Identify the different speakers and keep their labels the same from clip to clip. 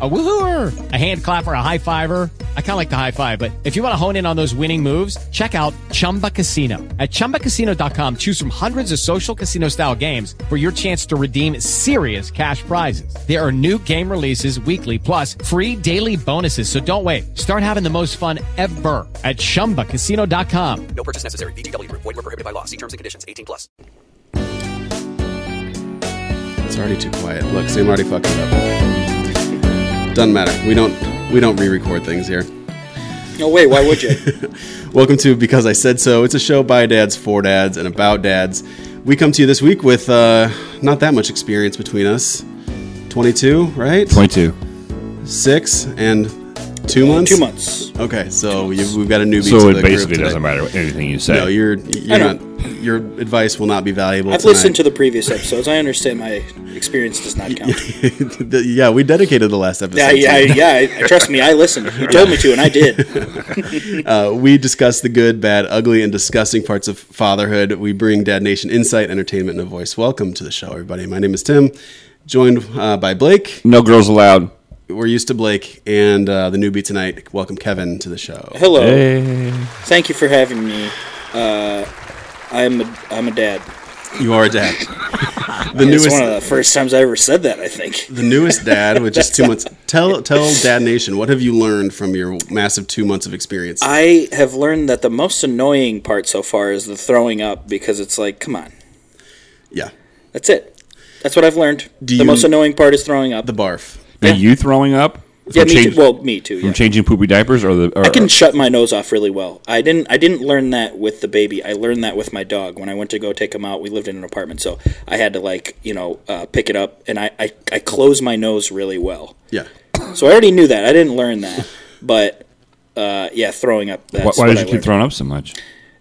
Speaker 1: A woohooer, a hand clapper, a high fiver. I kind of like the high five, but if you want to hone in on those winning moves, check out Chumba Casino. At chumbacasino.com, choose from hundreds of social casino style games for your chance to redeem serious cash prizes. There are new game releases weekly, plus free daily bonuses. So don't wait. Start having the most fun ever at chumbacasino.com.
Speaker 2: No purchase necessary. VGW Group. Void were prohibited by law. See terms and conditions. 18 plus.
Speaker 3: It's already too quiet. Look, see, I'm already fucking up. Doesn't matter. We don't we don't re-record things here.
Speaker 4: No way, why would you?
Speaker 3: Welcome to Because I Said So. It's a show by dads, for dads, and about dads. We come to you this week with uh, not that much experience between us. 22, right?
Speaker 5: 22.
Speaker 3: Six and two months.
Speaker 4: Two months.
Speaker 3: Okay, so you, we've got a newbie.
Speaker 5: So
Speaker 3: to
Speaker 5: it
Speaker 3: the
Speaker 5: basically
Speaker 3: group today.
Speaker 5: doesn't matter what anything you say.
Speaker 3: No, your
Speaker 4: I
Speaker 3: you're
Speaker 4: know.
Speaker 3: not. Your advice will not be valuable.
Speaker 4: I've listened to the previous episodes. I understand my experience does not count.
Speaker 3: the. yeah, we dedicated the last episode.
Speaker 4: yeah,
Speaker 3: to
Speaker 4: yeah, yeah. I- Trust me, I listened. You told me to, and I did.
Speaker 3: Uh, we discuss the good, bad, ugly, and disgusting parts of fatherhood. We bring Dad Nation insight, entertainment, and a voice. Welcome to the show, everybody. My name is Tim, joined uh, by Blake.
Speaker 5: No girls allowed.
Speaker 3: We're used to Blake and uh, the newbie tonight. Welcome Kevin to the show.
Speaker 4: Hello. Thank you for having me. Uh, I'm a I'm a dad.
Speaker 3: You are a dad. The
Speaker 4: It's
Speaker 3: newest,
Speaker 4: one of the first times I ever said that. I think.
Speaker 3: the newest dad with just two months. Tell tell Dad Nation what have you learned from your massive two months of experience?
Speaker 4: I have learned that the most annoying part so far is the throwing up because it's like, come on,
Speaker 3: yeah,
Speaker 4: that's it. That's what I've learned.
Speaker 3: Do
Speaker 4: the
Speaker 3: you-
Speaker 4: most annoying part is throwing up.
Speaker 3: the barf.
Speaker 5: And you throwing up?
Speaker 4: yeah,
Speaker 5: From
Speaker 4: me
Speaker 5: change-
Speaker 4: too. Well, me too.
Speaker 5: from
Speaker 4: Yeah.
Speaker 5: changing poopy diapers or the. Or,
Speaker 4: I can shut my nose off really well. I didn't. I didn't learn that with the baby. I learned that with my dog. When I went to go take him out, we lived in an apartment, so I had to like you know uh, pick it up, and I, I I close my nose really well.
Speaker 3: Yeah,
Speaker 4: So I already knew that. I didn't learn that, but uh, yeah, throwing up. That's
Speaker 5: why why
Speaker 4: what
Speaker 5: did
Speaker 4: I
Speaker 5: you keep
Speaker 4: learned.
Speaker 5: throwing up so much?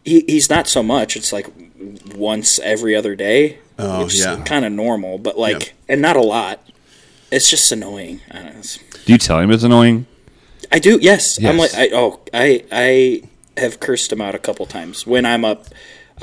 Speaker 4: He, he's not so much. It's like once every other day.
Speaker 3: Oh,
Speaker 4: which
Speaker 3: yeah.
Speaker 4: kind of normal, but like and not a lot. It's just annoying. I don't know. It's-
Speaker 5: Do you tell him it's annoying?
Speaker 4: I do. Yes. I'm like
Speaker 5: Yes.
Speaker 4: I oh I I have cursed him out a couple times when I'm up.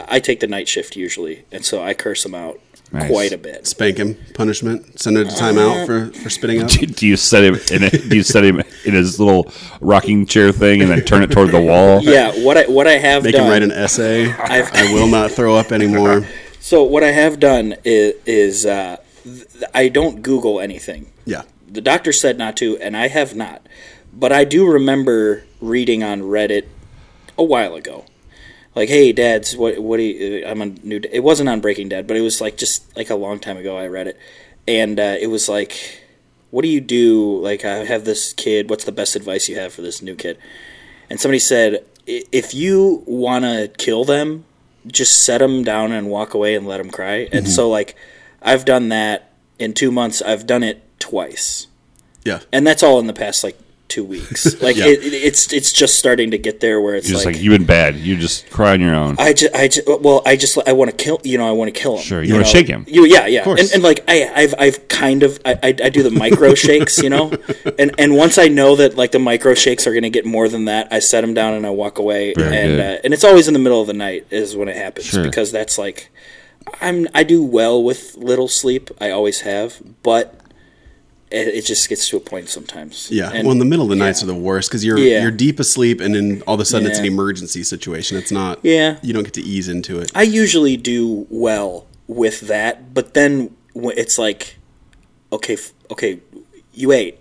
Speaker 4: I take the night shift usually, and so I curse him out
Speaker 5: Nice.
Speaker 4: quite a bit.
Speaker 3: spank him, punishment, send him to timeout for for spitting up.
Speaker 5: Do you set him in? A, do you set him in his little rocking chair thing and then turn it toward the wall?
Speaker 4: Yeah. What I what I have
Speaker 3: Make
Speaker 4: done.
Speaker 3: him write an essay.
Speaker 4: I've-
Speaker 3: I will not throw up anymore.
Speaker 4: so what I have done is is uh, th- I don't Google anything.
Speaker 3: Yeah.
Speaker 4: The doctor said not to, and I have not. But I do remember reading on Reddit a while ago, like, "Hey, dads, what? What do you? uh, I'm a new. d-" It wasn't on Breaking Dad, but it was like just like a long time ago. I read it, and uh, it was like, "What do you do? Like, I have this kid. What's the best advice you have for this new kid?" And somebody said, "I- "If you want to kill them, just set them down and walk away and let them cry." And so, like, I've done that in two months. I've done it twice
Speaker 3: Yeah.
Speaker 4: and that's all in the past like two weeks. Like
Speaker 3: Yeah.
Speaker 4: it, it- it's it's just starting to get there where it's
Speaker 5: You're just
Speaker 4: like,
Speaker 5: like, you've been bad. You just cry on your own.
Speaker 4: I just I just well I just I want to kill you know I want to kill him.
Speaker 5: Sure, you wanna
Speaker 4: know?
Speaker 5: shake him.
Speaker 4: You, yeah, yeah,
Speaker 3: course.
Speaker 4: and, and like I I've I've kind of I, I, I do the micro shakes you know, and and once I know that like the micro shakes are going to get more than that, I set him down and I walk away,
Speaker 5: Very
Speaker 4: and
Speaker 5: good.
Speaker 4: uh, and it's always in the middle of the night is when it happens
Speaker 5: Sure.
Speaker 4: because that's like. I'm I do well with little sleep. I always have, but it, it just gets to a point sometimes.
Speaker 3: Yeah.
Speaker 4: And-
Speaker 3: well, in the middle of the nights are the worst because you're
Speaker 4: Yeah.
Speaker 3: you're deep asleep and then all of a sudden it's an
Speaker 4: Yeah.
Speaker 3: emergency situation. It's not.
Speaker 4: Yeah.
Speaker 3: You don't get to ease into it.
Speaker 4: I usually do well with that, but then when it's like, okay, f- okay, you ate.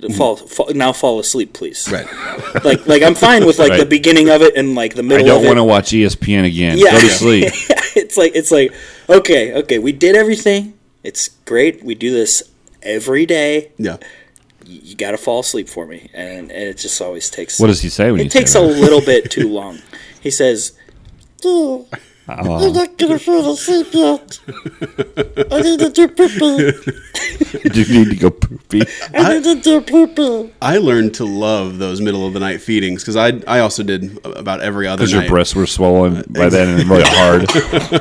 Speaker 5: Mm-hmm.
Speaker 4: Fall, fall now. Fall asleep, please.
Speaker 3: right.
Speaker 4: Like, like I'm fine with like the
Speaker 5: Right.
Speaker 4: beginning of it and like the
Speaker 5: I
Speaker 4: middle.
Speaker 5: don't
Speaker 4: of it.
Speaker 5: want to watch E ESPN again.
Speaker 4: Yeah.
Speaker 5: Go to sleep.
Speaker 4: it's like it's like okay, okay. We did everything. It's great. We do this every day.
Speaker 3: Yeah.
Speaker 4: You got to fall asleep for me, and, and it just always takes.
Speaker 5: What does he say when you
Speaker 4: It
Speaker 5: say
Speaker 4: takes a
Speaker 5: that?
Speaker 4: little bit too long. He says,
Speaker 6: Oh,
Speaker 5: Oh.
Speaker 6: I'm not gonna fall asleep yet. I need to do poopy.
Speaker 5: Do you need to go poopy?
Speaker 6: I need to do poopy.
Speaker 3: I learned to love those middle of the night feedings because I I also did about every other
Speaker 5: Because
Speaker 3: night.
Speaker 5: your breasts were swollen by then and really hard.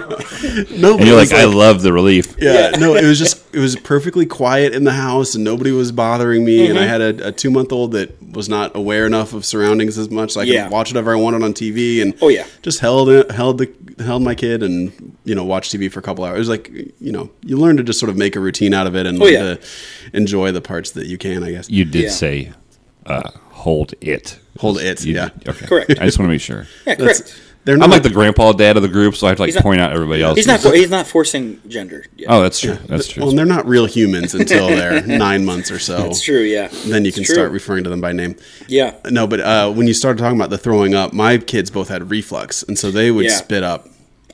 Speaker 3: No, but
Speaker 5: And
Speaker 3: it
Speaker 5: you're
Speaker 3: was
Speaker 5: like, I love the relief.
Speaker 3: yeah, no, it was just it was perfectly quiet in the house and nobody was bothering me. And I
Speaker 4: Mm-hmm.
Speaker 3: had a, a two month old that was not aware enough of surroundings as much. So I could
Speaker 4: Yeah.
Speaker 3: watch whatever I wanted on TV and
Speaker 4: Oh, yeah.
Speaker 3: just held it, held the held my kid and you know watched TV for a couple hours. It was like you know you learn to just sort of make a routine out of it and
Speaker 4: Oh, yeah.
Speaker 3: to enjoy the parts that you can. I guess
Speaker 5: You did
Speaker 4: Yeah.
Speaker 5: say uh, hold it.
Speaker 3: Hold it,
Speaker 5: You
Speaker 3: yeah.
Speaker 5: did- okay.
Speaker 4: Correct.
Speaker 5: I just want to make sure.
Speaker 4: Yeah,
Speaker 3: That's-
Speaker 4: correct.
Speaker 3: They're not
Speaker 5: I'm like the grandpa dad of the group, so I have to like
Speaker 4: He's not-
Speaker 5: point out everybody else.
Speaker 4: He's not. For, he's not forcing gender. Yet.
Speaker 5: Oh, that's true. That's true.
Speaker 3: Well, and they're not real humans until they're nine months or so.
Speaker 4: it's true. Yeah.
Speaker 3: Then you
Speaker 4: It's
Speaker 3: can
Speaker 4: true.
Speaker 3: start referring to them by name.
Speaker 4: yeah.
Speaker 3: No, but uh, when you started talking about the throwing up, my kids both had reflux, and so they would
Speaker 4: Yeah.
Speaker 3: spit up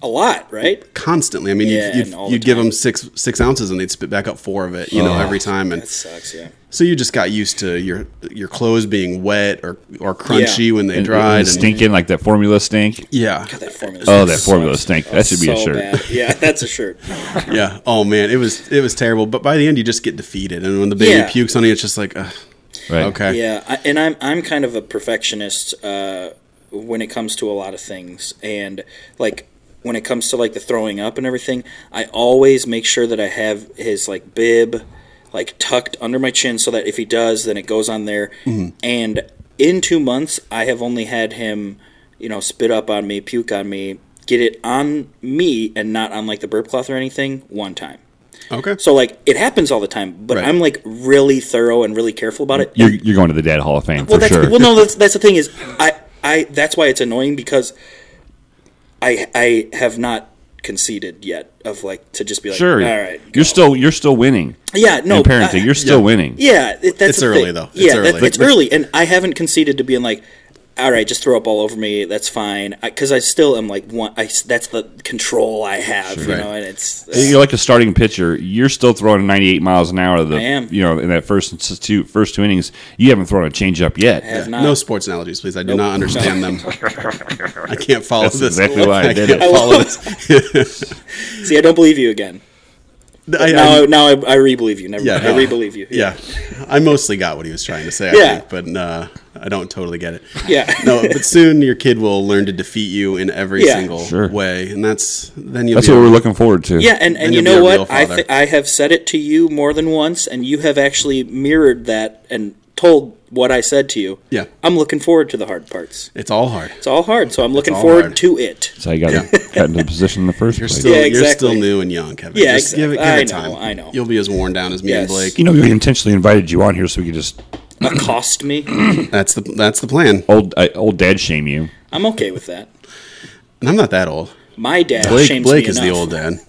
Speaker 4: A lot, right?
Speaker 3: constantly. I mean,
Speaker 4: Yeah,
Speaker 3: you'd,
Speaker 4: and
Speaker 3: you'd,
Speaker 4: all the
Speaker 3: you'd give
Speaker 4: time. Oh,
Speaker 3: them six six ounces, and they'd spit back up four of it, you know, every time. And
Speaker 4: That sucks. Yeah.
Speaker 3: so you just got used to your your clothes being wet or or crunchy when they
Speaker 5: And-
Speaker 3: dried.
Speaker 5: and stinking like that formula stink.
Speaker 3: Yeah,
Speaker 4: That formula.
Speaker 5: Oh, that
Speaker 4: sucks.
Speaker 5: formula stink. That should be a
Speaker 4: So
Speaker 5: shirt.
Speaker 4: bad. Yeah, that's a shirt.
Speaker 3: yeah. Oh man, it was it was terrible. But by the end, you just get defeated, and when the baby
Speaker 4: Yeah.
Speaker 3: pukes on you, it's just like, ugh,
Speaker 5: Right.
Speaker 3: okay,
Speaker 4: Yeah, I, and I'm I'm kind of a perfectionist uh, when it comes to a lot of things, and like when it comes to like the throwing up and everything, I always make sure that I have his like bib like tucked under my chin so that if he does, then it goes on there.
Speaker 3: Mm-hmm.
Speaker 4: And in two months, I have only had him, you know, spit up on me, puke on me, get it on me, and not on like the burp cloth or anything one time.
Speaker 3: okay.
Speaker 4: So like it happens all the time, but
Speaker 3: Right.
Speaker 4: I'm like really thorough and really careful about it.
Speaker 5: You're, you're going to the Dad Hall of Fame
Speaker 4: Well,
Speaker 5: for
Speaker 4: that's,
Speaker 5: sure.
Speaker 4: well, no, that's, that's the thing is, I, I, that's why it's annoying because I, I have not conceded yet of like to just be like,
Speaker 5: sure.
Speaker 4: all right,
Speaker 5: You're still you're still winning.
Speaker 4: yeah, no,
Speaker 5: in parenting,
Speaker 4: I-
Speaker 5: you're still winning.
Speaker 4: yeah, it, that's
Speaker 3: It's
Speaker 4: the
Speaker 3: early,
Speaker 4: thing.
Speaker 3: though. It's
Speaker 4: Yeah, that-
Speaker 3: early.
Speaker 4: it's early, and I haven't conceded to being like, all right, just throw up all over me. That's fine, because I, still am like one. I, that's the control I have, you
Speaker 3: Right.
Speaker 4: know, and it's
Speaker 5: You're like a starting pitcher. You're still throwing 98 miles an hour. The
Speaker 4: I am.
Speaker 5: you know in that first s- two first two innings, you haven't thrown a changeup yet.
Speaker 4: I have not.
Speaker 3: No sports analogies, please. I do not understand them. I can't follow
Speaker 5: That's
Speaker 3: this.
Speaker 5: exactly why I did
Speaker 3: can't
Speaker 5: it.
Speaker 3: follow this.
Speaker 4: See, I don't believe you again.
Speaker 3: I- I-
Speaker 4: Now, now I, I re-believe you. Never,
Speaker 3: Yeah,
Speaker 4: mind. I
Speaker 3: no.
Speaker 4: re-believe you.
Speaker 3: yeah, I mostly got what he was trying to say. I
Speaker 4: Yeah.
Speaker 3: think, but uh, I don't totally get it.
Speaker 4: Yeah.
Speaker 3: no, but soon your kid will learn to defeat you in every
Speaker 4: Yeah.
Speaker 3: single
Speaker 5: Sure.
Speaker 3: way, and that's then you'll.
Speaker 5: That's
Speaker 3: be
Speaker 5: what
Speaker 3: all
Speaker 5: we're
Speaker 3: right.
Speaker 5: looking forward to.
Speaker 4: Yeah, and,
Speaker 3: Then
Speaker 4: and you
Speaker 3: you'll be
Speaker 4: know
Speaker 3: a
Speaker 4: what?
Speaker 3: real
Speaker 4: I
Speaker 3: father.
Speaker 4: th- I have said it to you more than once, and you have actually mirrored that and told what I said to you.
Speaker 3: Yeah.
Speaker 4: I'm looking forward to the hard parts.
Speaker 3: It's all hard.
Speaker 4: It's all hard, so I'm looking
Speaker 3: all
Speaker 4: forward
Speaker 3: hard.
Speaker 4: to it.
Speaker 5: So you got, got into the position in the first
Speaker 3: You're
Speaker 5: place.
Speaker 3: still,
Speaker 4: Yeah,
Speaker 3: you're still
Speaker 4: exactly.
Speaker 3: new and young, Kevin.
Speaker 4: Yeah,
Speaker 3: Just give it, give
Speaker 4: exactly.
Speaker 3: it
Speaker 4: I
Speaker 3: time.
Speaker 4: know, I know.
Speaker 3: You'll be as worn down as me
Speaker 4: Yes.
Speaker 3: and
Speaker 5: you
Speaker 3: Blake.
Speaker 5: know, we intentionally invited you on here so we could just
Speaker 4: Accost me.
Speaker 3: That's the that's the plan.
Speaker 5: old uh, old dad shame you.
Speaker 4: I'm okay with that.
Speaker 3: And I'm not that old.
Speaker 4: My dad
Speaker 3: Blake
Speaker 4: shames
Speaker 3: Blake
Speaker 4: me
Speaker 3: is
Speaker 4: enough.
Speaker 3: the old dad.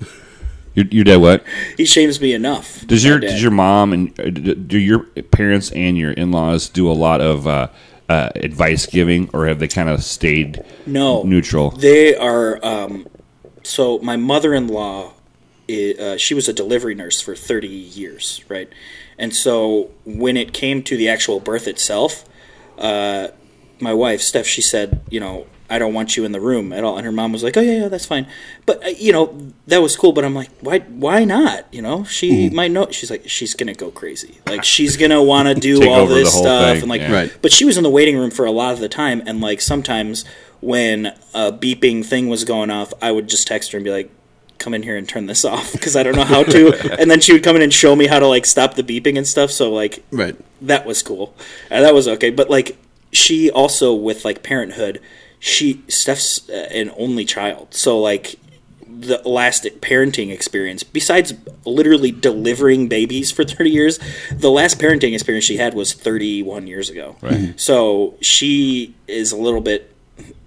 Speaker 5: Your, your dad what?
Speaker 4: He shames me enough.
Speaker 5: Does
Speaker 4: my
Speaker 5: your
Speaker 4: dad.
Speaker 5: does your mom and uh, d- do your parents and your in laws do a lot of uh, uh, advice giving, or have they kind of stayed
Speaker 4: no
Speaker 5: neutral?
Speaker 4: They are. Um, so my mother-in-law, i- uh, she was a delivery nurse for thirty years, right? And so when it came to the actual birth itself, uh, my wife Steph, she said, you know, I don't want you in the room at all. And her mom was like, oh yeah, yeah, that's fine. But uh, you know, that was cool. But I'm like, why, why not? You know, she
Speaker 5: Hmm.
Speaker 4: might know. She's like, she's gonna go crazy. Like she's gonna want to do
Speaker 5: Take
Speaker 4: all
Speaker 5: over the
Speaker 4: this
Speaker 5: whole
Speaker 4: stuff
Speaker 5: thing,
Speaker 4: and like
Speaker 5: yeah.
Speaker 3: Right.
Speaker 4: but she was in the waiting room for a lot of the time, and like sometimes when a beeping thing was going off, I would just text her and be like, "Come in here and turn this off," because I don't know how to. and then she would come in and show me how to like stop the beeping and stuff. So like
Speaker 3: Right.
Speaker 4: that was cool, Uh, that was okay. But like she also with like parenthood, she Steph's uh, an only child, so like the last parenting experience, besides literally delivering babies for 30 years, the last parenting experience she had was 31 years ago. Right. So she is a little bit,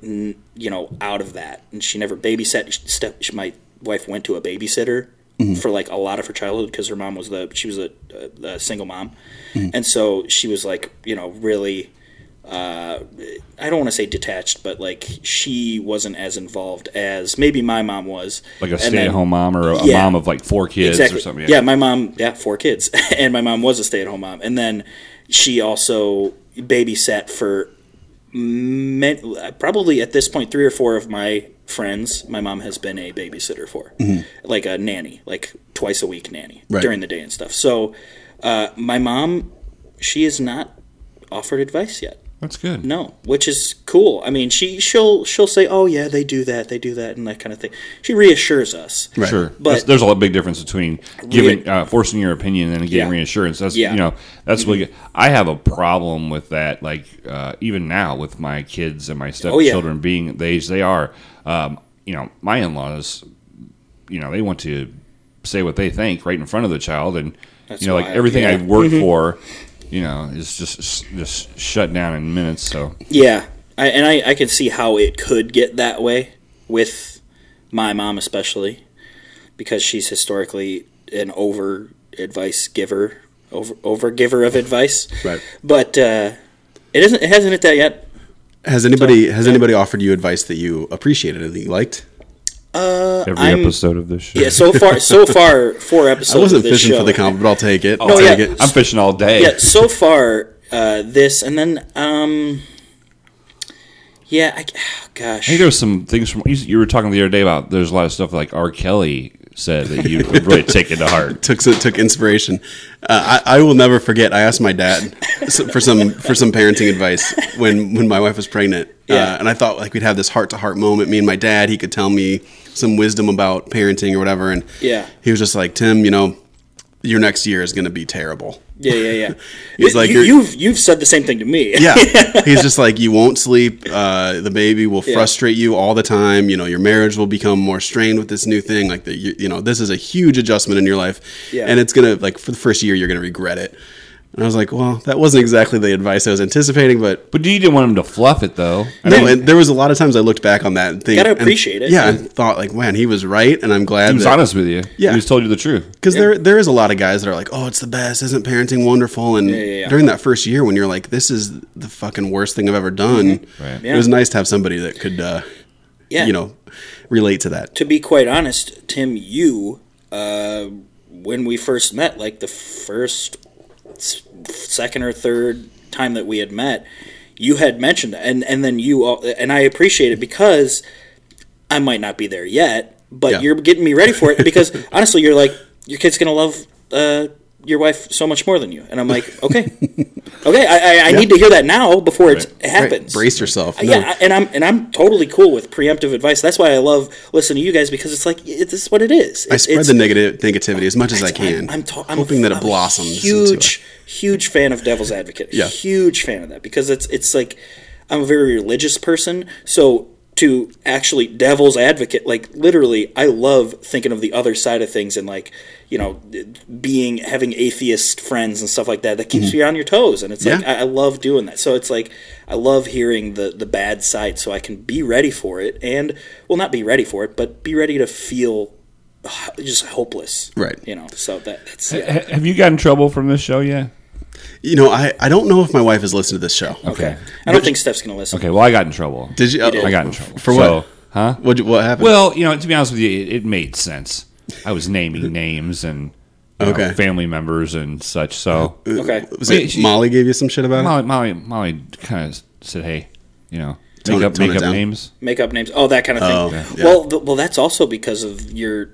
Speaker 4: n- you know, out of that. And she never babysat. She- Step, she, my wife went to a babysitter
Speaker 5: Mm-hmm.
Speaker 4: for like a lot of her childhood because her mom was the, she was a, a, a single mom.
Speaker 5: Mm-hmm.
Speaker 4: And so she was like, you know, really. uh, I don't want to say detached, but like she wasn't as involved as maybe my mom was.
Speaker 5: Like
Speaker 4: And
Speaker 5: a stay at home
Speaker 4: then-
Speaker 5: mom or a, a
Speaker 4: Yeah.
Speaker 5: mom of like four kids or something.
Speaker 4: Yeah, my mom, yeah, four kids, and my mom was a stay-at-home mom, and then she also babysat for men, probably at this point three or four of my friends. My mom has been a babysitter for, like a nanny, like twice a week nanny
Speaker 3: Mm-hmm. Right.
Speaker 4: during the day and stuff. So, uh, my mom, she has not offered advice yet.
Speaker 5: that's good.
Speaker 4: No, which is cool. I mean, she she'll she'll say, "Oh yeah, they do that, they do that," and that kind of thing. She reassures us.
Speaker 3: Right.
Speaker 5: Sure,
Speaker 4: But-
Speaker 5: but there's a lot- big difference between giving uh, forcing your opinion and getting
Speaker 4: Yeah.
Speaker 5: reassurance. That's
Speaker 4: Yeah. Mm-hmm.
Speaker 5: you know that's really good. I have a problem with that. Like uh, even now with my kids and my
Speaker 4: Oh, yeah.
Speaker 5: stepchildren being the age they are, um, you know, my in laws, you know, they want to say what they think right in front of the child, and you know, like
Speaker 4: wild,
Speaker 5: everything
Speaker 4: yeah. Mm-hmm.
Speaker 5: I've worked for, you know, is just just shut down in minutes. So
Speaker 4: Yeah, I, and I, I could see how it could get that way with my mom, especially because she's historically an over advice giver, over over giver of advice.
Speaker 3: Right.
Speaker 4: But uh, it isn't. It hasn't hit that yet.
Speaker 3: Has anybody has anybody offered you advice that you appreciated and that you liked?
Speaker 5: every
Speaker 4: I'm-
Speaker 5: episode of this show,
Speaker 4: Yeah. So far, so far, four episodes.
Speaker 3: I wasn't
Speaker 4: of this
Speaker 3: fishing
Speaker 4: show.
Speaker 3: for the compliment, but I'll take it. I'll
Speaker 4: No, yeah.
Speaker 3: take it.
Speaker 5: I'm fishing all day.
Speaker 4: yeah, so far uh, this, and then um, yeah, I, oh, gosh,
Speaker 5: I think there was some things from you, you were talking the other day about. There's a lot of stuff like R. Kelly said that you would really take it to heart.
Speaker 3: took took inspiration. Uh, I, I will never forget. I asked my dad so- for some for some parenting advice when when my wife was pregnant,
Speaker 4: Yeah.
Speaker 3: uh, and I thought like we'd have this heart to heart moment. Me and my dad, he could tell me some wisdom about parenting or whatever, and
Speaker 4: Yeah.
Speaker 3: he was just like Tim, you know, your next year is going to be terrible.
Speaker 4: yeah, yeah, yeah.
Speaker 3: He's like,
Speaker 4: you,
Speaker 3: "You're-
Speaker 4: you've you've said the same thing to me.
Speaker 3: Yeah. He's just like, you won't sleep. Uh, the baby will frustrate you all the time. You know, your marriage will become more strained with this new thing. Like, the, you, you know, this is a huge adjustment in your life.
Speaker 4: Yeah.
Speaker 3: And it's going to, like, for the first year, you're going to regret it. And I was like, well, that wasn't exactly the advice I was anticipating, but.
Speaker 5: But you didn't want him to fluff it though. I
Speaker 3: No,
Speaker 5: mean,
Speaker 3: and there was a lot of times I looked back on that and think,
Speaker 4: Gotta
Speaker 3: and-
Speaker 4: appreciate it.
Speaker 3: Yeah, and thought like, man, he was right, and I'm glad
Speaker 5: he was
Speaker 3: that-
Speaker 5: honest with you.
Speaker 3: Yeah.
Speaker 5: he was told you the truth.
Speaker 3: because there there is a lot of guys that are like, "Oh, it's the best! Isn't parenting wonderful?" And
Speaker 4: yeah.
Speaker 3: during that first year, when you're like, "This is the fucking worst thing I've ever done,"
Speaker 5: Right.
Speaker 3: it was nice to have somebody that could, uh,
Speaker 4: Mm-hmm. Yeah.
Speaker 3: you know, relate to that.
Speaker 4: Uh, to be quite honest, Tim, you uh, when we first met, like the first, s- second or third time that we had met, you had mentioned it, and and then you all, and I appreciate it because I might not be there yet, but
Speaker 3: Yeah.
Speaker 4: you're getting me ready for it because honestly, you're like your kid's gonna love. Uh, your wife so much more than you, and I'm like, okay, okay, I, I, I need to hear that now before it's, it happens.
Speaker 3: Brace yourself. No.
Speaker 4: Yeah, I- and I'm and I'm totally cool with preemptive advice. That's why I love listening to you guys because it's like it, this is what it is.
Speaker 3: I
Speaker 4: It's-
Speaker 3: spread
Speaker 4: it's-
Speaker 3: the negative negativity as much as I can.
Speaker 4: I'm, ta- I'm
Speaker 3: hoping that it
Speaker 4: I'm a
Speaker 3: blossoms. into a-
Speaker 4: Huge, huge fan of Devil's Advocate.
Speaker 3: Yeah.
Speaker 4: huge fan of that because it's it's like I'm a very religious person, so to actually Devil's Advocate, like literally, I love thinking of the other side of things and like you know being having atheist friends and stuff like that. That keeps you on your toes, and it's like
Speaker 3: Mm-hmm. Yeah.
Speaker 4: I, I love doing that. So it's like I love hearing the the bad side, so I can be ready for it, and well, not be ready for it, but be ready to feel. uh, Just hopeless,
Speaker 3: Right.
Speaker 4: You know, so that, that's yeah.
Speaker 5: Ha- Have you got in trouble from this show yet?
Speaker 3: You know, I, I don't know if my wife has listened to this show.
Speaker 5: Okay.
Speaker 4: I don't think Steph's gonna listen.
Speaker 5: Okay. Well, I got in trouble.
Speaker 3: Did you? Oh,
Speaker 5: I got in trouble
Speaker 3: for what?
Speaker 5: So, huh?
Speaker 3: What what happened?
Speaker 5: Well, you know, to be honest with you, it, it made sense. I was naming names and you know,
Speaker 3: Okay. Uh,
Speaker 5: family members and such. So
Speaker 4: Okay.
Speaker 3: was it
Speaker 5: wait, she-
Speaker 3: Molly gave you some shit about
Speaker 5: Molly, Molly, Molly kind of said, "Hey, you know,
Speaker 3: Tone
Speaker 5: make
Speaker 3: it-
Speaker 5: up,
Speaker 3: tone
Speaker 5: make
Speaker 3: it
Speaker 5: up
Speaker 3: down.
Speaker 5: names."
Speaker 4: Make up names. Oh, that kind of thing.
Speaker 3: yeah.
Speaker 4: Well, th- well, that's also because of your.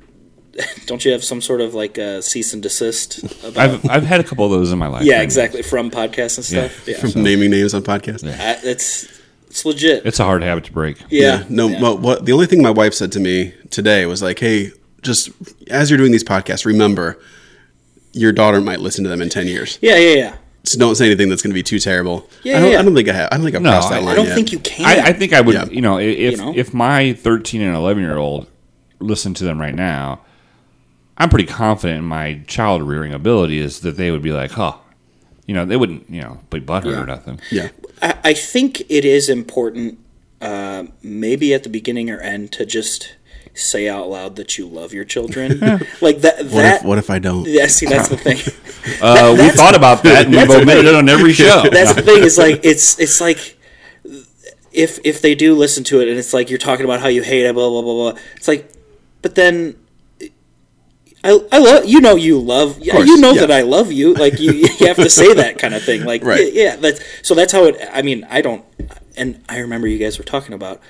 Speaker 4: Don't you have some sort of like uh, cease and desist? About,
Speaker 5: I've I've had a couple of those in my life.
Speaker 4: yeah, exactly. From podcasts and stuff. Yeah,
Speaker 3: it? Naming names on podcasts.
Speaker 4: I, it's it's legit.
Speaker 5: It's a hard habit to break.
Speaker 4: yeah.
Speaker 3: No, But what the only thing my wife said to me today was like, "Hey, just as you're doing these podcasts, remember your daughter might listen to them in ten years.
Speaker 4: yeah, yeah, yeah.
Speaker 3: So don't say anything that's going to be too terrible."
Speaker 4: Yeah,
Speaker 3: I don't,
Speaker 4: yeah.
Speaker 3: I don't think I have. I don't think I've
Speaker 5: No,
Speaker 3: crossed that
Speaker 5: I-
Speaker 3: line
Speaker 5: I
Speaker 4: I don't
Speaker 3: yet.
Speaker 4: think you can.
Speaker 5: I, I think I would,
Speaker 3: Yeah.
Speaker 5: you know, i- if
Speaker 4: You know?
Speaker 5: if my 13 and 11 year old listened to them right now, I'm pretty confident in my child rearing ability is that they would be like, huh, you know, they wouldn't, you know, be butthurt or nothing.
Speaker 3: Yeah,
Speaker 4: I, I think it is important, uh, maybe at the beginning or end, to just say out loud that you love your children. like that.
Speaker 3: What
Speaker 4: That.
Speaker 3: if what if I don't?
Speaker 4: yeah, see, that's the thing.
Speaker 5: Uh, we thought about that and we've omitted it on every
Speaker 3: Oh,
Speaker 5: show.
Speaker 4: that's the thing is like it's it's like if if they do listen to it and it's like you're talking about how you hate it blah blah blah blah it's like but then I, I love you know you love
Speaker 3: course,
Speaker 4: you know
Speaker 3: yeah.
Speaker 4: that I love you like you you have to say that kind of thing like
Speaker 3: Right.
Speaker 4: yeah, yeah that's so that's how it I mean I don't and I remember you guys were talking about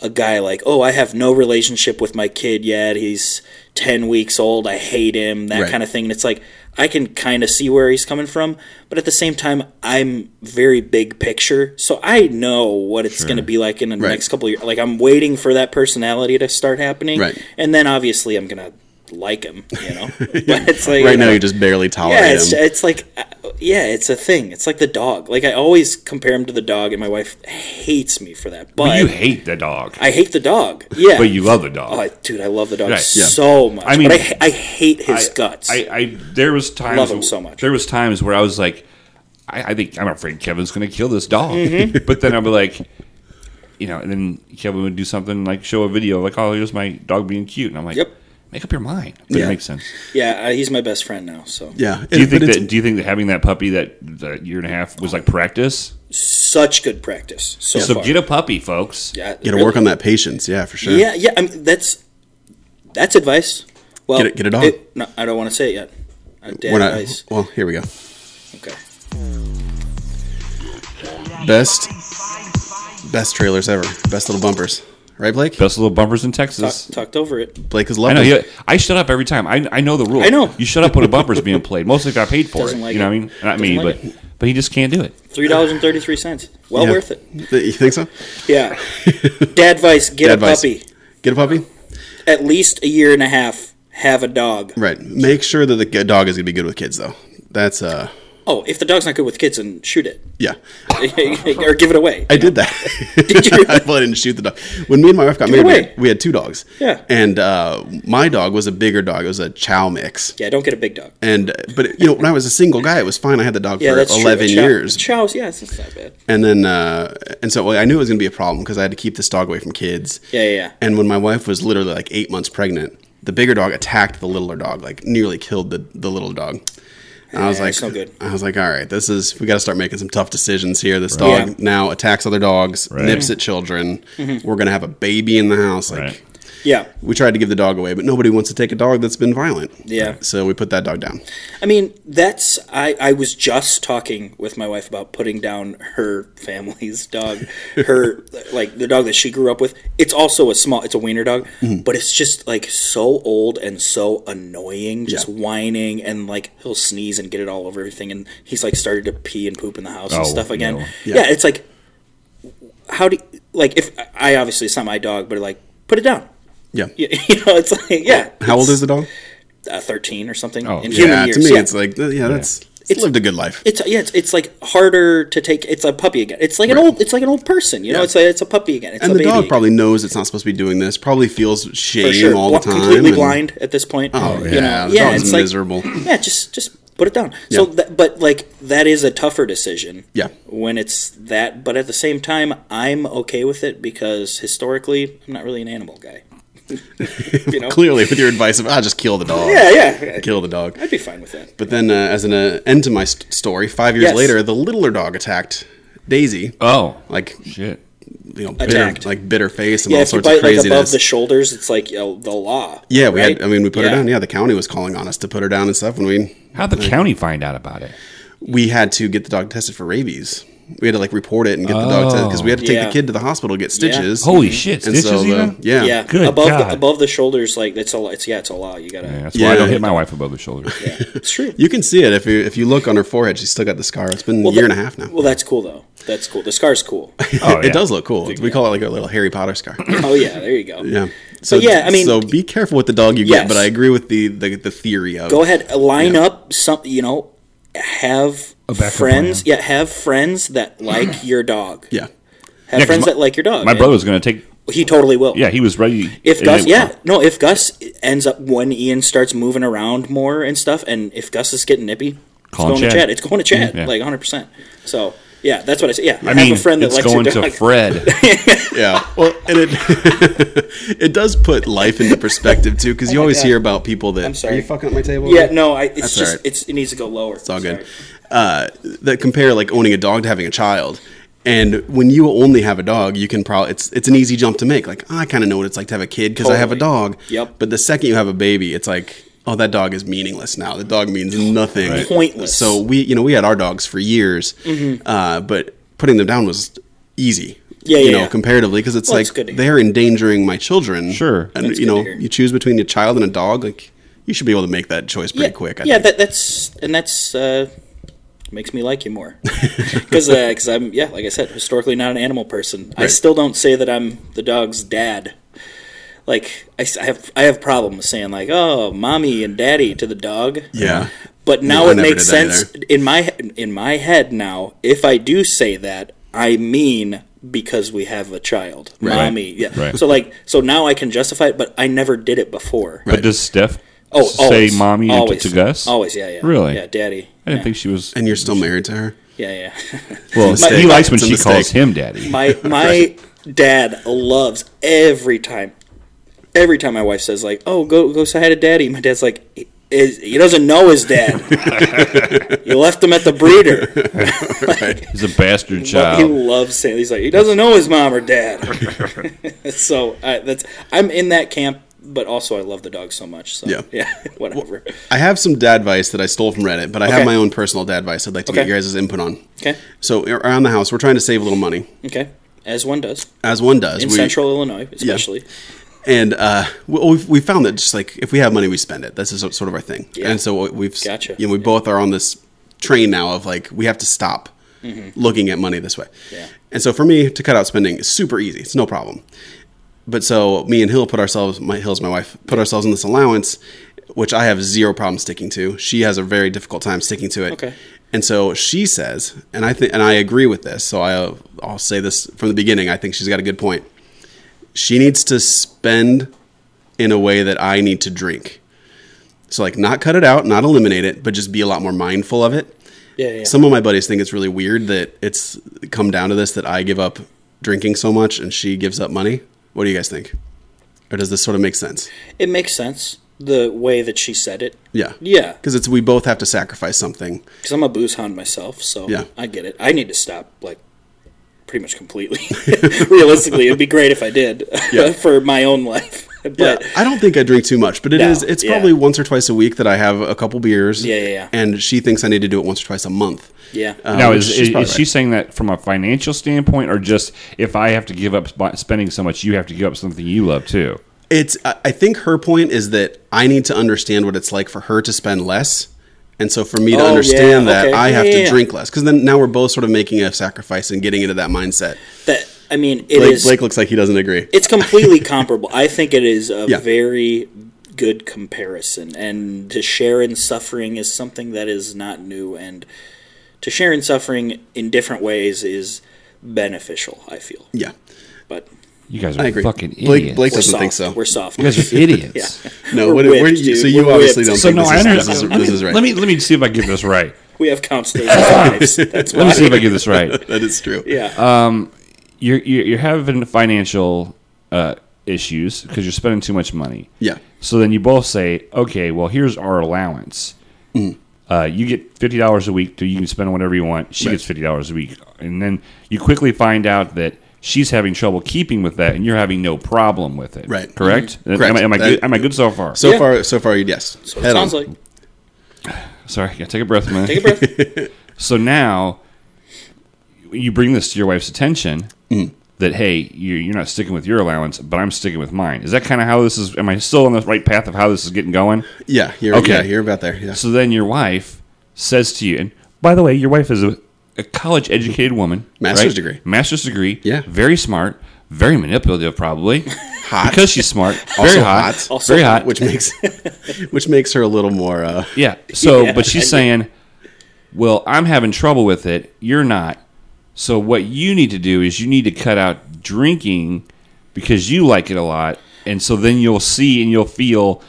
Speaker 4: a guy like oh I have no relationship with my kid yet he's 10 weeks old I hate him that
Speaker 3: Right.
Speaker 4: kind of thing and it's like I can kind of see where he's coming from but at the same time I'm very big picture so I know what it's going to be like in the
Speaker 3: Right.
Speaker 4: next couple of years like I'm waiting for that personality to start happening
Speaker 3: Right.
Speaker 4: and then obviously I'm gonna like him, you know. But it's like
Speaker 3: right now,
Speaker 4: you
Speaker 3: you
Speaker 4: know,
Speaker 3: just barely tolerate
Speaker 4: yeah, it's
Speaker 3: him.
Speaker 4: it's like uh, yeah, it's a thing. It's like the dog. Like I always compare him to the dog, and my wife hates me for that. But,
Speaker 5: But you hate the dog.
Speaker 4: I hate the dog. Yeah,
Speaker 5: But you love the dog.
Speaker 4: Oh, I- dude, I love the dog
Speaker 5: Right, yeah.
Speaker 4: so much.
Speaker 5: I
Speaker 4: I
Speaker 5: mean-
Speaker 4: mean, but I, ha- I hate his guts.
Speaker 5: I, I there was times
Speaker 4: Love him so much.
Speaker 5: There was times where I was like, I, I think I'm afraid Kevin's going to kill this dog.
Speaker 4: Mm-hmm.
Speaker 5: but then I'd be like, you know, and then Kevin would do something like show a video like, oh, here's my dog being cute, and I'm like,
Speaker 4: Yep.
Speaker 5: make up your mind. But
Speaker 3: Yeah.
Speaker 5: it makes sense.
Speaker 4: yeah, uh, he's my best friend now. So
Speaker 3: yeah.
Speaker 5: Do you
Speaker 3: But
Speaker 5: think
Speaker 3: it's-
Speaker 5: that? Do you think that having that puppy that, that year and a half was like practice?
Speaker 4: such good practice so
Speaker 5: So
Speaker 4: far.
Speaker 5: get a puppy, folks.
Speaker 4: yeah,
Speaker 3: you got to work on that patience? Yeah, for sure.
Speaker 4: Yeah, yeah. I mean, that's that's advice. Well,
Speaker 3: Get a- get a dog.
Speaker 4: it- no, I don't want to say it yet. Uh, dad
Speaker 3: We're not,
Speaker 4: advice.
Speaker 3: well, here we go.
Speaker 4: Okay.
Speaker 3: Best, best trailers ever. Best little bumpers. Right, Blake?
Speaker 5: Best little bumpers in
Speaker 4: Talk,
Speaker 5: Texas.
Speaker 4: talked over it.
Speaker 3: Blake is
Speaker 5: I
Speaker 3: loving.
Speaker 5: know.
Speaker 3: it.
Speaker 5: You, I shut up every time. I, I know the rule.
Speaker 4: I know.
Speaker 5: You shut up when a bumper's being played. Mostly got paid for
Speaker 4: Doesn't
Speaker 5: it.
Speaker 4: like
Speaker 5: you
Speaker 4: it.
Speaker 5: know what I mean? Not
Speaker 4: Doesn't
Speaker 5: me,
Speaker 4: like
Speaker 5: but but he just can't do it.
Speaker 4: Three dollars and thirty three cents. Well
Speaker 3: Yeah.
Speaker 4: worth it.
Speaker 3: Th- You think so?
Speaker 4: Yeah. Dad advice: get
Speaker 3: Dad
Speaker 4: a
Speaker 3: advice.
Speaker 4: puppy.
Speaker 3: Get a puppy.
Speaker 4: At least a year and a half. Have a dog.
Speaker 3: Right. Make sure that the g- dog is gonna be good with kids, though. That's uh,
Speaker 4: Oh, if the dog's not good with kids, then shoot it
Speaker 3: yeah.
Speaker 4: or give it away.
Speaker 3: I did that.
Speaker 4: Did you?
Speaker 3: I well, I didn't shoot the dog. When me and my wife got
Speaker 4: Give
Speaker 3: married,
Speaker 4: it
Speaker 3: we
Speaker 4: away.
Speaker 3: had, we had two dogs.
Speaker 4: Yeah.
Speaker 3: And uh, my dog was a bigger dog. It was a Chow mix.
Speaker 4: yeah, don't get a big dog.
Speaker 3: And but you know, when I was a single guy, it was fine. I had the dog
Speaker 4: Yeah,
Speaker 3: for
Speaker 4: that's
Speaker 3: eleven
Speaker 4: true. A chow-
Speaker 3: years,
Speaker 4: Chows, yeah, it's it's not bad.
Speaker 3: and then uh, and so well, I knew it was going to be a problem because I had to keep this dog away from kids.
Speaker 4: Yeah, yeah, yeah.
Speaker 3: And when my wife was literally like eight months pregnant, the bigger dog attacked the littler dog, like nearly killed the the little dog. And I was
Speaker 4: Yeah,
Speaker 3: like,
Speaker 4: it's no good.
Speaker 3: I was like, all right, this is we got to start making some tough decisions here. This
Speaker 4: Right.
Speaker 3: dog
Speaker 4: Yeah.
Speaker 3: now attacks other dogs,
Speaker 5: Right.
Speaker 3: nips at children.
Speaker 4: Mm-hmm.
Speaker 3: We're gonna have a baby in the house, like.
Speaker 5: Right.
Speaker 4: Yeah,
Speaker 3: We tried to give the dog away, but nobody wants to take a dog that's been violent.
Speaker 4: Yeah.
Speaker 3: So we put that dog down.
Speaker 4: I mean, that's I. I was just talking with my wife about putting down her family's dog, her like the dog that she grew up with. It's also a small, it's a wiener dog,
Speaker 3: Mm-hmm.
Speaker 4: but it's just like so old and so annoying, just
Speaker 3: Yeah.
Speaker 4: whining and like he'll sneeze and get it all over everything, and he's like started to pee and poop in the house
Speaker 5: Oh,
Speaker 4: and stuff again.
Speaker 5: no.
Speaker 4: Yeah. it's like how do like if I obviously it's not my dog, but like put it down.
Speaker 3: Yeah.
Speaker 4: You, you know, it's like yeah.
Speaker 3: How old is the dog?
Speaker 4: uh, thirteen or something?
Speaker 5: Oh,
Speaker 4: in
Speaker 5: yeah.
Speaker 4: human
Speaker 3: yeah,
Speaker 4: years.
Speaker 3: to me,
Speaker 4: yeah.
Speaker 3: it's like, uh, yeah, that's it's, lived a good life.
Speaker 4: It's yeah, it's, it's like harder to take. It's a puppy again. It's like an old. It's like an old person. You know, it's like it's a puppy again. It's
Speaker 3: and
Speaker 4: a
Speaker 3: the
Speaker 4: baby
Speaker 3: dog
Speaker 4: again.
Speaker 3: probably knows it's not supposed to be doing this. Probably feels shame
Speaker 4: for sure
Speaker 3: all
Speaker 4: Bl-
Speaker 3: the time.
Speaker 4: completely
Speaker 3: and-
Speaker 4: blind at this point.
Speaker 3: Oh yeah,
Speaker 4: you know?
Speaker 3: the
Speaker 4: yeah,
Speaker 3: dog's
Speaker 4: it's like
Speaker 3: miserable.
Speaker 4: yeah, just just put it down. So,
Speaker 3: Yeah.
Speaker 4: that, but like that is a tougher decision.
Speaker 3: Yeah.
Speaker 4: when it's that. But at the same time, I'm okay with it because historically, I'm not really an animal guy. you know,
Speaker 3: Clearly, with your advice of ah, just kill the dog.
Speaker 4: yeah, yeah,
Speaker 3: kill the dog.
Speaker 4: I'd be fine with that.
Speaker 3: But then, uh, as an uh, end to my st- story, five years
Speaker 4: Yes.
Speaker 3: later, the littler dog attacked Daisy.
Speaker 5: Oh,
Speaker 3: like
Speaker 5: shit.
Speaker 3: you know, bitter,
Speaker 4: Attacked.
Speaker 3: like bitter face and
Speaker 4: Yeah,
Speaker 3: all
Speaker 4: if you
Speaker 3: sorts of
Speaker 4: bite like
Speaker 3: craziness.
Speaker 4: above the shoulders, it's like you know, the law.
Speaker 3: yeah, we
Speaker 4: right?
Speaker 3: had. I mean, we put
Speaker 4: Yeah.
Speaker 3: her down. Yeah, the county was calling on us to put her down and stuff. When we
Speaker 5: How'd the county find out about it?
Speaker 3: we had to get the dog tested for rabies. We had to like report it and get the dog tested because we had to take
Speaker 4: Yeah.
Speaker 3: the kid to the hospital to get stitches.
Speaker 5: Holy shit, stitches
Speaker 3: the-
Speaker 5: even?
Speaker 3: uh, yeah,
Speaker 4: Yeah,
Speaker 5: Good
Speaker 4: above
Speaker 5: God.
Speaker 4: The, above the shoulders, like it's a lot. It's yeah, it's a lot. You gotta.
Speaker 5: Yeah,
Speaker 4: Yeah,
Speaker 5: that's why I don't
Speaker 3: Yeah.
Speaker 5: hit my wife above the shoulder.
Speaker 4: it's true.
Speaker 3: You can see it if you if you look on her forehead. She's still got the scar. It's been a year and a half now.
Speaker 4: Well, that's cool though. That's cool. The scar's cool.
Speaker 5: Oh,
Speaker 3: it
Speaker 5: yeah.
Speaker 3: does look cool. We call it like a little Harry Potter scar.
Speaker 4: oh yeah, there you go.
Speaker 3: yeah. So
Speaker 4: yeah, I mean-
Speaker 3: so be careful with the dog you get.
Speaker 4: Yes.
Speaker 3: But I agree with the the, the theory of
Speaker 4: Go ahead, line up some. You know, have
Speaker 5: backup
Speaker 4: friends.
Speaker 5: plan.
Speaker 4: Yeah, have friends that like your dog.
Speaker 3: Yeah.
Speaker 4: Have
Speaker 5: 'cause
Speaker 4: friends
Speaker 5: my-
Speaker 4: that like your dog.
Speaker 5: My
Speaker 4: and
Speaker 5: brother's gonna take.
Speaker 4: He totally will.
Speaker 5: Yeah, he was ready.
Speaker 4: If
Speaker 5: and
Speaker 4: Gus,
Speaker 5: they-
Speaker 4: yeah, no, if Gus ends up when Ian starts moving around more and stuff, and if Gus is getting nippy,
Speaker 5: Calling
Speaker 4: it's going
Speaker 5: Chad.
Speaker 4: to Chad. It's going to Chad,
Speaker 5: Yeah.
Speaker 4: like 100. percent So yeah, that's what I say. Yeah,
Speaker 5: I mean,
Speaker 4: have a friend that
Speaker 5: it's
Speaker 4: likes
Speaker 5: going
Speaker 4: your dog.
Speaker 5: to Fred.
Speaker 3: Yeah. Well, and it it does put life into perspective too, because you always hear about people that
Speaker 4: sorry.
Speaker 3: are you fucking up my table?
Speaker 4: Yeah, no, I, it's
Speaker 3: all
Speaker 4: just
Speaker 3: right.
Speaker 4: it's it needs to go lower.
Speaker 3: It's all good. Uh, that compare like owning a dog to having a child. And when you only have a dog, you can probably it's it's an easy jump to make. Like I kind of know what it's like to have a kid because I have a dog.
Speaker 4: Yep.
Speaker 3: But the second you have a baby, it's like oh that dog is meaningless now. The dog means nothing.
Speaker 4: Pointless. Mm-hmm.
Speaker 3: So we you know we had our dogs for years, uh, but putting them down was easy.
Speaker 4: Yeah,
Speaker 3: you
Speaker 4: yeah,
Speaker 3: know,
Speaker 4: yeah.
Speaker 3: comparatively, because it's
Speaker 4: Well, it's
Speaker 3: like
Speaker 4: good to hear.
Speaker 3: they're endangering my children.
Speaker 5: Sure.
Speaker 3: and
Speaker 4: That's
Speaker 3: you
Speaker 4: good to
Speaker 3: know,
Speaker 4: hear.
Speaker 3: you choose between a child and a dog. Like, you should be able to make that choice pretty
Speaker 4: yeah,
Speaker 3: quick. I
Speaker 4: yeah,
Speaker 3: think.
Speaker 4: that, that's and that's uh, makes me like you more because because I'm yeah, like I said, historically not an animal person. I still don't say that I'm the dog's dad. like I, s- I have I have problem with saying like oh mommy and daddy to the dog.
Speaker 3: Yeah.
Speaker 4: But now
Speaker 3: I
Speaker 4: it
Speaker 3: never
Speaker 4: makes
Speaker 3: did that
Speaker 4: sense in my in my head now. If I do say that, I mean because we have a child, mommy. Yeah.
Speaker 5: Right.
Speaker 4: So like so now I can justify it, but I never did it before.
Speaker 5: But does Steph
Speaker 4: Oh,
Speaker 5: say
Speaker 4: always,
Speaker 5: mommy and
Speaker 4: always,
Speaker 5: to Gus?
Speaker 4: Always, yeah, yeah.
Speaker 5: Really?
Speaker 4: Yeah, daddy.
Speaker 5: I didn't
Speaker 4: yeah,
Speaker 5: think she was.
Speaker 3: And you're still married to her?
Speaker 4: Yeah, yeah.
Speaker 5: well,
Speaker 3: mistake.
Speaker 5: he likes when
Speaker 3: It's a
Speaker 5: she
Speaker 3: mistake.
Speaker 5: calls him daddy.
Speaker 4: my my dad loves every time every time my wife says like oh go go say hi to daddy my dad's like "He- is, he doesn't know his dad you left him at the breeder
Speaker 5: He's a bastard
Speaker 4: but he
Speaker 5: child.
Speaker 4: loves saying he's like he doesn't know his mom or dad so I that's i'm in that camp but also i love the dog so much so
Speaker 3: Yeah.
Speaker 4: whatever
Speaker 3: I have some dad advice that I stole from Reddit, but I have
Speaker 4: Okay.
Speaker 3: my own personal dad advice I'd like to get
Speaker 4: Okay.
Speaker 3: your guys' input on.
Speaker 4: okay
Speaker 3: So around the house, we're trying to save a little money,
Speaker 4: okay as one does
Speaker 3: as one does.
Speaker 4: in
Speaker 3: We-
Speaker 4: central illinois especially
Speaker 3: and uh, we, we've, we found that just like if we have money, we spend it. This is sort of our thing. And so uh, we've,
Speaker 4: Gotcha.
Speaker 3: you know, we both are on this train now of like we have to stop looking at money this way.
Speaker 4: Mm-hmm. Yeah.
Speaker 3: And so for me to cut out spending is super easy. It's no problem. But so me and Hill put ourselves, my Hill's my wife, put ourselves in this allowance, which I have zero problem sticking to. She has a very difficult time sticking to it.
Speaker 4: Okay.
Speaker 3: And so she says, and I think, and I agree with this. So I, I'll say this from the beginning. I think she's got a good point she needs to spend in a way that I need to drink. So like not cut it out, not eliminate it, but just be a lot more mindful of it.
Speaker 4: yeah, yeah, yeah.
Speaker 3: Some of my buddies think it's really weird that it's come down to this that I give up drinking so much and she gives up money. What do you guys think? Or does this sort of make sense?
Speaker 4: it makes sense the way that she said it
Speaker 3: Yeah.
Speaker 4: yeah
Speaker 3: Cuz it's we both have to sacrifice something.
Speaker 4: because I'm a booze hound myself, so
Speaker 3: Yeah.
Speaker 4: I get it. I need to stop, like, pretty much completely. Realistically, it'd be great if I did
Speaker 3: Yeah.
Speaker 4: for my own life. But
Speaker 3: Yeah, I don't think I drink too much, but it
Speaker 4: No,
Speaker 3: is- it's
Speaker 4: yeah.
Speaker 3: probably once or twice a week that I have a couple beers.
Speaker 4: Yeah, yeah, yeah.
Speaker 3: And she thinks I need to do it once or twice a month.
Speaker 4: yeah,
Speaker 3: Um,
Speaker 5: now,
Speaker 3: which
Speaker 5: is,
Speaker 3: she's
Speaker 5: is,
Speaker 3: probably
Speaker 5: is she saying that from a financial standpoint, or just if I have to give up sp- spending so much, you have to give up something you love too?
Speaker 3: it's i I think her point is that i need to understand what it's like for her to spend less and so for me to
Speaker 4: Oh,
Speaker 3: understand
Speaker 4: yeah,
Speaker 3: that
Speaker 4: okay.
Speaker 3: i
Speaker 4: Yeah,
Speaker 3: have
Speaker 4: yeah,
Speaker 3: to
Speaker 4: yeah.
Speaker 3: drink less because then now we're both sort of making a sacrifice and getting into that mindset
Speaker 4: that I mean, it is.
Speaker 3: blake, blake looks like he doesn't agree
Speaker 4: it's completely comparable. I think it is a
Speaker 3: Yeah.
Speaker 4: very good comparison, and to share in suffering is something that is not new, and to share in suffering in different ways is beneficial. I feel,
Speaker 3: yeah
Speaker 4: but
Speaker 5: You guys
Speaker 3: i
Speaker 5: are
Speaker 3: agree
Speaker 5: fucking
Speaker 3: blake,
Speaker 5: idiots.
Speaker 3: blake
Speaker 4: we're
Speaker 3: doesn't
Speaker 4: soft.
Speaker 3: think so
Speaker 4: We're soft.
Speaker 5: you guys are idiots.
Speaker 3: no
Speaker 4: we're
Speaker 3: what, what
Speaker 4: whipped,
Speaker 3: do you, so
Speaker 4: dude.
Speaker 3: you
Speaker 4: We're
Speaker 3: obviously
Speaker 4: whipped.
Speaker 3: don't
Speaker 5: So
Speaker 3: think
Speaker 5: no,
Speaker 3: this,
Speaker 5: I
Speaker 3: is,
Speaker 5: understand.
Speaker 3: this, is,
Speaker 5: let me,
Speaker 3: this is right
Speaker 5: Let me let me see if I get this right.
Speaker 4: We have counselors. lives. That's
Speaker 5: Let me see if I
Speaker 4: why.
Speaker 5: get this right.
Speaker 3: that is true
Speaker 4: Yeah.
Speaker 5: You're you're, you're having financial uh, issues because you're spending too much money.
Speaker 3: yeah
Speaker 5: So then you both say, okay, well, here's our allowance.
Speaker 3: Mm-hmm.
Speaker 5: Uh, you get fifty dollars a week, so you can spend whatever you want. She gets fifty dollars a week, and then you quickly find out that she's having trouble keeping with that, and you're having no problem with it.
Speaker 3: Right.
Speaker 5: Correct. Am I-
Speaker 3: Correct.
Speaker 5: Am I, good?
Speaker 3: Uh,
Speaker 5: Am I good so far?
Speaker 3: so
Speaker 4: Yeah.
Speaker 3: far so far yes
Speaker 4: So it sounds like
Speaker 5: Sorry, gotta take a breath, man.
Speaker 4: take a breath.
Speaker 5: So now you bring this to your wife's attention
Speaker 3: Mm.
Speaker 5: that hey, you're, you're not sticking with your allowance, but I'm sticking with mine. Is that kind of how this is? Am I still on the right path of how this is getting going?
Speaker 3: yeah you're,
Speaker 5: Okay.
Speaker 3: yeah you're about there yeah
Speaker 5: So then your wife says to you, and by the way, your wife is a, a college educated woman,
Speaker 3: Master's
Speaker 5: right?
Speaker 3: degree.
Speaker 5: master's degree,
Speaker 3: Yeah.
Speaker 5: very smart, very manipulative, probably
Speaker 3: hot
Speaker 5: because she's smart, very
Speaker 3: Also
Speaker 5: hot,
Speaker 3: hot.
Speaker 4: Also
Speaker 5: very
Speaker 4: hot.
Speaker 5: hot.
Speaker 3: which makes which makes her a little more uh,
Speaker 5: Yeah. So,
Speaker 4: Yeah,
Speaker 5: but
Speaker 4: I
Speaker 5: she's
Speaker 4: get-
Speaker 5: saying, "Well, I'm having trouble with it. You're not. So, what you need to do is you need to cut out drinking because you like it a lot, and so then you'll see and you'll feel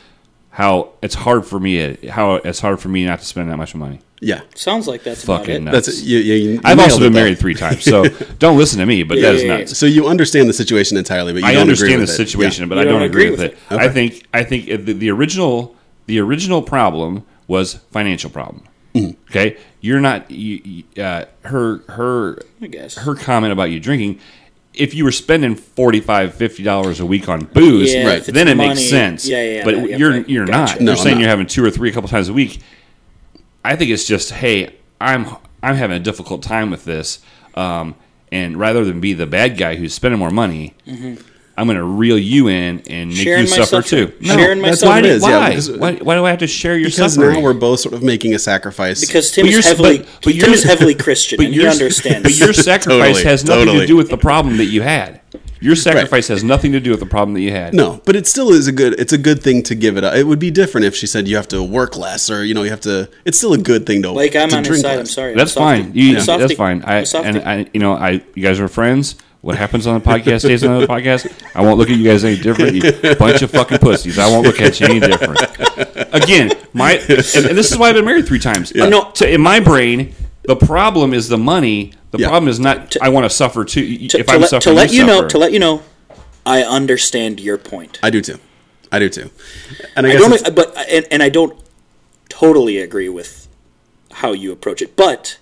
Speaker 5: how it's hard for me. How it's hard for me not to spend that much money.
Speaker 3: yeah
Speaker 4: Sounds like that's about
Speaker 5: Fucking
Speaker 4: it.
Speaker 5: nuts.
Speaker 3: that's you, you, you
Speaker 5: I've
Speaker 3: nailed
Speaker 5: also
Speaker 3: it,
Speaker 5: been
Speaker 3: though.
Speaker 5: married three times, so don't listen to me. But that is
Speaker 4: yeah, yeah,
Speaker 5: nuts.
Speaker 3: So you understand the situation entirely, but you
Speaker 5: I
Speaker 3: don't agree
Speaker 5: understand the
Speaker 3: with it.
Speaker 5: situation,
Speaker 3: Yeah.
Speaker 5: but
Speaker 4: You
Speaker 5: I
Speaker 4: don't
Speaker 5: don't agree, with it. I
Speaker 3: Okay.
Speaker 5: think I think the, the original the original problem was financial problem.
Speaker 3: Mm-hmm.
Speaker 5: Okay, you're not you, you- uh, her her
Speaker 4: I guess.
Speaker 5: her comment about you drinking. If you were spending 45 50 dollars a week on booze,
Speaker 4: Yeah, Right. if it's
Speaker 5: then it
Speaker 4: money-
Speaker 5: makes sense.
Speaker 4: yeah, yeah, yeah,
Speaker 5: but
Speaker 4: yeah, yeah,
Speaker 5: you're
Speaker 4: right.
Speaker 5: you're
Speaker 4: Gotcha.
Speaker 5: not.
Speaker 3: No,
Speaker 5: you're saying
Speaker 3: I'm
Speaker 5: you're
Speaker 3: not.
Speaker 5: having two or three a couple times a week. I think it's just, hey, I'm I'm having a difficult time with this, um, and rather than be the bad guy who's spending more money,
Speaker 4: Mm-hmm.
Speaker 5: I'm going to reel you in and make
Speaker 4: Sharing
Speaker 5: you
Speaker 4: my
Speaker 5: suffer
Speaker 4: suffering.
Speaker 5: too.
Speaker 4: Sharing my
Speaker 5: why
Speaker 4: suffering. uh,
Speaker 5: do-
Speaker 4: It is,
Speaker 3: yeah,
Speaker 5: Why?
Speaker 3: because-
Speaker 5: why? Why do I have to share your
Speaker 3: Because
Speaker 5: suffering?
Speaker 3: now we're both sort of making a sacrifice.
Speaker 4: because Tim
Speaker 5: But
Speaker 4: is
Speaker 5: you're-
Speaker 4: heavily
Speaker 5: but- but
Speaker 4: Tim
Speaker 5: you're-
Speaker 4: is heavily Christian. and he
Speaker 5: your-
Speaker 4: understands.
Speaker 5: But your sacrifice
Speaker 3: Totally,
Speaker 5: has nothing
Speaker 3: totally.
Speaker 5: to do with the problem that you had. Your sacrifice has nothing to do with the problem that you had.
Speaker 3: No, but it still is a good. It's a good thing to give it up. It would be different if she said you have to work less, or you know, you have to. It's still a good thing to
Speaker 4: Like I'm
Speaker 3: to
Speaker 4: on her side. I'm
Speaker 3: less.
Speaker 4: sorry. I'm
Speaker 5: That's
Speaker 4: softy.
Speaker 5: fine. You,
Speaker 4: I'm softy.
Speaker 5: That's fine. I
Speaker 4: I'm softy.
Speaker 5: and I, you know, I you guys are friends. What happens on the podcast stays on the podcast. I won't look at you guys any different. You bunch of fucking pussies. I won't look at you any different. Again, my and, and this is why I've been married three times.
Speaker 4: No.
Speaker 5: So in my brain, the problem is the money. The
Speaker 3: Yeah.
Speaker 5: problem is not I want to suffer too.
Speaker 4: to,
Speaker 5: if
Speaker 4: to
Speaker 5: I'm
Speaker 4: let,
Speaker 5: suffering,
Speaker 4: to let you know,
Speaker 5: suffer.
Speaker 4: to let you know, I understand your point.
Speaker 3: I do too. I do too. And I,
Speaker 4: I
Speaker 3: guess it's-
Speaker 4: don't, but and, and I don't totally agree with how you approach it, but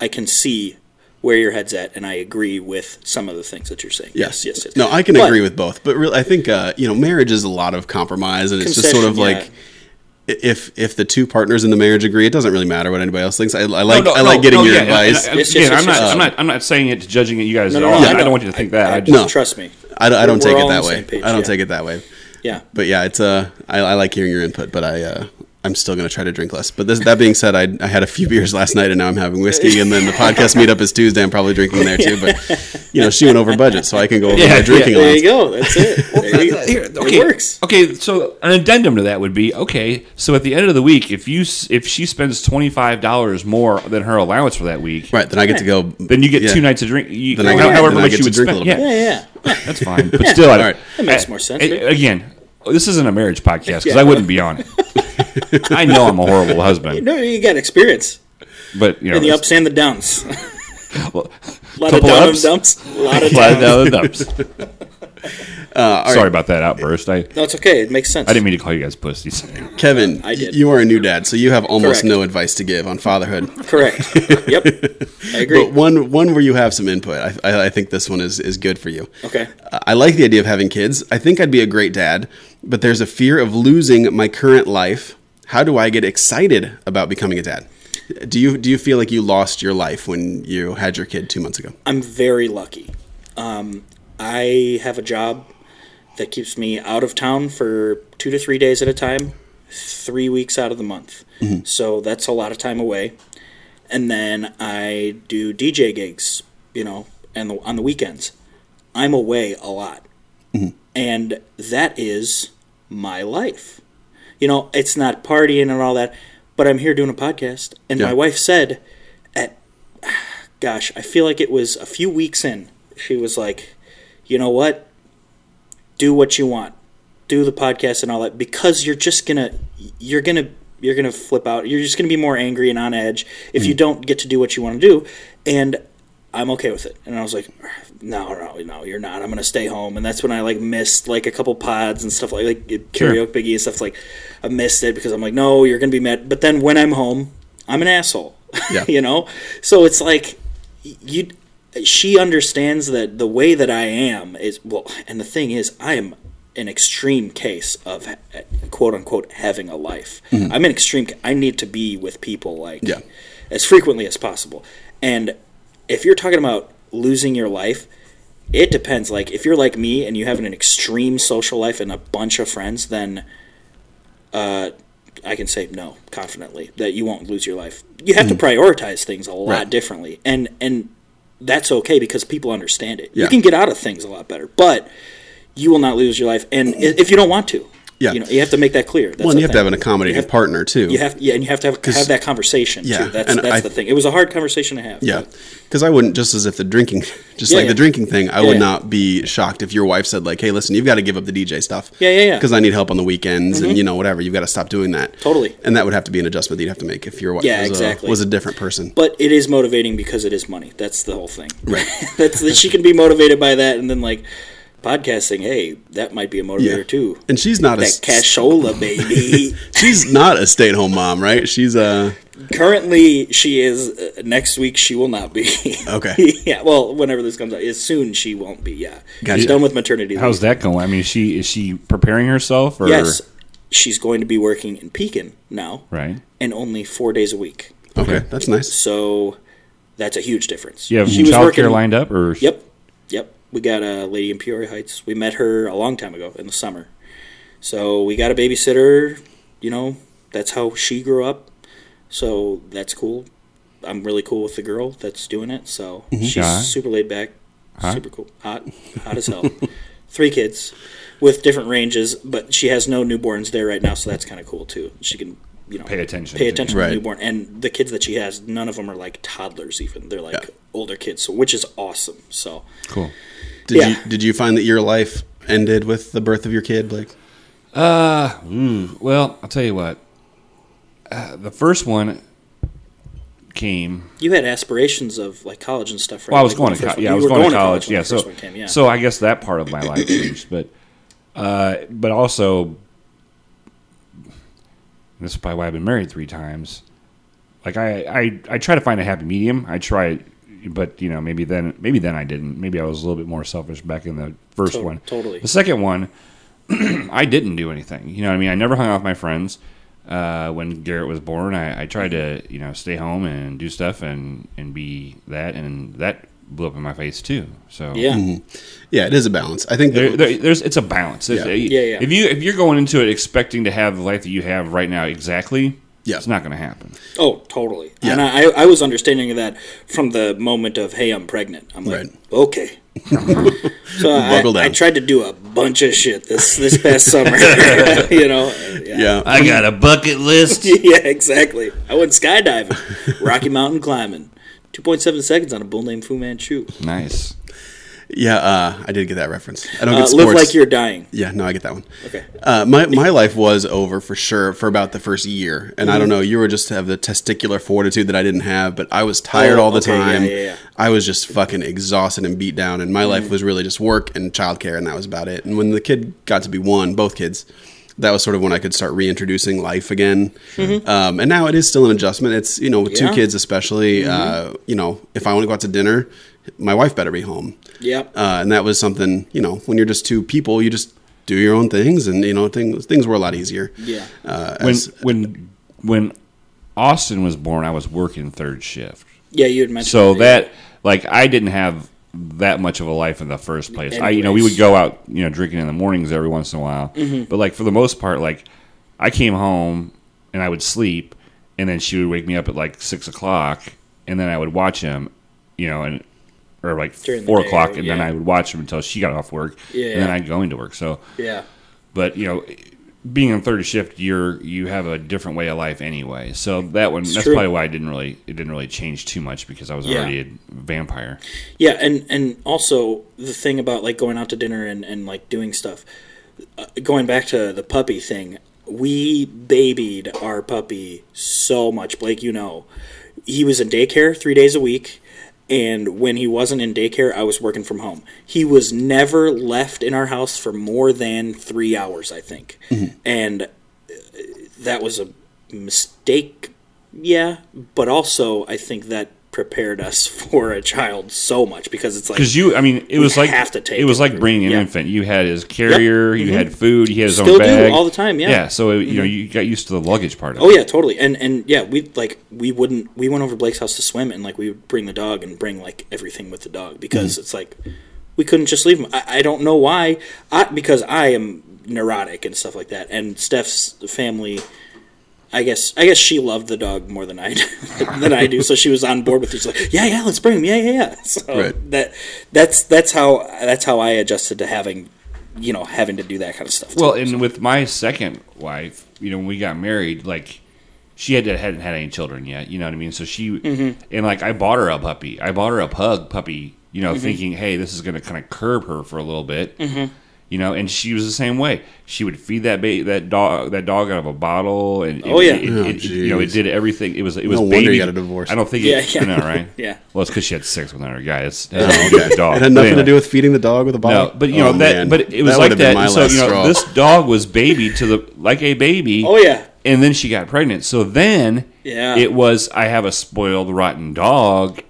Speaker 4: I can see where your head's at, and I agree with some of the things that you're saying. Yes, yes, yes.
Speaker 3: No, I can
Speaker 4: But-
Speaker 3: agree with both, but really, I think uh, you know, marriage is a lot of compromise, and it's just sort of
Speaker 4: Concession,
Speaker 3: like i- if if the two partners in the marriage agree, it doesn't really matter what anybody else thinks. I, I like
Speaker 5: No, no,
Speaker 3: I like
Speaker 5: no,
Speaker 3: getting
Speaker 5: no,
Speaker 3: your
Speaker 5: yeah, and-
Speaker 3: advice.
Speaker 5: and-
Speaker 4: Yes,
Speaker 5: again,
Speaker 4: yes, yes,
Speaker 5: I'm not.
Speaker 4: yes,
Speaker 5: I'm
Speaker 4: yes.
Speaker 5: not. I'm not saying it to judging it. You guys.
Speaker 4: uh, No,
Speaker 5: at
Speaker 4: no,
Speaker 5: all.
Speaker 4: no,
Speaker 5: I,
Speaker 4: I
Speaker 5: don't
Speaker 4: know.
Speaker 5: want you to think that. I just,
Speaker 3: No.
Speaker 4: Trust me.
Speaker 3: I don't, I don't
Speaker 4: We're
Speaker 3: take
Speaker 4: all
Speaker 3: it
Speaker 4: on
Speaker 3: that
Speaker 4: the
Speaker 3: way.
Speaker 4: same page,
Speaker 3: I don't
Speaker 4: yeah.
Speaker 3: take it that way.
Speaker 4: Yeah.
Speaker 3: But yeah, it's uh, I, I like hearing your input, but I uh, I'm still gonna try to drink less. But this, that being said, I, I had a few beers last night, and now I'm having whiskey, and then the podcast meetup is Tuesday. I'm probably drinking there too, but you know, she went over budget, so I can go over
Speaker 5: Yeah,
Speaker 3: my drinking
Speaker 4: There
Speaker 3: allowance.
Speaker 4: you go. That's it. There you go.
Speaker 5: Here,
Speaker 4: It works.
Speaker 5: Okay, so an addendum to that would be okay. So at the end of the week, if you s- if she spends twenty five dollars more than her allowance for that week,
Speaker 3: Right, then I get to go.
Speaker 5: then you get
Speaker 3: yeah.
Speaker 5: two nights of drink. You,
Speaker 3: Then I
Speaker 5: how-
Speaker 3: get-
Speaker 5: however
Speaker 3: then I
Speaker 5: much
Speaker 3: get to
Speaker 5: you would
Speaker 3: drink a
Speaker 5: spend.
Speaker 3: little bit.
Speaker 5: Yeah,
Speaker 4: Yeah, yeah.
Speaker 5: that's fine. But still, I,
Speaker 3: All right.
Speaker 4: That makes more sense.
Speaker 5: a- again, this is an marriage podcast because I wouldn't be on it. I know I'm a horrible husband,
Speaker 4: No, you got experience
Speaker 5: but you know,
Speaker 4: in the
Speaker 5: it's-
Speaker 4: ups and the downs.
Speaker 5: well,
Speaker 4: A lot of
Speaker 5: Couple
Speaker 4: down
Speaker 5: ups.
Speaker 4: and dumps. A lot of
Speaker 5: a lot
Speaker 4: down.
Speaker 5: of the ups.
Speaker 3: Uh,
Speaker 5: Sorry about that outburst. I
Speaker 4: No, it's okay. It makes sense.
Speaker 5: I didn't mean to call you guys pussies.
Speaker 3: Kevin,
Speaker 4: I did.
Speaker 3: you are a new dad, so you have almost
Speaker 4: Correct.
Speaker 3: no advice to give on fatherhood.
Speaker 4: Correct. yep. I agree.
Speaker 3: But one one where you have some input. I, I, I think this one is, is good for you.
Speaker 4: Okay.
Speaker 3: I I like the idea of having kids. I think I'd be a great dad, but there's a fear of losing my current life. How do I get excited about becoming a dad? Do you do you feel like you lost your life when you had your kid two months ago?
Speaker 4: I'm very lucky. Um, I have a job that keeps me out of town for two to three days at a time, three weeks out of the month. So that's a lot of time away. And then I do DJ gigs, you know, and the, on the weekends. I'm away a lot. And that is my life. You know, it's not partying and all that, but I'm here doing a podcast. And
Speaker 3: Yeah.
Speaker 4: my wife said, at gosh, I feel like it was a few weeks in, she was like, you know what? Do what you want. Do the podcast and all that because you're just going to you're going to you're going to flip out. You're just going to be more angry and on edge if you don't get to do what you want to do. And I'm okay with it. And I was like, no, no, no, you're not. I'm going to stay home. And that's when I like missed like a couple pods and stuff like like karaoke biggie and stuff like I missed it because I'm like, no, you're going to be mad. But then when I'm home, I'm an asshole.
Speaker 3: Yeah.
Speaker 4: you know? So it's like you she understands that the way that I am is well and the thing is I am an extreme case of quote unquote having a life. I'm an extreme ca- I need to be with people like
Speaker 3: Yeah.
Speaker 4: as frequently as possible. And if you're talking about losing your life, it depends like if you're like me and you have an extreme social life and a bunch of friends then uh I can say no confidently that you won't lose your life. You have to prioritize things a lot
Speaker 3: Hmm. Right.
Speaker 4: differently, and and that's okay because people understand it.
Speaker 3: Yeah.
Speaker 4: You can get out of things a lot better, but you will not lose your life, and i- if you don't want to,
Speaker 3: Yeah.
Speaker 4: you know, you have to make that clear. That's
Speaker 3: Well, and
Speaker 4: the
Speaker 3: you have to have
Speaker 4: thing.
Speaker 3: an accommodating
Speaker 4: You have-
Speaker 3: partner too.
Speaker 4: You have, yeah, and you have to have, have that conversation
Speaker 3: yeah,
Speaker 4: too. That's
Speaker 3: and
Speaker 4: that's
Speaker 3: I-
Speaker 4: the thing. It was a hard conversation to have.
Speaker 3: Yeah,
Speaker 4: but-
Speaker 3: because I wouldn't just as if the drinking, just
Speaker 4: Yeah,
Speaker 3: like the
Speaker 4: yeah.
Speaker 3: drinking thing, I
Speaker 4: Yeah,
Speaker 3: would
Speaker 4: yeah.
Speaker 3: not be shocked if your wife said like, "Hey, listen, you've got to give up the DJ stuff."
Speaker 4: Yeah, yeah, yeah.
Speaker 3: Because I need help on the weekends and you know whatever. You've got to stop doing that.
Speaker 4: Totally.
Speaker 3: And that would have to be an adjustment that you'd have to make if your wife
Speaker 4: Yeah,
Speaker 3: was,
Speaker 4: exactly.
Speaker 3: a, was a different person.
Speaker 4: But it is motivating because it is money. That's the whole thing.
Speaker 3: Right.
Speaker 4: that's that she can be motivated by that, and then like podcasting. Hey, that might be a motivator too.
Speaker 3: And she's not a
Speaker 4: that cashola baby.
Speaker 3: she's not a stay at home mom, right? She's a
Speaker 4: Currently, she is. Uh, next week, she will not be.
Speaker 3: Okay.
Speaker 4: yeah. Well, whenever this comes out, as soon she won't be. Yeah.
Speaker 3: Gotcha.
Speaker 4: She's done with maternity.
Speaker 5: How's
Speaker 4: leave.
Speaker 5: that going? I mean, is she is she preparing herself or
Speaker 4: Yes, she's going to be working in Pekin now,
Speaker 5: right?
Speaker 4: and only four days a week.
Speaker 3: okay. That's nice.
Speaker 4: So that's a huge difference.
Speaker 5: Do you have
Speaker 4: She was
Speaker 5: childcare
Speaker 4: working-
Speaker 5: lined up or
Speaker 4: Yep. Yep. We got a lady in Peoria Heights. We met her a long time ago in the summer. So we got a babysitter, you know, that's how she grew up. So that's cool. I'm really cool with the girl that's doing it. So she's
Speaker 5: Shy?
Speaker 4: super laid back. Super cool. Hot, hot as hell. Three kids with different ranges, but she has no newborns there right now, so that's kind of cool too. She can, you know,
Speaker 5: Pay attention
Speaker 4: pay
Speaker 5: to.
Speaker 4: attention to
Speaker 3: Right.
Speaker 4: the newborn, and the kids that she has, none of them are like toddlers even. They're like
Speaker 3: Yeah.
Speaker 4: older kids, so which is awesome. So
Speaker 5: Cool.
Speaker 3: Did
Speaker 4: Yeah.
Speaker 3: you did you find that your life ended with the birth of your kid, Blake?
Speaker 5: Uh, ooh, well, I'll tell you what. Uh, the first one came.
Speaker 4: you had aspirations of like college and stuff, right?
Speaker 5: Well, I was
Speaker 4: Like,
Speaker 5: going
Speaker 4: when
Speaker 5: to
Speaker 4: the
Speaker 5: college.
Speaker 4: first one-
Speaker 5: Yeah,
Speaker 4: you
Speaker 5: I was
Speaker 4: were
Speaker 5: going, to college.
Speaker 4: when
Speaker 5: Yeah,
Speaker 4: the first
Speaker 5: so
Speaker 4: one came,
Speaker 5: so I guess that part of my life changed, but uh, but also and this is probably why I've been married three times. Like I, I I try to find a happy medium. I try, but you know maybe then maybe then I didn't. Maybe I was a little bit more selfish back in the first
Speaker 4: To-
Speaker 5: one.
Speaker 4: totally.
Speaker 5: The second one, I didn't do anything. You know what I mean? I never hung out with my friends. Uh, when Garrett was born, I, I tried to you know stay home and do stuff and and be that and that blew up in my face too. So
Speaker 4: yeah,
Speaker 3: Mm-hmm. Yeah, it is a balance. I think
Speaker 5: there,
Speaker 3: that,
Speaker 5: there, there's it's a balance. There's-
Speaker 3: Yeah.
Speaker 5: If,
Speaker 4: Yeah, yeah.
Speaker 5: you if you're going into it expecting to have the life that you have right now exactly,
Speaker 3: Yeah.
Speaker 5: it's not going to happen.
Speaker 4: Oh, totally.
Speaker 3: Yeah.
Speaker 4: And I, I was understanding that from the moment of, hey, I'm pregnant. I'm like,
Speaker 3: Right.
Speaker 4: okay. so I,
Speaker 3: Buckle down.
Speaker 4: I tried to do a bunch of shit this this past summer. you know? Yeah.
Speaker 3: yeah,
Speaker 5: I got a bucket list.
Speaker 4: Yeah, exactly. I went skydiving, Rocky Mountain climbing. 2.7 seconds on a bull named Fu Manchu.
Speaker 5: nice.
Speaker 3: yeah. Uh, I did get that reference. I don't
Speaker 4: Uh,
Speaker 3: get sports.
Speaker 4: live like you're dying.
Speaker 3: yeah, no, I get that one.
Speaker 4: Okay.
Speaker 3: Uh, my my life was over for sure for about the first year, and I
Speaker 4: Mm-hmm.
Speaker 3: don't know. You were just have the testicular fortitude that I didn't have, but I was tired
Speaker 4: Oh,
Speaker 3: all the
Speaker 4: okay, yeah,
Speaker 3: time.
Speaker 4: yeah, yeah. Mm-hmm.
Speaker 3: I was just fucking exhausted and beat down, and my life was really just work and childcare, and that was about it. And when the kid got to be one, both kids, that was sort of when I could start reintroducing life again. Um, and now it is still an adjustment. It's you know with
Speaker 4: Mm-hmm. Yeah. Mm-hmm.
Speaker 3: two kids especially. Uh, you know if I want to go out to dinner, my wife better be home
Speaker 4: Yep.
Speaker 3: uh, and that was something you know when you're just two people you just do your own things and you know things things were a lot easier
Speaker 4: yeah.
Speaker 3: uh,
Speaker 5: When
Speaker 3: as-
Speaker 5: when when Austin was born, I was working third shift.
Speaker 4: Yeah, you had mentioned
Speaker 5: So
Speaker 4: yeah.
Speaker 5: that like I didn't have that much of a life in the first place. I you know we
Speaker 4: Anyways.
Speaker 5: would go out you know drinking in the mornings every once in a while,
Speaker 4: Mm-hmm.
Speaker 5: but like for the most part, like I came home and I would sleep, and then she would wake me up at like six o'clock, and then I would watch him, you know, and or like
Speaker 4: During the
Speaker 5: four
Speaker 4: day,
Speaker 5: o'clock, and then
Speaker 4: yeah.
Speaker 5: I would watch him until she got off work, and then
Speaker 4: Yeah.
Speaker 5: I'd go into work. So,
Speaker 4: Yeah.
Speaker 5: but you know. Being on third shift, you're you have a different way of life anyway. So that one, that's
Speaker 4: true.
Speaker 5: probably why I didn't really it didn't really change too much because I was
Speaker 4: Yeah.
Speaker 5: already a vampire.
Speaker 4: Yeah, and and also the thing about like going out to dinner and and like doing stuff. Uh, going back to the puppy thing, we babied our puppy so much, Blake. You know, he was in daycare three days a week. And when he wasn't in daycare, I was working from home. He was never left in our house for more than three hours, I think. And that was a mistake, yeah, but also I think that prepared us for a child so much because it's like
Speaker 5: Because you, I mean, it was like
Speaker 4: have to take
Speaker 5: it was
Speaker 4: it.
Speaker 5: like bringing an
Speaker 4: Yeah. Mm-hmm.
Speaker 5: infant. You had his carrier, you had food, he had his
Speaker 4: Still do,
Speaker 5: own bag
Speaker 4: all the time, yeah. Mm-hmm.
Speaker 5: yeah. So you know, you got used to the luggage part of
Speaker 4: Oh
Speaker 5: it.
Speaker 4: yeah, totally. And and yeah, we like we wouldn't we went over to Blake's house to swim and like we would bring the dog and bring like everything with the dog
Speaker 5: Mm.
Speaker 4: because it's like we couldn't just leave him. I, I don't know why. I because I am neurotic and stuff like that. And Steph's family I guess I guess she loved the dog more than I than I do, so she was on board with it. She's like, yeah, yeah, let's bring him, yeah, yeah, yeah. So
Speaker 3: Right.
Speaker 4: that that's that's how that's how I adjusted to having, you know, having to do that kind of stuff. too.
Speaker 5: Well, and with my second wife, you know, when we got married, like she had hadn't had any children yet. You know what I mean? So she
Speaker 4: Mm-hmm.
Speaker 5: and like I bought her a puppy. I bought her a pug puppy. You know,
Speaker 4: Mm-hmm.
Speaker 5: thinking, hey, this is going to kind of curb her for a little bit. You know, and she was the same way. She would feed that ba- that dog that dog out of a bottle, and it-
Speaker 4: Oh, yeah.
Speaker 5: it, it-
Speaker 3: Oh,
Speaker 5: it- you know, it
Speaker 3: jeez.
Speaker 5: did everything. It was it was
Speaker 3: No wonder
Speaker 5: baby.
Speaker 3: you got a divorce.
Speaker 5: I don't think. it,
Speaker 4: Yeah,
Speaker 5: I
Speaker 4: yeah.
Speaker 5: know, right?
Speaker 4: Yeah.
Speaker 5: Well, it's because she had sex with another guy. It's it had nothing to do with the dog.
Speaker 3: it had
Speaker 5: But
Speaker 3: nothing to
Speaker 5: anyway.
Speaker 3: do with feeding the dog with a
Speaker 5: No,
Speaker 3: bottle
Speaker 5: but you know
Speaker 3: Oh,
Speaker 5: that.
Speaker 3: man.
Speaker 5: But it was
Speaker 3: would've
Speaker 5: like
Speaker 3: been
Speaker 5: that.
Speaker 3: my
Speaker 5: and So
Speaker 3: last
Speaker 5: you know,
Speaker 3: straw.
Speaker 5: this dog was baby to the like a baby.
Speaker 4: Oh, yeah.
Speaker 5: And then she got pregnant. So then,
Speaker 4: Yeah.
Speaker 5: it was I have a spoiled, rotten dog,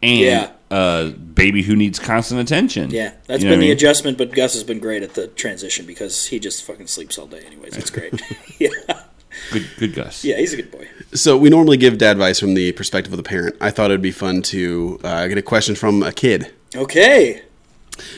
Speaker 5: and
Speaker 4: Yeah.
Speaker 5: a baby who needs constant attention.
Speaker 4: Yeah, that's
Speaker 5: You know
Speaker 4: been
Speaker 5: what
Speaker 4: the
Speaker 5: I mean?
Speaker 4: adjustment, but Gus has been great at the transition because he just fucking sleeps all day anyways. It's great. yeah.
Speaker 5: Good, good Gus.
Speaker 4: Yeah, he's a good boy.
Speaker 3: so we normally give dad advice from the perspective of the parent i thought it would be fun to uh, get a question from a kid
Speaker 4: Okay.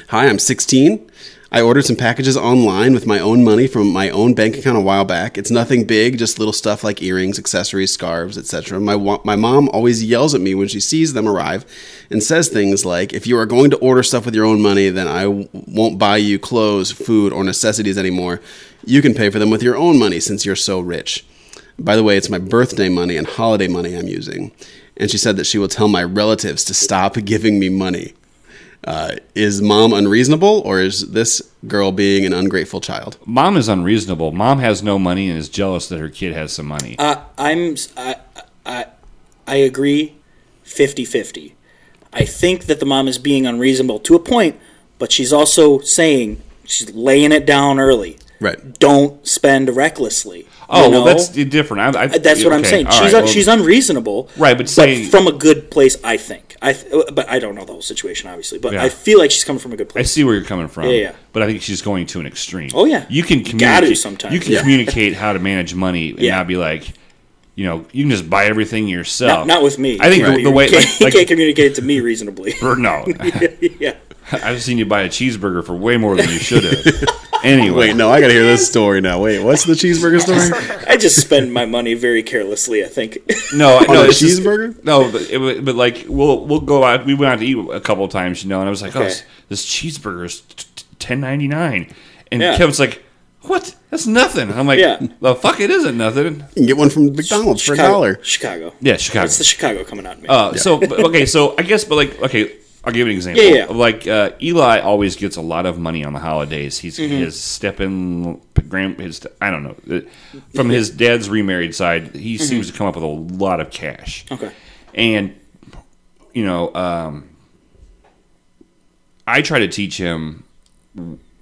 Speaker 3: hi i'm 16 i I ordered some packages online with my own money from my own bank account a while back. It's nothing big, just little stuff like earrings, accessories, scarves, etc. My wa- my mom always yells at me when she sees them arrive and says things like, "If you are going to order stuff with your own money, then I w- won't buy you clothes, food, or necessities anymore. You can pay for them with your own money since you're so rich." By the way, it's my birthday money and holiday money I'm using. And she said that she will tell my relatives to stop giving me money. Uh, is mom unreasonable or is this girl being an ungrateful child?
Speaker 5: Mom is unreasonable. Mom has no money and is jealous that her kid has some money.
Speaker 4: I, I'm s- I, I- I agree 50-50. I think that the mom is being unreasonable to a point, but she's also saying she's laying it down early.
Speaker 3: Right.
Speaker 4: Don't spend recklessly.
Speaker 5: oh,
Speaker 4: you
Speaker 5: well,
Speaker 4: know?
Speaker 5: that's different. I, I,
Speaker 4: Uh, that's what I'm
Speaker 5: okay,
Speaker 4: saying.
Speaker 5: all
Speaker 4: She's
Speaker 5: right,
Speaker 4: un-
Speaker 5: well,
Speaker 4: she's unreasonable.
Speaker 5: Right, but saying-
Speaker 4: from a good place, I think. I th- uh, but I don't know the whole situation obviously, but
Speaker 5: Yeah.
Speaker 4: I feel like she's coming from a good
Speaker 5: I
Speaker 4: place.
Speaker 5: see where you're coming from.
Speaker 4: Yeah, yeah.
Speaker 5: But I think she's going to an extreme.
Speaker 4: Oh, yeah.
Speaker 5: You can
Speaker 4: You gotta
Speaker 5: communicate
Speaker 4: sometimes.
Speaker 5: You can
Speaker 4: Yeah.
Speaker 5: communicate how to manage money and
Speaker 4: Yeah.
Speaker 5: not be like, you know, you can just buy everything yourself.
Speaker 4: Not, not with me.
Speaker 5: I think
Speaker 4: Right.
Speaker 5: the, the way
Speaker 4: you can't,
Speaker 5: like,
Speaker 4: you
Speaker 5: like-
Speaker 4: can't communicate it to me reasonably.
Speaker 5: or no,
Speaker 4: yeah.
Speaker 5: I've seen you buy a cheeseburger for way more than you should have. anyway,
Speaker 3: Wait, no, I gotta hear this story now. Wait, what's the cheeseburger story?
Speaker 4: I just spend my money very carelessly. I think.
Speaker 5: no, no,
Speaker 3: On a
Speaker 5: it's just-
Speaker 3: cheeseburger?
Speaker 5: No, but, it, wa- but like we'll we'll go out. We went out to eat a couple of times, you know. And I was like, oh,
Speaker 4: Okay.
Speaker 5: this, this cheeseburger is ten ninety nine, and
Speaker 4: Yeah.
Speaker 5: Kevin's like, what? That's nothing. I'm like,
Speaker 4: Yeah.
Speaker 5: the fuck, it isn't nothing.
Speaker 3: You can get one from McDonald's for a
Speaker 4: Chicago-
Speaker 3: dollar.
Speaker 4: Chicago.
Speaker 5: Yeah, Chicago.
Speaker 4: It's the Chicago coming out of me.
Speaker 5: Uh, So but- okay, so I guess, but like okay, I'll give you an example.
Speaker 4: Yeah, yeah.
Speaker 5: Like uh, Eli always gets a lot of money on the holidays. He's
Speaker 4: Mm-hmm.
Speaker 5: his step in grand his I don't know uh, from his dad's remarried side. He seems to come up with a lot of cash.
Speaker 4: Mm-hmm. Okay.
Speaker 5: and you know, um, I try to teach him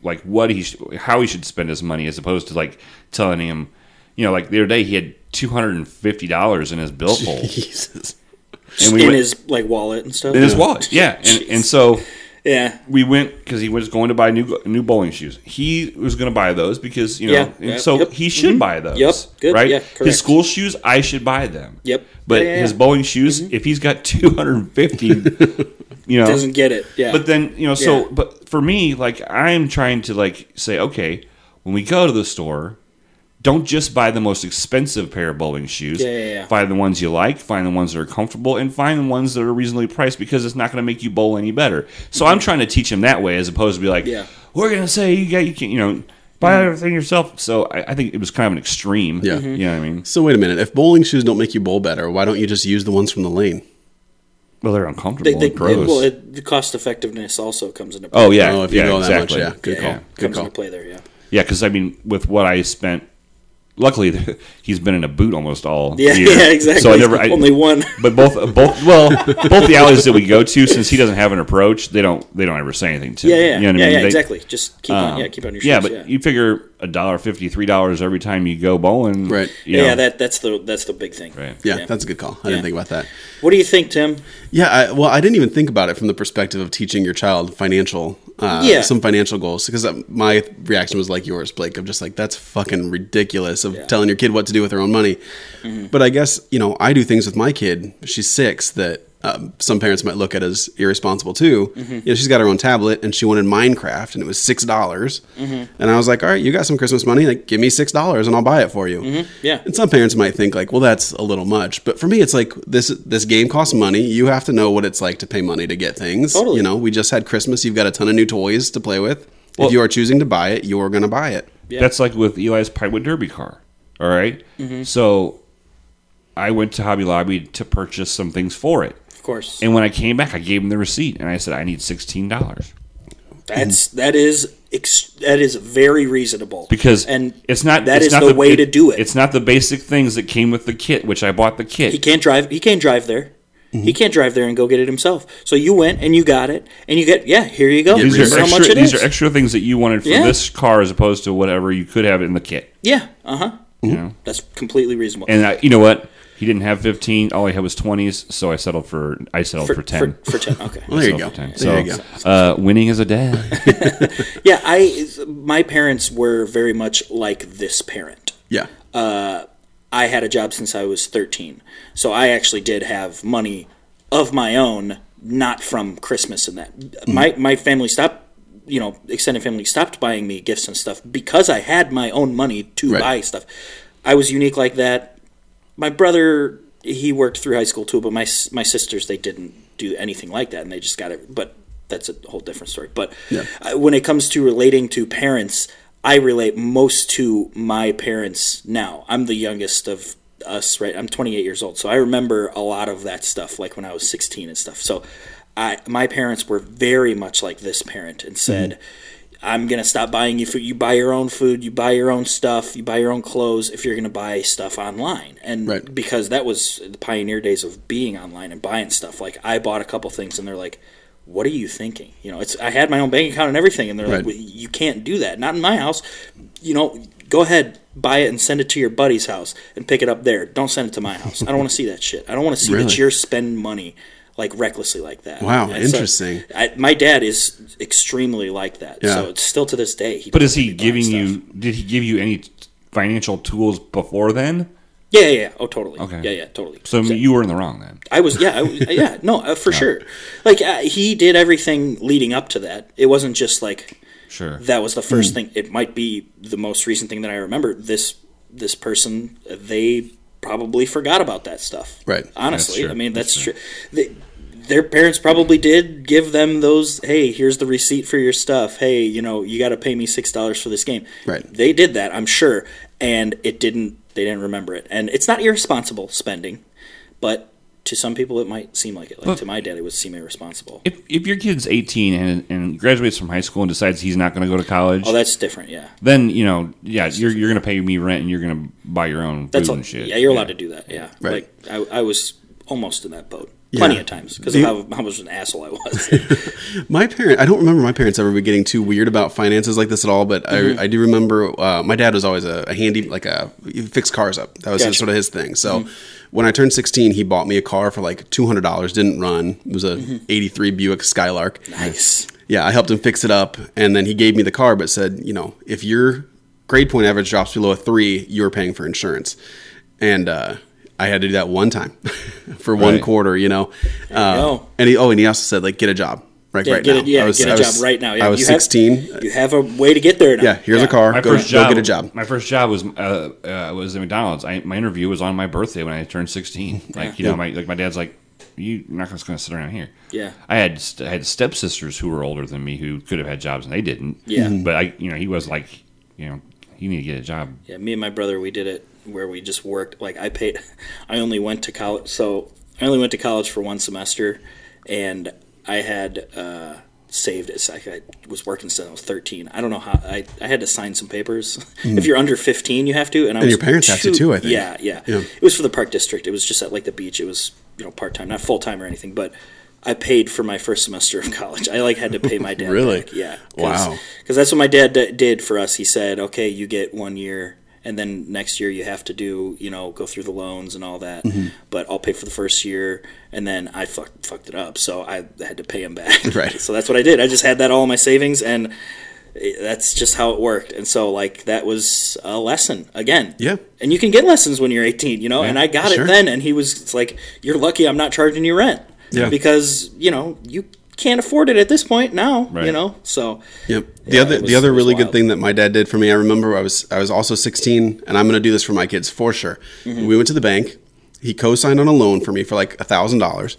Speaker 5: like what he sh- how he should spend his money as opposed to like telling him you know like the other day he had $250 in his billfold
Speaker 3: Jesus.
Speaker 5: and
Speaker 4: in
Speaker 5: went-
Speaker 4: his like wallet and stuff.
Speaker 5: in his wallet. Yeah, and, and so
Speaker 4: Yeah.
Speaker 5: we went because he was going to buy new new bowling shoes. He was going to buy those because you know,
Speaker 4: Yeah,
Speaker 5: and
Speaker 4: yeah,
Speaker 5: so
Speaker 4: yep, Mm-hmm.
Speaker 5: he should buy those.
Speaker 4: yep, good,
Speaker 5: right?
Speaker 4: yeah, correct.
Speaker 5: His school shoes, I should buy them.
Speaker 4: Yep.
Speaker 5: But
Speaker 4: Yeah, yeah,
Speaker 5: his
Speaker 4: yeah. Mm-hmm.
Speaker 5: bowling shoes, if he's got two hundred and fifty, you know,
Speaker 4: Doesn't get it. Yeah.
Speaker 5: but then you know, so
Speaker 4: Yeah.
Speaker 5: but for me, like I'm trying to like say, okay, when we go to the store, don't just buy the most expensive pair of bowling shoes.
Speaker 4: Yeah, yeah, yeah.
Speaker 5: Find the ones you like, find the ones that are comfortable, and find the ones that are reasonably priced because it's not going to make you bowl any better. So I'm trying to teach him that way, as opposed to be like,
Speaker 4: Yeah. Mm-hmm.
Speaker 5: we're going to say you got you can you know buy everything yourself. So I, I think it was kind of an extreme.
Speaker 3: Yeah.
Speaker 5: you know what I mean.
Speaker 3: So wait a minute. If bowling shoes don't make you bowl better, why don't you just use the ones from the lane?
Speaker 5: Well, they're uncomfortable.
Speaker 4: they, they,
Speaker 5: and gross.
Speaker 4: it, well, it, the cost effectiveness also comes into play.
Speaker 5: oh yeah,
Speaker 3: Oh, if you
Speaker 5: yeah,
Speaker 3: go that much,
Speaker 5: exactly.
Speaker 3: yeah. Good call.
Speaker 4: yeah.
Speaker 3: Good
Speaker 4: comes
Speaker 3: call.
Speaker 4: into play there. Yeah.
Speaker 5: Yeah, because I mean, with what I spent, luckily he's been in a boot almost all
Speaker 4: Yeah,
Speaker 5: year.
Speaker 4: yeah, exactly.
Speaker 5: So I never I,
Speaker 4: Only one.
Speaker 5: But both, both, well, both the alleys that we go to, since he doesn't have an approach, they don't, they don't ever say anything to.
Speaker 4: Yeah,
Speaker 5: him.
Speaker 4: yeah,
Speaker 5: You know what
Speaker 4: yeah,
Speaker 5: I mean?
Speaker 4: yeah
Speaker 5: They-
Speaker 4: exactly. Just keep on,
Speaker 5: um,
Speaker 4: yeah, keep on your shoes.
Speaker 5: Yeah, but you figure a dollar fifty, three dollars every time you go bowling.
Speaker 3: Right.
Speaker 5: you know.
Speaker 4: yeah, that that's the that's the big thing.
Speaker 5: Right.
Speaker 3: Yeah, that's a good call. I didn't think about that.
Speaker 4: What do you think, Tim?
Speaker 3: Yeah, I, well, I didn't even think about it from the perspective of teaching your child financial, uh,
Speaker 4: Yeah.
Speaker 3: some financial goals. Because uh, my reaction was like yours, Blake, of just like that's fucking ridiculous of telling your kid what to do with their own money. But I guess you know I do things with my kid. She's six that um, some parents might look at as irresponsible too. You know, she's got her own tablet and she wanted Minecraft and it was six dollars. And I was like, all right, you got some Christmas money, like give me six dollars and I'll buy it for you.
Speaker 4: Yeah.
Speaker 3: And some parents might think like, well, that's a little much. But for me, it's like this this game costs money. You have to know what it's like to pay money to get things.
Speaker 4: Totally.
Speaker 3: You know, we just had Christmas. You've got a ton of new toys to play with.
Speaker 5: Well-
Speaker 3: if you are choosing to buy it, you're going to buy it.
Speaker 5: That's like with Eli's Pinewood Derby car. All right?
Speaker 4: Mm-hmm.
Speaker 5: So I went to Hobby Lobby to purchase some things for it.
Speaker 4: Of course.
Speaker 5: And when I came back, I gave him the receipt and I said, I need $16.
Speaker 4: That's that is ex, that is very reasonable
Speaker 5: because
Speaker 4: and
Speaker 5: it's not
Speaker 4: that
Speaker 5: it's
Speaker 4: is
Speaker 5: not
Speaker 4: the way to do it.
Speaker 5: It's not the basic things that came with the kit, which I bought the kit.
Speaker 4: he can't drive. He can't drive there.
Speaker 5: Mm-hmm.
Speaker 4: He can't drive there and go get it himself. So you went and you got it, and you get yeah. Here you go.
Speaker 5: these
Speaker 4: Here's
Speaker 5: are
Speaker 4: how
Speaker 5: extra.
Speaker 4: much it
Speaker 5: these
Speaker 4: is.
Speaker 5: are extra things that you wanted for
Speaker 4: Yeah.
Speaker 5: this car, as opposed to whatever you could have in the kit.
Speaker 4: Yeah. Uh huh.
Speaker 5: You know,
Speaker 4: That's completely reasonable.
Speaker 5: and I, you know what? He didn't have fifteen. All he had was twenties. So I settled for I settled for, ten.
Speaker 4: For, for ten. Okay.
Speaker 3: Well, there you
Speaker 5: Settled
Speaker 3: go.
Speaker 5: for 10.
Speaker 3: There you go.
Speaker 5: So uh, winning as a dad.
Speaker 4: yeah. I my parents were very much like this parent.
Speaker 3: Yeah. Uh,
Speaker 4: I had a job since I was 13. So I actually did have money of my own, not from Christmas and that. My my family stopped you know, extended family stopped buying me gifts and stuff because I had my own money to
Speaker 3: Right.
Speaker 4: buy stuff. I was unique like that. My brother, he worked through high school too, but my s- my sisters they didn't do anything like that, and they just got it. But that's a whole different story. But uh, when it comes to relating to parents, I relate most to my parents now. I'm the youngest of us, right? I'm 28 years old, so I remember a lot of that stuff, like when I was 16 and stuff. So, I my parents were very much like this parent and said. I'm gonna stop buying you food. You buy your own food. You buy your own stuff. You buy your own clothes if you're gonna buy stuff online. And
Speaker 3: Right.
Speaker 4: because that was the pioneer days of being online and buying stuff. Like I bought a couple things, and they're like, "What are you thinking?" You know, it's I had my own bank account and everything, and they're
Speaker 3: Right.
Speaker 4: like, "Well, "You can't do that. Not in my house." You know, go ahead, buy it, and send it to your buddy's house and pick it up there. Don't send it to my house. I don't want to see that shit. I don't want to see
Speaker 3: Really?
Speaker 4: that you're spending money like recklessly like that.
Speaker 3: Wow,
Speaker 4: And so-
Speaker 3: interesting.
Speaker 4: I, my dad is extremely like that.
Speaker 3: Yeah.
Speaker 4: So it's still to this day. He
Speaker 5: But
Speaker 4: doesn't
Speaker 5: is he
Speaker 4: let me buy
Speaker 5: giving you?
Speaker 4: stuff.
Speaker 5: Did he give you any t- financial tools before then?
Speaker 4: Yeah, yeah, yeah. Oh, totally.
Speaker 5: Okay.
Speaker 4: Yeah, yeah, totally.
Speaker 5: So I mean, you were in the wrong then.
Speaker 4: I was, yeah, I was, yeah, no, uh, for sure. Like uh, he did everything leading up to that. It wasn't just like
Speaker 5: Sure.
Speaker 4: that was the first thing. It might be the most recent thing that I remember. This this person, uh, they probably forgot about that stuff.
Speaker 3: Right.
Speaker 4: Honestly,
Speaker 5: That's true.
Speaker 4: I mean that's, true. They, their parents probably did give them those. Hey, here's the receipt for your stuff. Hey, you know, you got to pay me six dollars for this game.
Speaker 3: Right.
Speaker 4: They did that, I'm sure, and it didn't. They didn't remember it, and it's not irresponsible spending, but to some people it might seem like it. Like to my dad, it would seem irresponsible.
Speaker 5: If if your kid's 18 and and graduates from high school and decides he's not going to go to college,
Speaker 4: oh, that's different. Yeah.
Speaker 5: then you know, yeah, you're you're going to pay me rent and you're going to buy your own food
Speaker 4: That's all,
Speaker 5: and shit.
Speaker 4: Yeah, you're allowed to do that. Yeah,
Speaker 3: Right.
Speaker 4: Like I, I was almost in that boat plenty
Speaker 3: Yeah.
Speaker 4: of times because
Speaker 3: The-
Speaker 4: of how, how much of an asshole I was.
Speaker 3: My parent, I don't remember my parents ever getting too weird about finances like this at all, but
Speaker 4: Mm-hmm.
Speaker 3: I, I do remember uh, my dad was always a, a handy, like a you fix cars up. That was his-
Speaker 4: Gotcha. Mm-hmm.
Speaker 3: sort of his thing. So when I turned 16, he bought me a car for like $200, didn't run. It was a 83 Buick Skylark.
Speaker 4: Mm-hmm. nice.
Speaker 3: Yeah, I helped him fix it up, and then he gave me the car, but said, you know, if your grade point average drops below a three, you're paying for insurance. And uh, I had to do that one time for one
Speaker 5: Right.
Speaker 3: quarter, you know. Uh,
Speaker 4: go.
Speaker 3: and he, oh, and he also said, like, get a job. Right,
Speaker 4: Yeah,
Speaker 3: right
Speaker 4: get
Speaker 3: now.
Speaker 4: a, yeah,
Speaker 3: I was-
Speaker 4: get a
Speaker 3: I
Speaker 4: job
Speaker 3: was-
Speaker 4: right now. Yeah,
Speaker 3: I was
Speaker 4: you
Speaker 3: 16.
Speaker 4: Have, you have a way to get there now.
Speaker 3: yeah, here's a car.
Speaker 5: My
Speaker 3: Go,
Speaker 5: first
Speaker 3: go
Speaker 5: job,
Speaker 3: get a job.
Speaker 5: My first job was uh, uh, was at McDonald's. I, my interview was on my birthday when I turned 16. Like you know, my like my dad's like, you're not just going to sit around here.
Speaker 4: Yeah.
Speaker 5: I had st- I had stepsisters who were older than me who could have had jobs and they didn't.
Speaker 4: Yeah. Mhm.
Speaker 5: but I you know he was like you know you need to get a job.
Speaker 4: Yeah, me and my brother, we did it where we just worked. Like I paid, I only went to college, so I only went to college for one semester, and I had uh, saved it. So I I was working since I was thirteen. I don't know how I, I had to sign some papers. If you're under fifteen, you have to, and I was
Speaker 3: Hmm. your parents have to, too, I think.
Speaker 4: Yeah, yeah,
Speaker 3: Yeah.
Speaker 4: It was for the park district. It was just at like the beach. It was you know part time, not full time or anything, but. I paid for my first semester of college. I like had to pay my dad.
Speaker 3: Really?
Speaker 4: back. Yeah.
Speaker 3: Wow.
Speaker 4: Because that's what my dad d- did for us. He said, "Okay, you get one year, and then next year you have to do, you know, go through the loans and all that.
Speaker 3: Mm-hmm.
Speaker 4: But I'll pay for the first year, and then I fucked fucked it up, so I had to pay him back.
Speaker 3: Right.
Speaker 4: so that's what I did. I just had that all in my savings, and it- that's just how it worked. And so, like, that was a lesson again.
Speaker 3: Yeah.
Speaker 4: And you can get lessons when you're 18, you know. and I got
Speaker 3: sure.
Speaker 4: it then, and he was it's like, "You're lucky I'm not charging you rent."
Speaker 3: Yeah.
Speaker 4: Because you know you can't afford it at this point now.
Speaker 5: Right.
Speaker 4: You know. So.
Speaker 3: Yep. The
Speaker 4: Yeah,
Speaker 3: other
Speaker 4: it was-
Speaker 3: the
Speaker 4: it
Speaker 3: other
Speaker 4: was
Speaker 3: really good
Speaker 4: wild.
Speaker 3: thing that my dad did for me, I remember I was I was also 16 and I'm going to do this for my kids for sure.
Speaker 4: Mm-hmm.
Speaker 3: We went to the bank. He co-signed on a loan for me for like $1,000.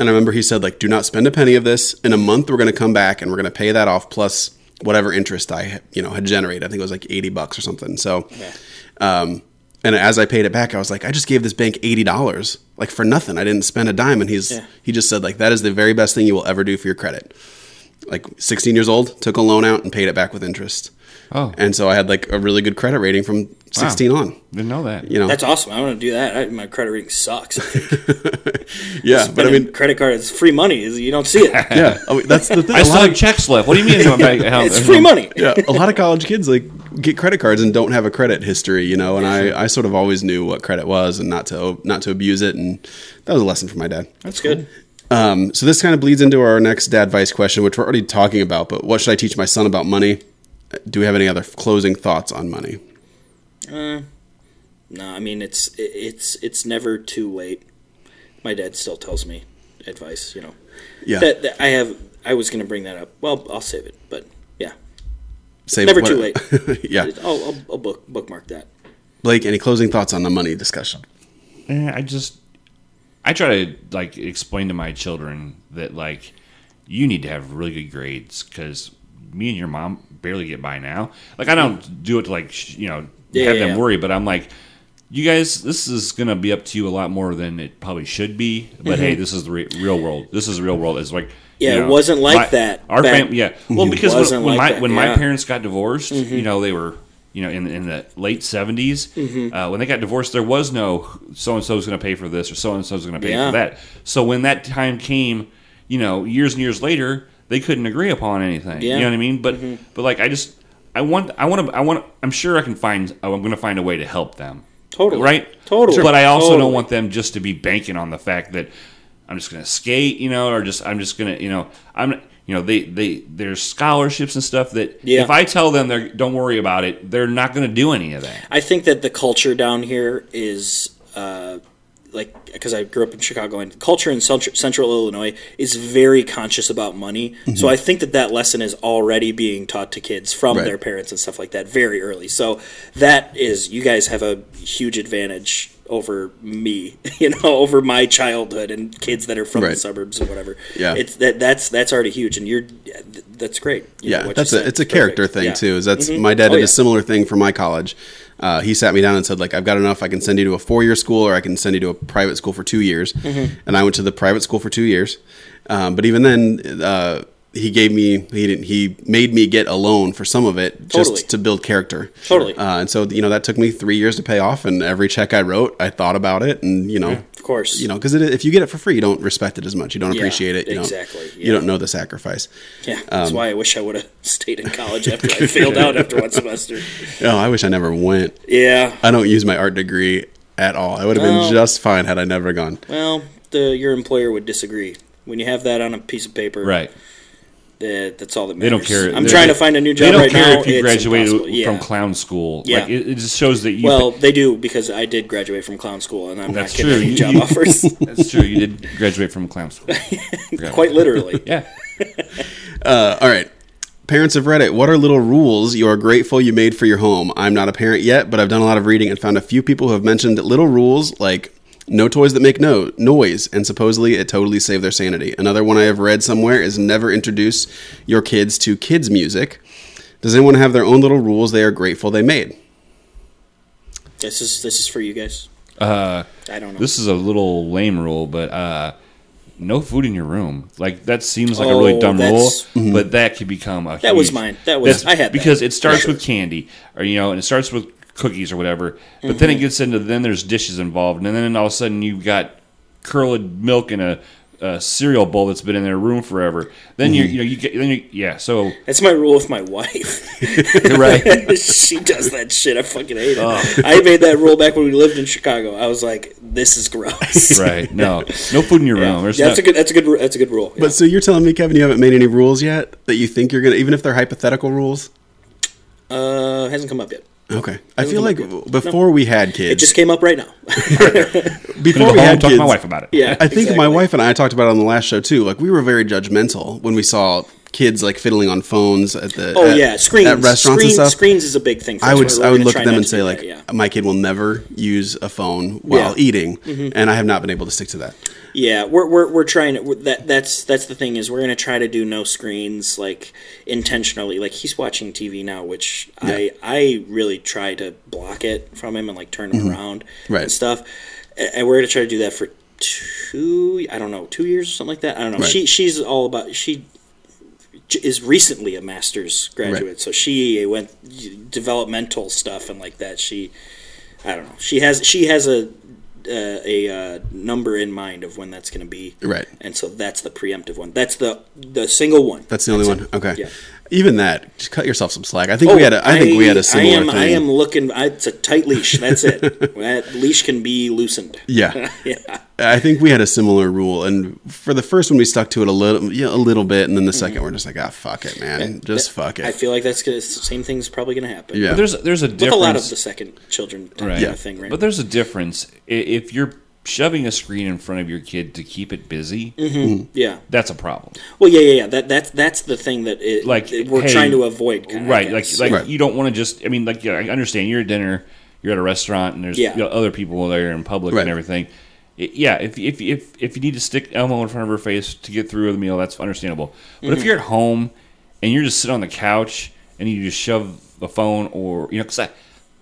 Speaker 3: And I remember he said like do not spend a penny of this. In a month we're going to come back and we're going to pay that off plus whatever interest I you know had generated. I think it was like 80 bucks or something. So um and as I paid it back, I was like, I just gave this bank eighty dollars, like for nothing. I didn't spend a dime, and he's he just said like that is the very best thing you will ever do for your credit like 16 years old, took a loan out and paid it back with interest.
Speaker 5: Oh.
Speaker 3: And so I had like a really good credit rating from 16 on.
Speaker 5: Didn't know that.
Speaker 3: You know,
Speaker 4: That's awesome. I want to do that. I, my credit rating sucks.
Speaker 3: yeah, but I
Speaker 4: Spending
Speaker 3: mean,
Speaker 4: credit card is free money. is- You don't see it.
Speaker 3: yeah, I mean, that's the thing.
Speaker 5: I
Speaker 3: A
Speaker 5: still
Speaker 3: lot
Speaker 5: have
Speaker 3: of,
Speaker 5: checks left. What do you mean? I'm back- how-
Speaker 4: It's free money.
Speaker 3: yeah, a lot of college kids like get credit cards and don't have a credit history, you know. And I, I sort of always knew what credit was and not to not to abuse it, and that was a lesson from my dad.
Speaker 4: That's good.
Speaker 3: Um, so this kind of bleeds into our next dad advice question, which we're already talking about. But what should I teach my son about money? Do we have any other closing thoughts on money?
Speaker 4: No, I mean it's it- it's it's never too late. My dad still tells me advice. You know,
Speaker 3: Yeah,
Speaker 4: Eh, that, that I have I was going to bring that up. Well, I'll save it, but yeah,
Speaker 3: Save
Speaker 4: Never
Speaker 3: what-
Speaker 4: too late.
Speaker 3: yeah.
Speaker 4: I'll, I'll, I'll book, bookmark that.
Speaker 3: Blake, any closing thoughts on the money discussion?
Speaker 5: Eh, I just I try to like explain to my children that like you need to have really good grades because me and your mom barely get by now. Like I don't do it to like sh- you know
Speaker 4: Yeah,
Speaker 5: have
Speaker 4: yeah,
Speaker 5: them
Speaker 4: yeah.
Speaker 5: worry, but I'm like. You guys, this is gonna be up to you a lot more than it probably should be. But hey, this is the re- real world. This is the real world. It's like you
Speaker 4: Mm-hmm. Yeah, it
Speaker 5: know,
Speaker 4: wasn't like
Speaker 5: my-
Speaker 4: that
Speaker 5: Our
Speaker 4: back-
Speaker 5: family, yeah. Well, because when,
Speaker 4: wasn't
Speaker 5: when
Speaker 4: like
Speaker 5: my
Speaker 4: that,
Speaker 5: when
Speaker 4: yeah.
Speaker 5: my parents got divorced,
Speaker 4: Mm-hmm.
Speaker 5: you know, they were you know in in the late 70s
Speaker 4: Mm-hmm.
Speaker 5: uh, when they got divorced, there was no so and so's going to pay for this or so and so's going to pay
Speaker 4: Yeah.
Speaker 5: for that. So when that time came, you know, years and years later, they couldn't agree upon anything.
Speaker 4: Yeah. Mm-hmm.
Speaker 5: You know what I mean? But but like I just I want I want to I want I'm sure I can find I'm going to find a way to help them.
Speaker 4: Totally.
Speaker 5: Right?
Speaker 4: Totally.
Speaker 5: But I also
Speaker 4: Totally.
Speaker 5: don't want them just to be banking on the fact that I'm just going to skate, you know, or just I'm just going to, you know, I'm you know, they they there's scholarships and stuff that
Speaker 4: Yeah.
Speaker 5: if I tell them they are don't worry about it, they're not going to do any of that.
Speaker 4: I think that the culture down here is uh, like because I grew up in Chicago, and culture in central, central Illinois is very conscious about money.
Speaker 3: Mm-hmm.
Speaker 4: So I think that that lesson is already being taught to kids from
Speaker 3: Right.
Speaker 4: their parents and stuff like that very early. So that is you guys have a huge advantage over me, you know, over my childhood and kids that are from the
Speaker 3: Right.
Speaker 4: suburbs or whatever.
Speaker 3: Yeah.
Speaker 4: it's that that's that's already huge, and you're th- that's great. You know,
Speaker 3: yeah,
Speaker 4: what you
Speaker 3: that's a
Speaker 4: said.
Speaker 3: it's a
Speaker 4: Perfect.
Speaker 3: character thing
Speaker 4: Yeah.
Speaker 3: too. Is that's my dad
Speaker 4: Oh,
Speaker 3: did
Speaker 4: yeah.
Speaker 3: a similar thing for my college. Uh, he sat me down and said like I've got enough. I can send you to a four year school or I can send you to a private school for two years.
Speaker 4: Mm-hmm.
Speaker 3: And I went to the private school for two years. Um, but even then, uh, he gave me he didn't he made me get a loan for some of it
Speaker 4: Totally.
Speaker 3: just to build character.
Speaker 4: Totally.
Speaker 3: Uh, and so you know that took me three years to pay off. And every check I wrote, I thought about it. And you know,
Speaker 4: Of course,
Speaker 3: you know because if you get it for free, you don't respect it as much. You don't
Speaker 4: Yeah,
Speaker 3: appreciate it. You don't-
Speaker 4: exactly,
Speaker 3: You
Speaker 4: yeah.
Speaker 3: don't know the sacrifice.
Speaker 4: Yeah, that's
Speaker 5: Um,
Speaker 4: why I wish I would have stayed in college after I failed out after one semester.
Speaker 3: Oh, I wish I never went.
Speaker 4: Yeah,
Speaker 3: I don't use my art degree at all. I would have
Speaker 4: Well-
Speaker 3: been just fine had I never gone.
Speaker 4: well, the, your employer would disagree. When you have that on a piece of paper,
Speaker 5: Right.
Speaker 4: that- that's all that
Speaker 5: They
Speaker 4: matters.
Speaker 5: don't care.
Speaker 4: I'm
Speaker 5: They-
Speaker 4: trying to find a new job
Speaker 5: They don't
Speaker 4: right
Speaker 5: care
Speaker 4: now.
Speaker 5: if you
Speaker 4: It's
Speaker 5: graduated
Speaker 4: impossible.
Speaker 5: from
Speaker 4: Yeah.
Speaker 5: clown school.
Speaker 4: Yeah.
Speaker 5: Like it, it just shows that you
Speaker 4: Well, they do because I did graduate from clown school, and I'm
Speaker 5: That's
Speaker 4: not getting
Speaker 5: true.
Speaker 4: any
Speaker 5: You-
Speaker 4: job
Speaker 5: you-
Speaker 4: offers.
Speaker 5: that's true. You did graduate from clown school.
Speaker 4: Quite literally.
Speaker 5: Yeah.
Speaker 3: Uh, all right. Parents of Reddit, what are little rules you are grateful you made for your home? I'm not a parent yet, but I've done a lot of reading and found a few people who have mentioned little rules like no toys that make no noise, and supposedly it totally saved their sanity. Another one I have read somewhere is never introduce your kids to kids music. Does anyone have their own little rules they are grateful they made?
Speaker 4: This is this is for you guys.
Speaker 5: Uh,
Speaker 4: I don't know.
Speaker 5: This is a little lame rule, but uh, no food in your room. Like that seems like a really
Speaker 4: Oh,
Speaker 5: dumb rule,
Speaker 4: that's-
Speaker 5: but that could become a.
Speaker 4: That was
Speaker 5: huge-
Speaker 4: mine. That was-
Speaker 5: that's-
Speaker 4: I had that.
Speaker 5: because it starts
Speaker 4: Yeah.
Speaker 5: with candy, or you know, and it starts with cookies or whatever. But
Speaker 4: Mm-hmm.
Speaker 5: then it gets into then there's dishes involved, and then all of a sudden you've got curled milk in a, a cereal bowl that's been in their room forever. Then you
Speaker 4: Mm-hmm.
Speaker 5: you know you get then you yeah. So
Speaker 4: That's my rule with my wife.
Speaker 5: right.
Speaker 4: she does that shit. I fucking hate it.
Speaker 5: Oh.
Speaker 4: I made that rule back when we lived in Chicago. I was like, this is gross.
Speaker 5: Right. No. No food in your room. There's
Speaker 4: Yeah, that's
Speaker 5: no-
Speaker 4: a good. That's a good. ru- That's a good rule.
Speaker 3: But so you're telling me, Kevin, you haven't made any rules yet that you think you're going to, even if they're hypothetical rules?
Speaker 4: Uh, hasn't come up yet.
Speaker 3: Okay. I feel like before we had kids,
Speaker 4: It just came up right now.
Speaker 3: before
Speaker 5: I'm gonna
Speaker 3: we
Speaker 5: go home and
Speaker 3: had
Speaker 5: talk
Speaker 3: kids,
Speaker 5: to my wife about it.
Speaker 4: yeah,
Speaker 3: I think my wife and I talked about it on the last show too. Like we were very judgmental when we saw kids like fiddling on phones at the
Speaker 4: Oh
Speaker 3: at-
Speaker 4: yeah, screens.
Speaker 3: at restaurants
Speaker 4: screens,
Speaker 3: and stuff.
Speaker 4: Screens is a big thing. For
Speaker 3: I
Speaker 4: us.
Speaker 3: would
Speaker 4: We're- we're
Speaker 3: I would
Speaker 4: gonna
Speaker 3: look
Speaker 4: try
Speaker 3: at them
Speaker 4: not
Speaker 3: and
Speaker 4: to
Speaker 3: say
Speaker 4: do
Speaker 3: like
Speaker 4: that, yeah.
Speaker 3: my kid will never use a phone while
Speaker 4: Yeah. Mm-hmm.
Speaker 3: eating, and I have not been able to stick to that.
Speaker 4: Yeah, we're we're we're trying to we're, that that's that's the thing is we're gonna try to do no screens like intentionally. Like he's watching TV now, which I I really try to block it from him and like turn him around
Speaker 3: Mm-hmm. Right.
Speaker 4: and stuff. A- And we're gonna try to do that for two I don't know two years or something like that. I don't know.
Speaker 3: Right.
Speaker 4: She she's all about she j- is recently a master's graduate,
Speaker 3: Right.
Speaker 4: so she went developmental stuff and like that. She I don't know. She has she has a uh, a uh, number in mind of when that's going to be.
Speaker 3: Right.
Speaker 4: And so that's the preemptive one. That's the the single one.
Speaker 3: That's the only one. Okay.
Speaker 4: Yeah. Oh,
Speaker 3: Even that, just cut yourself some slack. I think we had a I think we had a similar
Speaker 4: I am,
Speaker 3: thing.
Speaker 4: I am looking. I, it's a tight leash. That's it. that leash can be loosened.
Speaker 3: Yeah.
Speaker 4: Yeah.
Speaker 3: I think we had a similar rule, and for the first one we stuck to it a little, yeah, a little bit, and then the 2nd we we're just like, ah, fuck it, man, just fuck it.
Speaker 4: Mm-hmm. I feel like that's gonna, it's the same thing's probably going to happen.
Speaker 3: yeah,
Speaker 5: There's there's a difference.
Speaker 4: With a lot of the second children type
Speaker 5: Right.
Speaker 4: of thing, right?
Speaker 5: But there's a difference I- if your shoving a screen in front of your kid to keep it busy,
Speaker 3: Mm-hmm.
Speaker 4: Yeah.
Speaker 5: that's a problem.
Speaker 4: Well, yeah, yeah, yeah. That that's that's the thing that it,
Speaker 5: Like,
Speaker 4: like we're
Speaker 5: hey,
Speaker 4: trying to avoid, kinda, I
Speaker 5: right like
Speaker 4: guess.
Speaker 5: like
Speaker 3: Right.
Speaker 5: you don't want to just i mean like yeah, i understand you're at dinner you're at a restaurant and there's
Speaker 4: Yeah.
Speaker 5: you know, other people there in public
Speaker 3: Right.
Speaker 5: and everything It- yeah if, if if if you need to stick elmo in front of her face to get through the meal that's understandable but
Speaker 3: Mm-hmm.
Speaker 5: if you're at home and you're just sitting on the couch and you just shove the phone or you know 'cause I,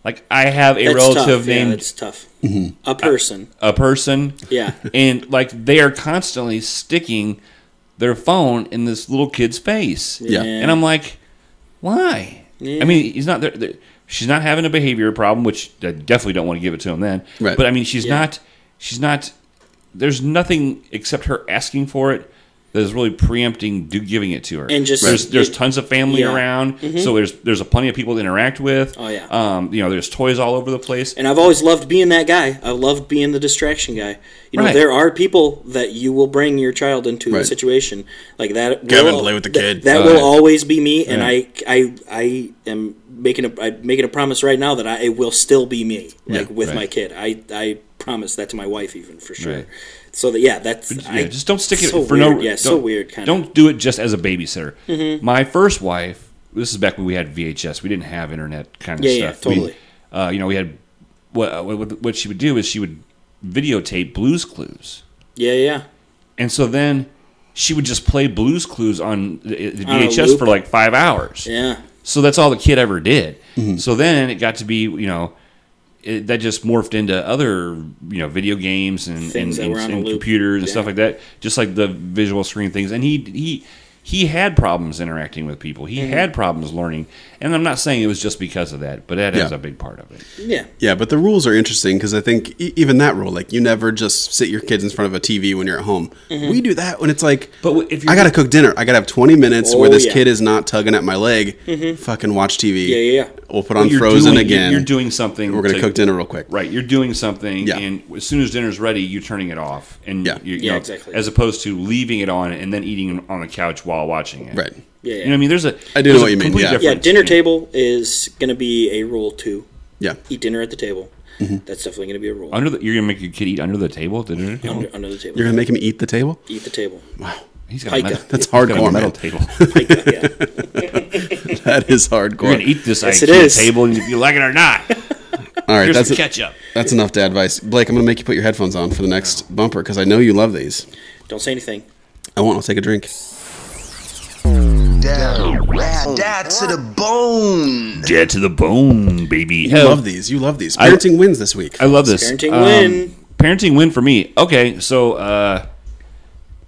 Speaker 5: like i have a
Speaker 4: That's
Speaker 5: relative
Speaker 4: tough. Yeah,
Speaker 5: named
Speaker 4: that's tough.
Speaker 3: Mm-hmm.
Speaker 4: A person.
Speaker 5: a person
Speaker 4: yeah.
Speaker 5: and like they are constantly sticking their phone in this little kid's face
Speaker 3: Yeah.
Speaker 5: and I'm like, why? I mean, he's not there. there- She's not having a behavior problem, which I definitely don't want to give it to him then.
Speaker 3: Right.
Speaker 5: But I mean, she's not. She's not. There's nothing except her asking for it that is really preempting do giving it to her.
Speaker 4: And just-
Speaker 5: there's there's
Speaker 4: it-
Speaker 5: tons of family
Speaker 4: Yeah. Mm-hmm.
Speaker 5: around, so there's there's a plenty of people to interact with.
Speaker 4: Oh, yeah.
Speaker 5: Um, you know, there's toys all over the place.
Speaker 4: And I've always loved being that guy. I loved being the distraction guy. You know,
Speaker 5: Right.
Speaker 4: there are people that you will bring your child into a
Speaker 3: Right.
Speaker 4: situation like that.
Speaker 3: Kevin,
Speaker 4: will-
Speaker 3: play with the
Speaker 4: that-
Speaker 3: kid.
Speaker 4: That,
Speaker 5: Oh,
Speaker 4: will
Speaker 5: yeah.
Speaker 4: always be me, and I, I, I am making a I'm making a promise right now that I it will still be me, like with
Speaker 5: right.
Speaker 4: my kid. I, I promise that to my wife, even for sure.
Speaker 5: Right.
Speaker 4: So that yeah, that's
Speaker 5: yeah,
Speaker 4: I,
Speaker 5: just don't stick
Speaker 4: so
Speaker 5: it for
Speaker 4: weird.
Speaker 5: no.
Speaker 4: Yeah, so
Speaker 5: don't-
Speaker 4: weird. Mm-hmm. Kind of.
Speaker 5: Don't do it just as a babysitter. My first wife. This is back when we had VHS. We didn't have internet kind of
Speaker 4: Yeah, yeah,
Speaker 5: stuff. We-
Speaker 4: totally.
Speaker 5: uh, you know, we had what, uh, what what she would do is she would videotape Blues Clues,
Speaker 4: Yeah, yeah.
Speaker 5: and so then she would just play Blues Clues on uh, the, the
Speaker 4: On a
Speaker 5: VHS
Speaker 4: loop.
Speaker 5: for like five hours.
Speaker 4: Yeah.
Speaker 5: So that's all the kid ever did.
Speaker 3: Mm-hmm.
Speaker 5: So then it got to be, you know, it, that just morphed into other, you know, video games and
Speaker 4: Things that
Speaker 5: and,
Speaker 4: were on
Speaker 5: and,
Speaker 4: a
Speaker 5: and
Speaker 4: loop.
Speaker 5: computers and
Speaker 4: Yeah.
Speaker 5: stuff like that. Just like the visual screen things. And he he he had problems interacting with people. He
Speaker 3: Mm-hmm.
Speaker 5: had problems learning. And I'm not saying it was just because of that, but that is
Speaker 3: Yeah.
Speaker 5: a big part of it.
Speaker 4: Yeah.
Speaker 3: Yeah, but the rules are interesting because I think e- even that rule, like you never just sit your kids in front of a TV when you're at home.
Speaker 4: Mm-hmm.
Speaker 3: We do that when it's like,
Speaker 5: But w- if you're-
Speaker 3: I gotta cook dinner, I gotta have 20 minutes where
Speaker 4: Oh,
Speaker 3: this
Speaker 4: yeah. Mm-hmm.
Speaker 3: kid is not tugging at my leg. Fucking watch TV.
Speaker 4: Yeah, yeah, yeah.
Speaker 3: We'll put on
Speaker 5: You're
Speaker 3: Frozen
Speaker 5: doing-
Speaker 3: again.
Speaker 5: You're doing something.
Speaker 3: We're gonna
Speaker 5: to-
Speaker 3: cook dinner real quick.
Speaker 5: Right, you're doing something,
Speaker 3: Yeah.
Speaker 5: and as soon as dinner's ready, you're turning it off, and
Speaker 3: Yeah.
Speaker 5: you you
Speaker 4: Yeah,
Speaker 5: know,
Speaker 4: exactly.
Speaker 5: As opposed to leaving it on and then eating on the couch while watching it.
Speaker 3: Right.
Speaker 4: Yeah, yeah.
Speaker 5: You know what I mean? There's a.
Speaker 3: I do
Speaker 5: there's
Speaker 3: know
Speaker 5: a
Speaker 3: what you mean,
Speaker 5: complete
Speaker 3: yeah.
Speaker 4: Yeah,
Speaker 5: difference.
Speaker 4: dinner table is going to be a rule too.
Speaker 3: Yeah.
Speaker 4: Eat dinner at the table. That's definitely going to be a rule.
Speaker 5: Under the, you're gonna make your kid eat under the table. at The dinner table.
Speaker 4: Under, under the table.
Speaker 3: You're gonna make him eat the table?
Speaker 4: Eat the table.
Speaker 5: He's got a
Speaker 4: Pica.
Speaker 5: metal,
Speaker 3: That's
Speaker 5: he's got a
Speaker 3: hardcore,
Speaker 5: metal
Speaker 3: man.
Speaker 5: table.
Speaker 4: Like, yeah.
Speaker 3: That is
Speaker 5: You're
Speaker 3: hardcore.
Speaker 5: gonna eat this
Speaker 4: Yes,
Speaker 5: IKEA
Speaker 4: it is.
Speaker 5: table, and if you like it or not,
Speaker 3: All right,
Speaker 5: here's
Speaker 3: that's
Speaker 5: some
Speaker 3: it.
Speaker 5: ketchup.
Speaker 3: That's enough dad advice. Blake, I'm gonna make you put your headphones on for the next bumper because I know you love these.
Speaker 4: Don't say anything.
Speaker 3: I won't. I'll take a drink.
Speaker 7: Down, rad, dad to the bone.
Speaker 5: Dead to the bone, baby.
Speaker 3: You love these. You love these.
Speaker 5: Oh. I-
Speaker 3: Parenting wins this week.
Speaker 5: I love this.
Speaker 4: Parenting win.
Speaker 5: Parenting win for me. Okay, so uh,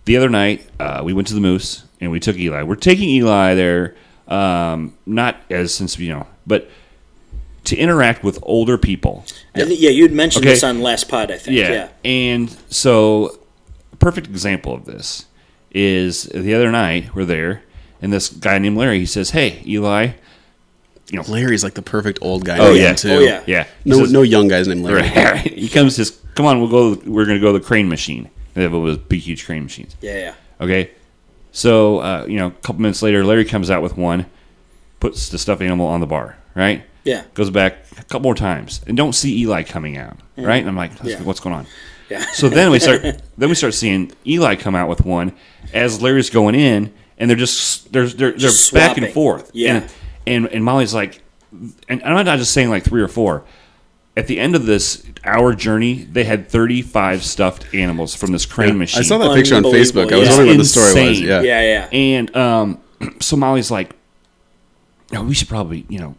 Speaker 5: the other night uh, we went to the Moose and we took Eli. We're taking Eli there, um, not as since you know, but to interact with older people.
Speaker 4: I think, yeah, you had mentioned
Speaker 5: Okay.
Speaker 4: this on last pod, I think. Yeah.
Speaker 5: And so, a perfect example of this is the other night we're there, and this guy named Larry. He says, "Hey, Eli."
Speaker 3: Larry's like the perfect old guy.
Speaker 5: Oh,
Speaker 3: name,
Speaker 5: yeah.
Speaker 3: too.
Speaker 4: Oh, yeah.
Speaker 5: Yeah. He
Speaker 3: No,
Speaker 5: says-
Speaker 3: no young guy's named Larry.
Speaker 5: Right. he comes. Says, "Come on, we'll go. We're going to go to the crane machine. They have those big, huge crane machines."
Speaker 4: Yeah, yeah.
Speaker 5: Okay. So, uh, you know, a couple minutes later, Larry comes out with one, puts the stuffed animal on the bar, right?
Speaker 4: Yeah.
Speaker 5: Goes back a couple more times and don't see Eli coming out, right? And I'm like,
Speaker 4: Yeah.
Speaker 5: what's going on?
Speaker 4: Yeah.
Speaker 5: So then we start, then we start seeing Eli come out with one as Larry's going in, and they're just they're they're, they're
Speaker 4: Just
Speaker 5: back and
Speaker 4: swapping.
Speaker 5: forth,
Speaker 4: Yeah.
Speaker 5: And, and and Molly's like, and I'm not just saying like three or four. At the end of this hour journey, they had 35 stuffed animals from this crane machine.
Speaker 3: I saw that picture on
Speaker 4: Unbelievable,
Speaker 3: Facebook. I was
Speaker 4: yeah.
Speaker 3: wondering what the story was.
Speaker 5: Insane.
Speaker 3: Yeah.
Speaker 4: Yeah, yeah.
Speaker 5: And um, so Molly's like, "No, we should probably, you know,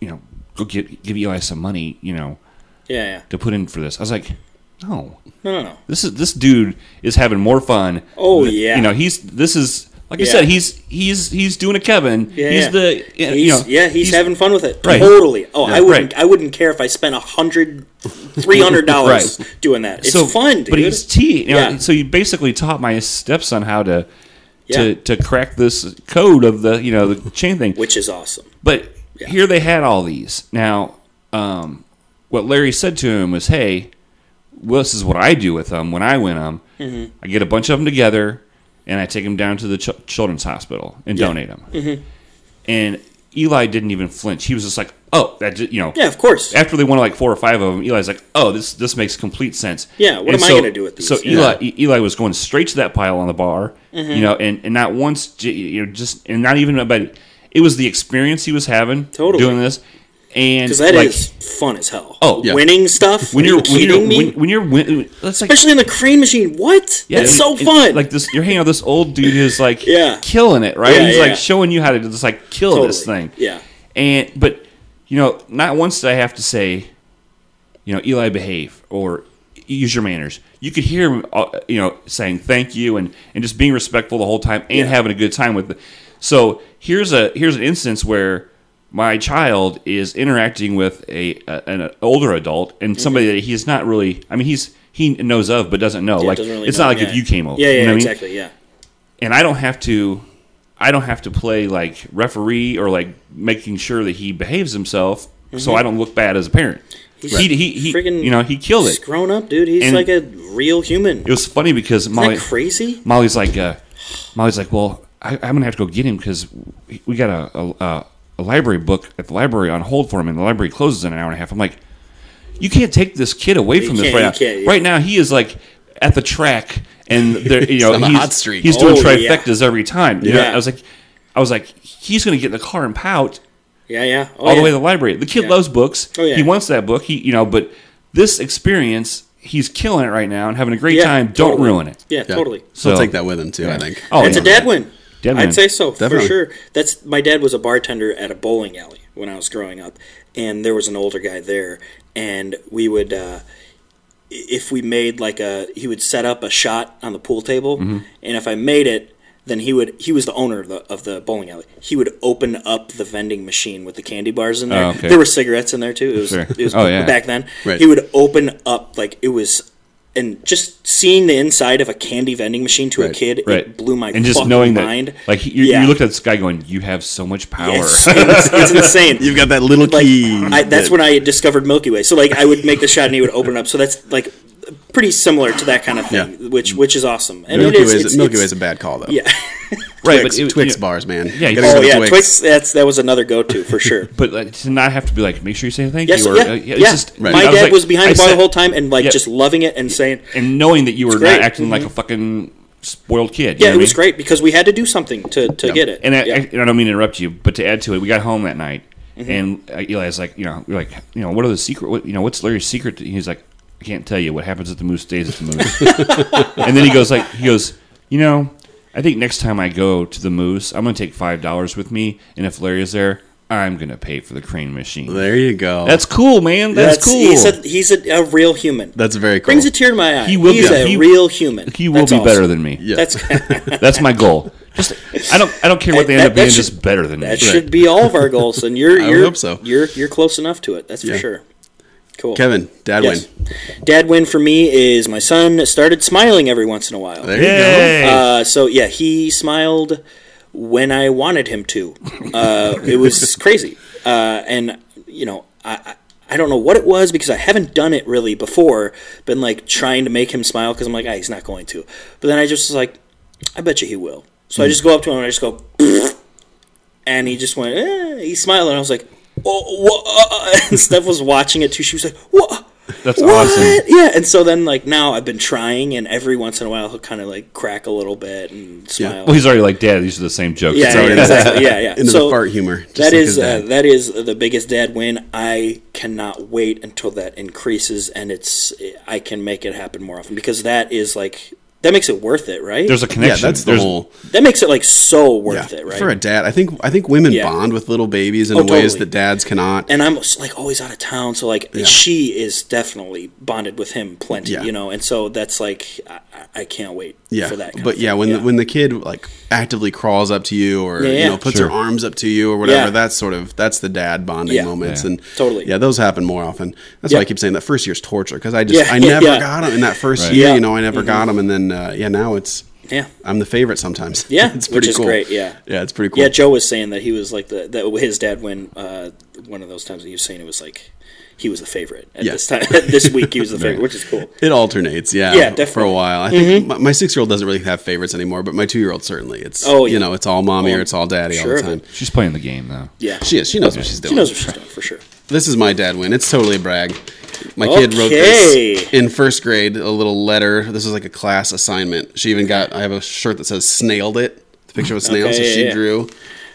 Speaker 5: you know, go give give Eli some money, you know,
Speaker 4: Yeah, yeah.
Speaker 5: to put in for this." I was like, "No,
Speaker 4: No, no, no.
Speaker 5: this is this dude is having more fun."
Speaker 4: Oh,
Speaker 5: th-
Speaker 4: yeah.
Speaker 5: you know he's this is like I
Speaker 4: Yeah.
Speaker 5: said he's he's he's doing a Kevin.
Speaker 4: Yeah,
Speaker 5: he's
Speaker 4: yeah.
Speaker 5: the you
Speaker 4: He's,
Speaker 5: know,
Speaker 4: yeah, he's, having fun with it.
Speaker 5: Right.
Speaker 4: Totally. Oh, I wouldn't.
Speaker 5: Right.
Speaker 4: I wouldn't care if I spent a hundred, three hundred dollars
Speaker 5: Right.
Speaker 4: doing that. It's
Speaker 5: so
Speaker 4: fun, dude.
Speaker 5: But he's tea. You know,
Speaker 4: Yeah.
Speaker 5: So you basically taught my stepson how to.
Speaker 4: Yeah.
Speaker 5: To, to crack this code of the you know the chain thing,
Speaker 4: Which is awesome.
Speaker 5: But here they had all these. Now, um, what Larry said to him was, "Hey, well, this is what I do with them when I win them. I get a bunch of them together, and I take them down to the ch- children's hospital and donate them." And Eli didn't even flinch. He was just like, oh, that just, you know,
Speaker 4: Yeah, of course.
Speaker 5: after they won like four or five of them, Eli's like, "Oh, this this makes complete sense."
Speaker 4: Yeah, what
Speaker 5: And
Speaker 4: am I
Speaker 5: so-
Speaker 4: gonna do with these?
Speaker 5: So
Speaker 4: Yeah. Mm-hmm.
Speaker 5: Eli E- Eli was going straight to that pile on the bar, you know, and and not once, j- you know, just and not even about it. It was the experience he was having
Speaker 4: Totally.
Speaker 5: doing this, and
Speaker 4: Because that
Speaker 5: like,
Speaker 4: is fun as hell.
Speaker 5: Oh, yeah.
Speaker 4: winning stuff.
Speaker 5: when you're
Speaker 4: Are you kidding
Speaker 5: when you're
Speaker 4: me?
Speaker 5: when, when you're win, that's like
Speaker 4: Especially in the crane machine. What?
Speaker 5: yeah,
Speaker 4: it's
Speaker 5: and-
Speaker 4: so
Speaker 5: and,
Speaker 4: fun.
Speaker 5: Like this, you're hanging out with this old dude who's like
Speaker 4: Yeah.
Speaker 5: killing it, right?
Speaker 4: Yeah,
Speaker 5: He's
Speaker 4: yeah.
Speaker 5: like showing you how to just like kill this
Speaker 4: Totally.
Speaker 5: thing.
Speaker 4: Yeah.
Speaker 5: And but you know, not once did I have to say, you know, Eli behave or use your manners. You could hear him, uh, you know, saying thank you and and just being respectful the whole time and having a good time with. The, so here's a here's an instance where my child is interacting with a, a an older adult
Speaker 4: Mm-hmm.
Speaker 5: and somebody that he's not really. I mean, he's he knows of but doesn't know. like
Speaker 4: Doesn't really
Speaker 5: it's
Speaker 4: know.
Speaker 5: not like
Speaker 4: Yeah.
Speaker 5: if you came over.
Speaker 4: Yeah, yeah,
Speaker 5: you know what I mean?
Speaker 4: exactly. Yeah.
Speaker 5: and I don't have to I don't have to play like referee or like making sure that he behaves himself so I don't look bad as a parent. He, he, he
Speaker 4: Mm-hmm. Friggin'
Speaker 5: you know, he killed
Speaker 4: He's
Speaker 5: it.
Speaker 4: grown up, dude. He's
Speaker 5: And-
Speaker 4: like a real human.
Speaker 5: It was funny because
Speaker 4: Isn't
Speaker 5: Molly
Speaker 4: that crazy?
Speaker 5: Molly's like uh, Molly's like, "Well, I, I'm going to have to go get him cuz we got a, a a- a library book at the library on hold for him and the library closes in an hour and a half." I'm like, "You can't take this kid away from this
Speaker 4: can't,
Speaker 5: right
Speaker 4: you
Speaker 5: now.
Speaker 4: can't, yeah.
Speaker 5: Right now he is like at the track and there you know
Speaker 3: on a
Speaker 5: he's,
Speaker 3: hot streak.
Speaker 5: he's doing
Speaker 4: Oh, yeah.
Speaker 5: trifectas every time. You know,
Speaker 4: Yeah.
Speaker 5: I was like I was like, he's going to get in the car and pout
Speaker 4: Yeah, yeah. Oh,
Speaker 5: all
Speaker 4: yeah.
Speaker 5: the way to the library. The kid loves books.
Speaker 4: Oh, yeah.
Speaker 5: He wants that book. He, you know, but this experience, he's killing it right now and having a great
Speaker 4: Yeah,
Speaker 5: time. Don't
Speaker 4: totally.
Speaker 5: ruin it.
Speaker 4: Yeah,
Speaker 3: Yeah.
Speaker 4: totally.
Speaker 5: So
Speaker 3: I'll take that with him too. I think.
Speaker 5: Oh,
Speaker 4: It's
Speaker 5: yeah.
Speaker 4: a dad win.
Speaker 5: Dead win.
Speaker 4: I'd say so
Speaker 3: Definitely.
Speaker 4: for sure. That's my dad was a bartender at a bowling alley when I was growing up, and there was an older guy there, and we would. Uh, if we made like a he would set up a shot on the pool table
Speaker 5: Mm-hmm.
Speaker 4: and if i made it then he would he was the owner of the, of the bowling alley he would open up the vending machine with the candy bars in there
Speaker 5: Oh, okay.
Speaker 4: there were cigarettes in there too it was,
Speaker 5: Sure.
Speaker 4: it was
Speaker 5: Oh, yeah.
Speaker 4: back then
Speaker 3: Right.
Speaker 4: he would open up like it was and just seeing the inside of a candy vending machine to a
Speaker 3: Right.
Speaker 4: kid it
Speaker 5: Right.
Speaker 4: blew my
Speaker 5: and just
Speaker 4: fucking
Speaker 5: knowing
Speaker 4: mind
Speaker 5: that, like, you,
Speaker 4: Yeah.
Speaker 5: you looked at this guy going, "You have so much power."
Speaker 4: It's, it's, it's insane
Speaker 3: You've got that little
Speaker 4: like
Speaker 3: key.
Speaker 4: I, that's when I discovered Milky Way. So like I would make the shot and he would open up. So that's like pretty similar to that kind of thing,
Speaker 3: Yeah.
Speaker 4: which which is awesome. And
Speaker 3: Milky
Speaker 4: it
Speaker 3: Way
Speaker 4: is
Speaker 3: is
Speaker 4: it's-
Speaker 3: Milky Way is
Speaker 4: it's-
Speaker 3: a bad call though.
Speaker 4: yeah.
Speaker 5: right,
Speaker 3: Twix,
Speaker 5: but it-
Speaker 3: Twix
Speaker 5: you know,
Speaker 3: bars, man. You
Speaker 5: Yeah, you-
Speaker 3: gotta go
Speaker 4: Oh
Speaker 3: with
Speaker 4: yeah,
Speaker 3: Twix.
Speaker 4: Twix. That's that was another go to for sure.
Speaker 5: But like, to not have to be like, make sure you say thank
Speaker 4: Yes,
Speaker 5: you. Or,
Speaker 4: yeah,
Speaker 5: uh,
Speaker 4: yeah.
Speaker 5: it's just-
Speaker 3: Right.
Speaker 4: My
Speaker 5: I
Speaker 4: dad was,
Speaker 5: like-
Speaker 4: behind
Speaker 5: I
Speaker 4: the bar the
Speaker 5: said-
Speaker 4: whole time and like
Speaker 5: Yeah.
Speaker 4: just loving it and saying,
Speaker 5: and knowing that you were
Speaker 4: great. Mm-hmm.
Speaker 5: not acting like a fucking spoiled kid. you
Speaker 4: "Yeah,
Speaker 5: know
Speaker 4: it
Speaker 5: what I
Speaker 4: was
Speaker 5: mean?
Speaker 4: great because we had to do something to, to get it."
Speaker 5: And I,
Speaker 4: Yeah. Mm-hmm.
Speaker 5: I, and I don't mean to interrupt you, but to add to it, we got home that night, and uh, Eli's like, you know, we're like, you know, what are the secret? What, you know, what's Larry's secret? to-" He's like, I can't tell you. What happens at the moose stays at the moose. and then he goes like, he goes, you know, I think next time I go to the moose, I'm gonna take five dollars with me, and if Larry is there, I'm gonna pay for the crane machine.
Speaker 3: There you go.
Speaker 5: That's cool, man.
Speaker 4: That's-
Speaker 5: That's, cool.
Speaker 4: He's a he's a, a real human.
Speaker 3: that's very cool.
Speaker 4: brings a tear to my eye.
Speaker 5: He will
Speaker 4: he's
Speaker 5: be-
Speaker 4: a
Speaker 5: he-
Speaker 4: real human.
Speaker 5: he will
Speaker 4: That's
Speaker 5: be better
Speaker 4: awesome.
Speaker 5: than me.
Speaker 3: Yeah.
Speaker 4: That's
Speaker 5: That's my goal. Just I don't I don't care what they end
Speaker 4: That-
Speaker 5: up
Speaker 4: that
Speaker 5: being.
Speaker 4: should-
Speaker 5: just better than me.
Speaker 4: That should be all of our goals, and you're
Speaker 3: I would
Speaker 4: you're
Speaker 3: hope so.
Speaker 4: you're you're close enough to it. That's for
Speaker 3: Yeah.
Speaker 4: sure. Cool,
Speaker 3: Kevin, dad
Speaker 4: Yes.
Speaker 3: win.
Speaker 4: Dad win for me is my son started smiling every once in a while.
Speaker 3: There you
Speaker 5: Yay!
Speaker 4: Uh, so yeah, he smiled when I wanted him to. Uh, it was crazy, uh, and you know, I, I I don't know what it was because I haven't done it really before. Been like trying to make him smile because I'm like, ah, he's not going to. But then I just was like, I bet you he will. So I just go up to him and I just go, and he just went, eh, he smiled, and I was like, oh, wha- uh," and Steph was watching it too. She was like, what?
Speaker 5: That's
Speaker 4: Uh, what?
Speaker 5: awesome.
Speaker 4: Yeah, and so then like now I've been trying, and every once in a while he'll kind of like crack a little bit and smile.
Speaker 5: Well, he's already like, Dad, these are the same jokes.
Speaker 4: yeah,
Speaker 5: It's
Speaker 4: yeah,
Speaker 5: already-
Speaker 4: exactly. yeah, yeah.
Speaker 3: go. Into
Speaker 4: so
Speaker 3: the fart humor. Just
Speaker 4: that
Speaker 3: like
Speaker 4: is
Speaker 3: his dad.
Speaker 4: uh, that is the biggest dad win. I cannot wait until that increases, and it's I can make it happen more often because that is like that makes it worth it, right?
Speaker 5: There's a
Speaker 3: yeah,
Speaker 5: connection.
Speaker 3: that's the
Speaker 5: There's-
Speaker 3: whole.
Speaker 4: that makes it like so worth
Speaker 3: yeah.
Speaker 4: it, right?
Speaker 3: For a dad, I think I think women
Speaker 4: Yeah.
Speaker 3: bond with little babies in
Speaker 4: Oh,
Speaker 3: ways
Speaker 4: totally.
Speaker 3: that dads cannot.
Speaker 4: and I'm like always out of town, so like she is definitely bonded with him plenty,
Speaker 3: Yeah.
Speaker 4: you know, and so that's like I, I- I can't wait
Speaker 3: yeah,
Speaker 4: for that. kind
Speaker 3: but
Speaker 4: of
Speaker 3: yeah,
Speaker 4: thing.
Speaker 3: when The, when the kid like actively crawls up to you or
Speaker 4: Yeah, yeah.
Speaker 3: you know puts
Speaker 5: Sure.
Speaker 3: her arms up to you or whatever,
Speaker 4: Yeah.
Speaker 3: that's sort of that's the dad bonding
Speaker 4: Yeah.
Speaker 3: moments
Speaker 5: Yeah.
Speaker 3: and
Speaker 4: Totally.
Speaker 3: yeah, those happen more often. That's
Speaker 4: Yeah.
Speaker 3: why I keep saying that first year's torture because I just
Speaker 4: Yeah,
Speaker 3: I never
Speaker 4: yeah.
Speaker 3: got him in that first
Speaker 5: Right.
Speaker 3: year.
Speaker 4: Yeah. Mm-hmm.
Speaker 3: You know, I never got him, and then uh, yeah, now it's
Speaker 4: yeah.
Speaker 3: I'm the favorite sometimes.
Speaker 4: Yeah,
Speaker 3: it's
Speaker 4: which
Speaker 3: pretty
Speaker 4: is
Speaker 3: cool.
Speaker 4: great, yeah.
Speaker 3: yeah, it's pretty cool.
Speaker 4: Yeah, Joe was saying that he was like the that his dad when uh, one of those times that he was saying it was like he was the favorite at
Speaker 3: Yeah.
Speaker 4: this time. this week, he was the favorite, which is cool.
Speaker 3: It alternates, yeah,
Speaker 4: Yeah,
Speaker 3: for a
Speaker 4: definitely. Mm-hmm.
Speaker 3: while. I think my, my six-year-old doesn't really have favorites anymore, but my two-year-old certainly. It's
Speaker 4: Oh, yeah.
Speaker 3: you know, it's all mommy or it's all daddy
Speaker 4: sure
Speaker 3: all the
Speaker 4: of
Speaker 3: time.
Speaker 4: it.
Speaker 5: She's playing the game though.
Speaker 4: Yeah,
Speaker 3: She is. She knows what she's doing.
Speaker 4: She knows what she's doing for sure.
Speaker 3: This is my dad win. It's totally a brag. My kid wrote this
Speaker 4: Okay.
Speaker 3: in first grade, a little letter. This was like a class assignment. She even got. I have a shirt that says "snailed it." The picture of a snail.
Speaker 4: Okay,
Speaker 3: so
Speaker 4: yeah,
Speaker 3: she
Speaker 4: yeah.
Speaker 3: drew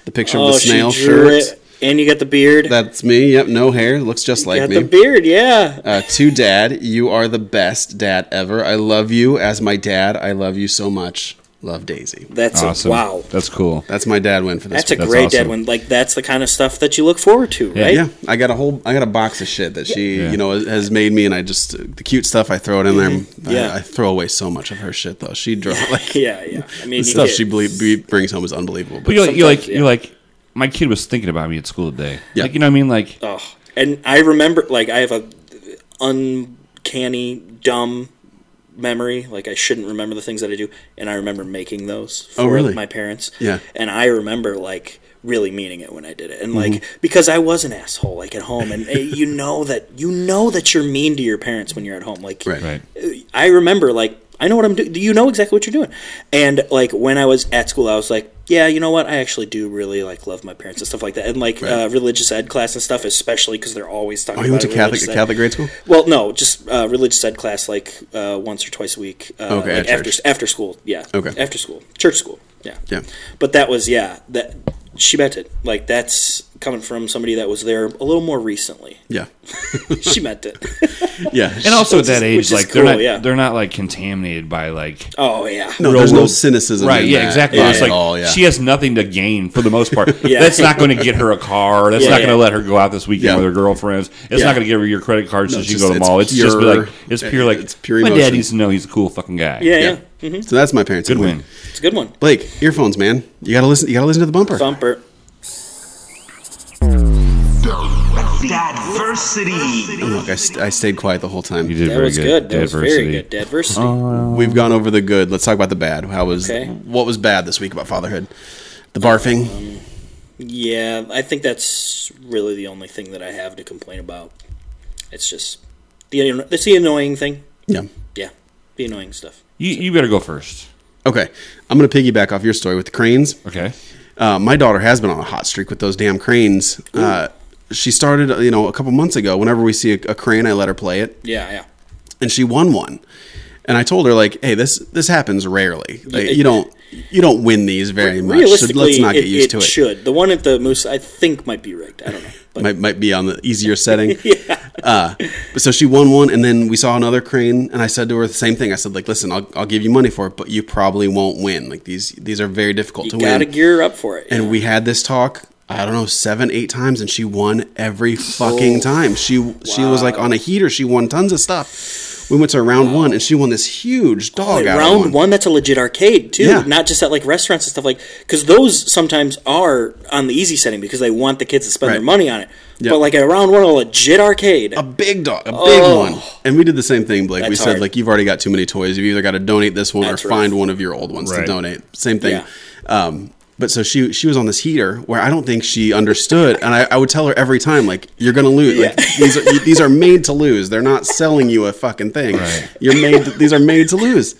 Speaker 3: the picture
Speaker 4: Oh,
Speaker 3: of the
Speaker 4: she
Speaker 3: snail
Speaker 4: drew
Speaker 3: shirt.
Speaker 4: it, and you got the beard.
Speaker 3: That's me. Yep, no hair. Looks just
Speaker 4: you
Speaker 3: like
Speaker 4: got
Speaker 3: me.
Speaker 4: the beard. Yeah.
Speaker 3: Uh, to dad, you are the best dad ever. I love you as my dad. I love you so much. Love Daisy.
Speaker 4: That's
Speaker 5: Awesome.
Speaker 4: a wow.
Speaker 5: That's cool.
Speaker 3: That's my dad win for this.
Speaker 4: That's a
Speaker 3: week.
Speaker 5: That's
Speaker 4: great
Speaker 5: awesome.
Speaker 4: dead one. Like that's the kind of stuff that you look forward to, right?
Speaker 3: yeah. I got a whole. I got a box of shit that she,
Speaker 5: Yeah.
Speaker 3: you know, has made me, and I just the cute stuff I throw it in there.
Speaker 4: Mm-hmm. Yeah.
Speaker 3: I, I throw away so much of her shit though. She draws like
Speaker 4: yeah, yeah. I mean,
Speaker 3: the
Speaker 4: you
Speaker 3: stuff
Speaker 4: get-
Speaker 3: she ble- be- brings home is unbelievable.
Speaker 5: But
Speaker 3: But
Speaker 5: you're like, you're like,
Speaker 4: sometimes, yeah.
Speaker 5: you're like, my kid was thinking about me at school today.
Speaker 3: Yeah.
Speaker 5: Like, you know what I mean? Like,
Speaker 4: Ugh. and I remember, like, I have a uncanny dumb memory. Like, I shouldn't remember the things that I do, and I remember making those. For
Speaker 3: Oh, really?
Speaker 4: My parents.
Speaker 3: Yeah.
Speaker 4: And I remember like really meaning it when I did it, and like
Speaker 3: Mm-hmm.
Speaker 4: because I was an asshole like at home, and eh, you know that you know that you're mean to your parents when you're at home, like
Speaker 3: Right.
Speaker 5: right.
Speaker 4: I remember like I know what I'm doing. You know exactly what you're doing. And like when I was at school, I was like, yeah, you know what? I actually do really like love my parents and stuff like that. And like
Speaker 3: Right.
Speaker 4: uh, religious ed class and stuff, especially because they're always talking.
Speaker 3: oh, you went
Speaker 4: about
Speaker 3: to
Speaker 4: it,
Speaker 3: Catholic
Speaker 4: religious ed.
Speaker 3: Catholic grade school.
Speaker 4: Well, no, just uh, religious ed class like uh, once or twice a week. Uh,
Speaker 3: Okay, at
Speaker 4: like after
Speaker 3: church.
Speaker 4: after school, yeah.
Speaker 3: Okay.
Speaker 4: After school, church school, yeah.
Speaker 3: Yeah.
Speaker 4: But that was yeah that she meant it. Like that's coming from somebody that was there a little more recently.
Speaker 3: Yeah.
Speaker 4: she meant it.
Speaker 3: Yeah.
Speaker 5: And also at
Speaker 4: is-
Speaker 5: that
Speaker 4: which
Speaker 5: age,
Speaker 4: is
Speaker 5: like they're
Speaker 4: cool,
Speaker 5: not,
Speaker 4: yeah.
Speaker 5: they're not like contaminated by like,
Speaker 4: oh yeah.
Speaker 3: no, there's no
Speaker 5: world-
Speaker 3: cynicism.
Speaker 5: right?
Speaker 3: in
Speaker 5: Yeah,
Speaker 3: that
Speaker 5: exactly.
Speaker 3: at
Speaker 5: It's like
Speaker 3: all, yeah.
Speaker 5: she has nothing to gain for the most part.
Speaker 4: Yeah.
Speaker 5: That's not going to get her a car. That's
Speaker 4: Yeah,
Speaker 5: not going to
Speaker 4: yeah.
Speaker 5: let her go out this weekend
Speaker 3: Yeah.
Speaker 5: with her girlfriends. It's
Speaker 3: Yeah.
Speaker 5: not going to give her your credit card so
Speaker 3: it's
Speaker 5: she can
Speaker 3: just-
Speaker 5: go to the
Speaker 3: it's
Speaker 5: mall. It's just be
Speaker 3: pure-
Speaker 5: like it's pure like
Speaker 3: it's pure
Speaker 5: my dad
Speaker 3: emotion.
Speaker 5: needs to know he's a cool fucking guy.
Speaker 4: Yeah, Mm-hmm. yeah,
Speaker 3: Yeah. So that's my parents.
Speaker 5: good win.
Speaker 4: It's a good one.
Speaker 3: Blake, earphones, man. You gotta listen. You gotta listen to the bumper.
Speaker 4: Bumper.
Speaker 7: Dadversity.
Speaker 3: Look, I, st- I stayed quiet the whole time.
Speaker 5: You did
Speaker 4: That
Speaker 5: very
Speaker 4: was
Speaker 5: good.
Speaker 4: good. That was very good. Diversity.
Speaker 3: We've gone over the good. Let's talk about the bad. How was
Speaker 4: Okay.
Speaker 3: what was bad this week about fatherhood? The barfing.
Speaker 4: yeah, I think that's really the only thing that I have to complain about. It's just the it's the annoying thing.
Speaker 3: yeah.
Speaker 4: Yeah, the annoying stuff.
Speaker 5: You, you better go first.
Speaker 3: Okay. I'm gonna piggyback off your story with the cranes.
Speaker 5: Okay.
Speaker 3: Uh, my daughter has been on a hot streak with those damn cranes. Uh, she started, you know, a couple months ago. Whenever we see a, a crane, I let her play it,
Speaker 4: Yeah, yeah.
Speaker 3: and she won one. And I told her like, "Hey, this this happens rarely. Like, you don't you don't win these very much. So
Speaker 4: Realistically,
Speaker 3: let's not get
Speaker 4: it,
Speaker 3: used
Speaker 4: it
Speaker 3: to it.
Speaker 4: should. The one at the moose, I think, might be rigged. I don't know. But
Speaker 3: might might be on the easier setting. Uh, but so she won one, and then we saw another crane, and I said to her the same thing. I said like, "Listen, I'll, I'll give you money for it, but you probably won't win. Like these these are very difficult to
Speaker 4: you gotta
Speaker 3: win."
Speaker 4: gear up for it. yeah.
Speaker 3: and we had this talk. I don't know seven eight times, and she won every fucking
Speaker 4: Oh.
Speaker 3: time. She she was like on a heater. She won tons of stuff. We went to round one, and she won this huge dog
Speaker 4: Wait,
Speaker 3: out
Speaker 4: round one. that's a legit arcade too
Speaker 3: Yeah.
Speaker 4: not just at like restaurants and stuff like because those sometimes are on the easy setting because they want the kids to spend
Speaker 3: Right.
Speaker 4: their money on it
Speaker 3: Yep.
Speaker 4: but like at round one a legit arcade
Speaker 3: a big dog, a big
Speaker 4: Oh.
Speaker 3: one. And we did the same thing, Blake. we
Speaker 4: That's
Speaker 3: said
Speaker 4: hard.
Speaker 3: like you've already got too many toys. You've either got to donate this one
Speaker 4: That's
Speaker 3: or
Speaker 4: rough.
Speaker 3: find one of your old ones
Speaker 5: Right.
Speaker 3: to donate. Same thing.
Speaker 4: Yeah.
Speaker 3: Um, but so she she was on this heater where I don't think she understood, and I, I would tell her every time like you're gonna lose. Like these are you- these are made to lose. They're not selling you a fucking thing. You're made. To, these are made to lose.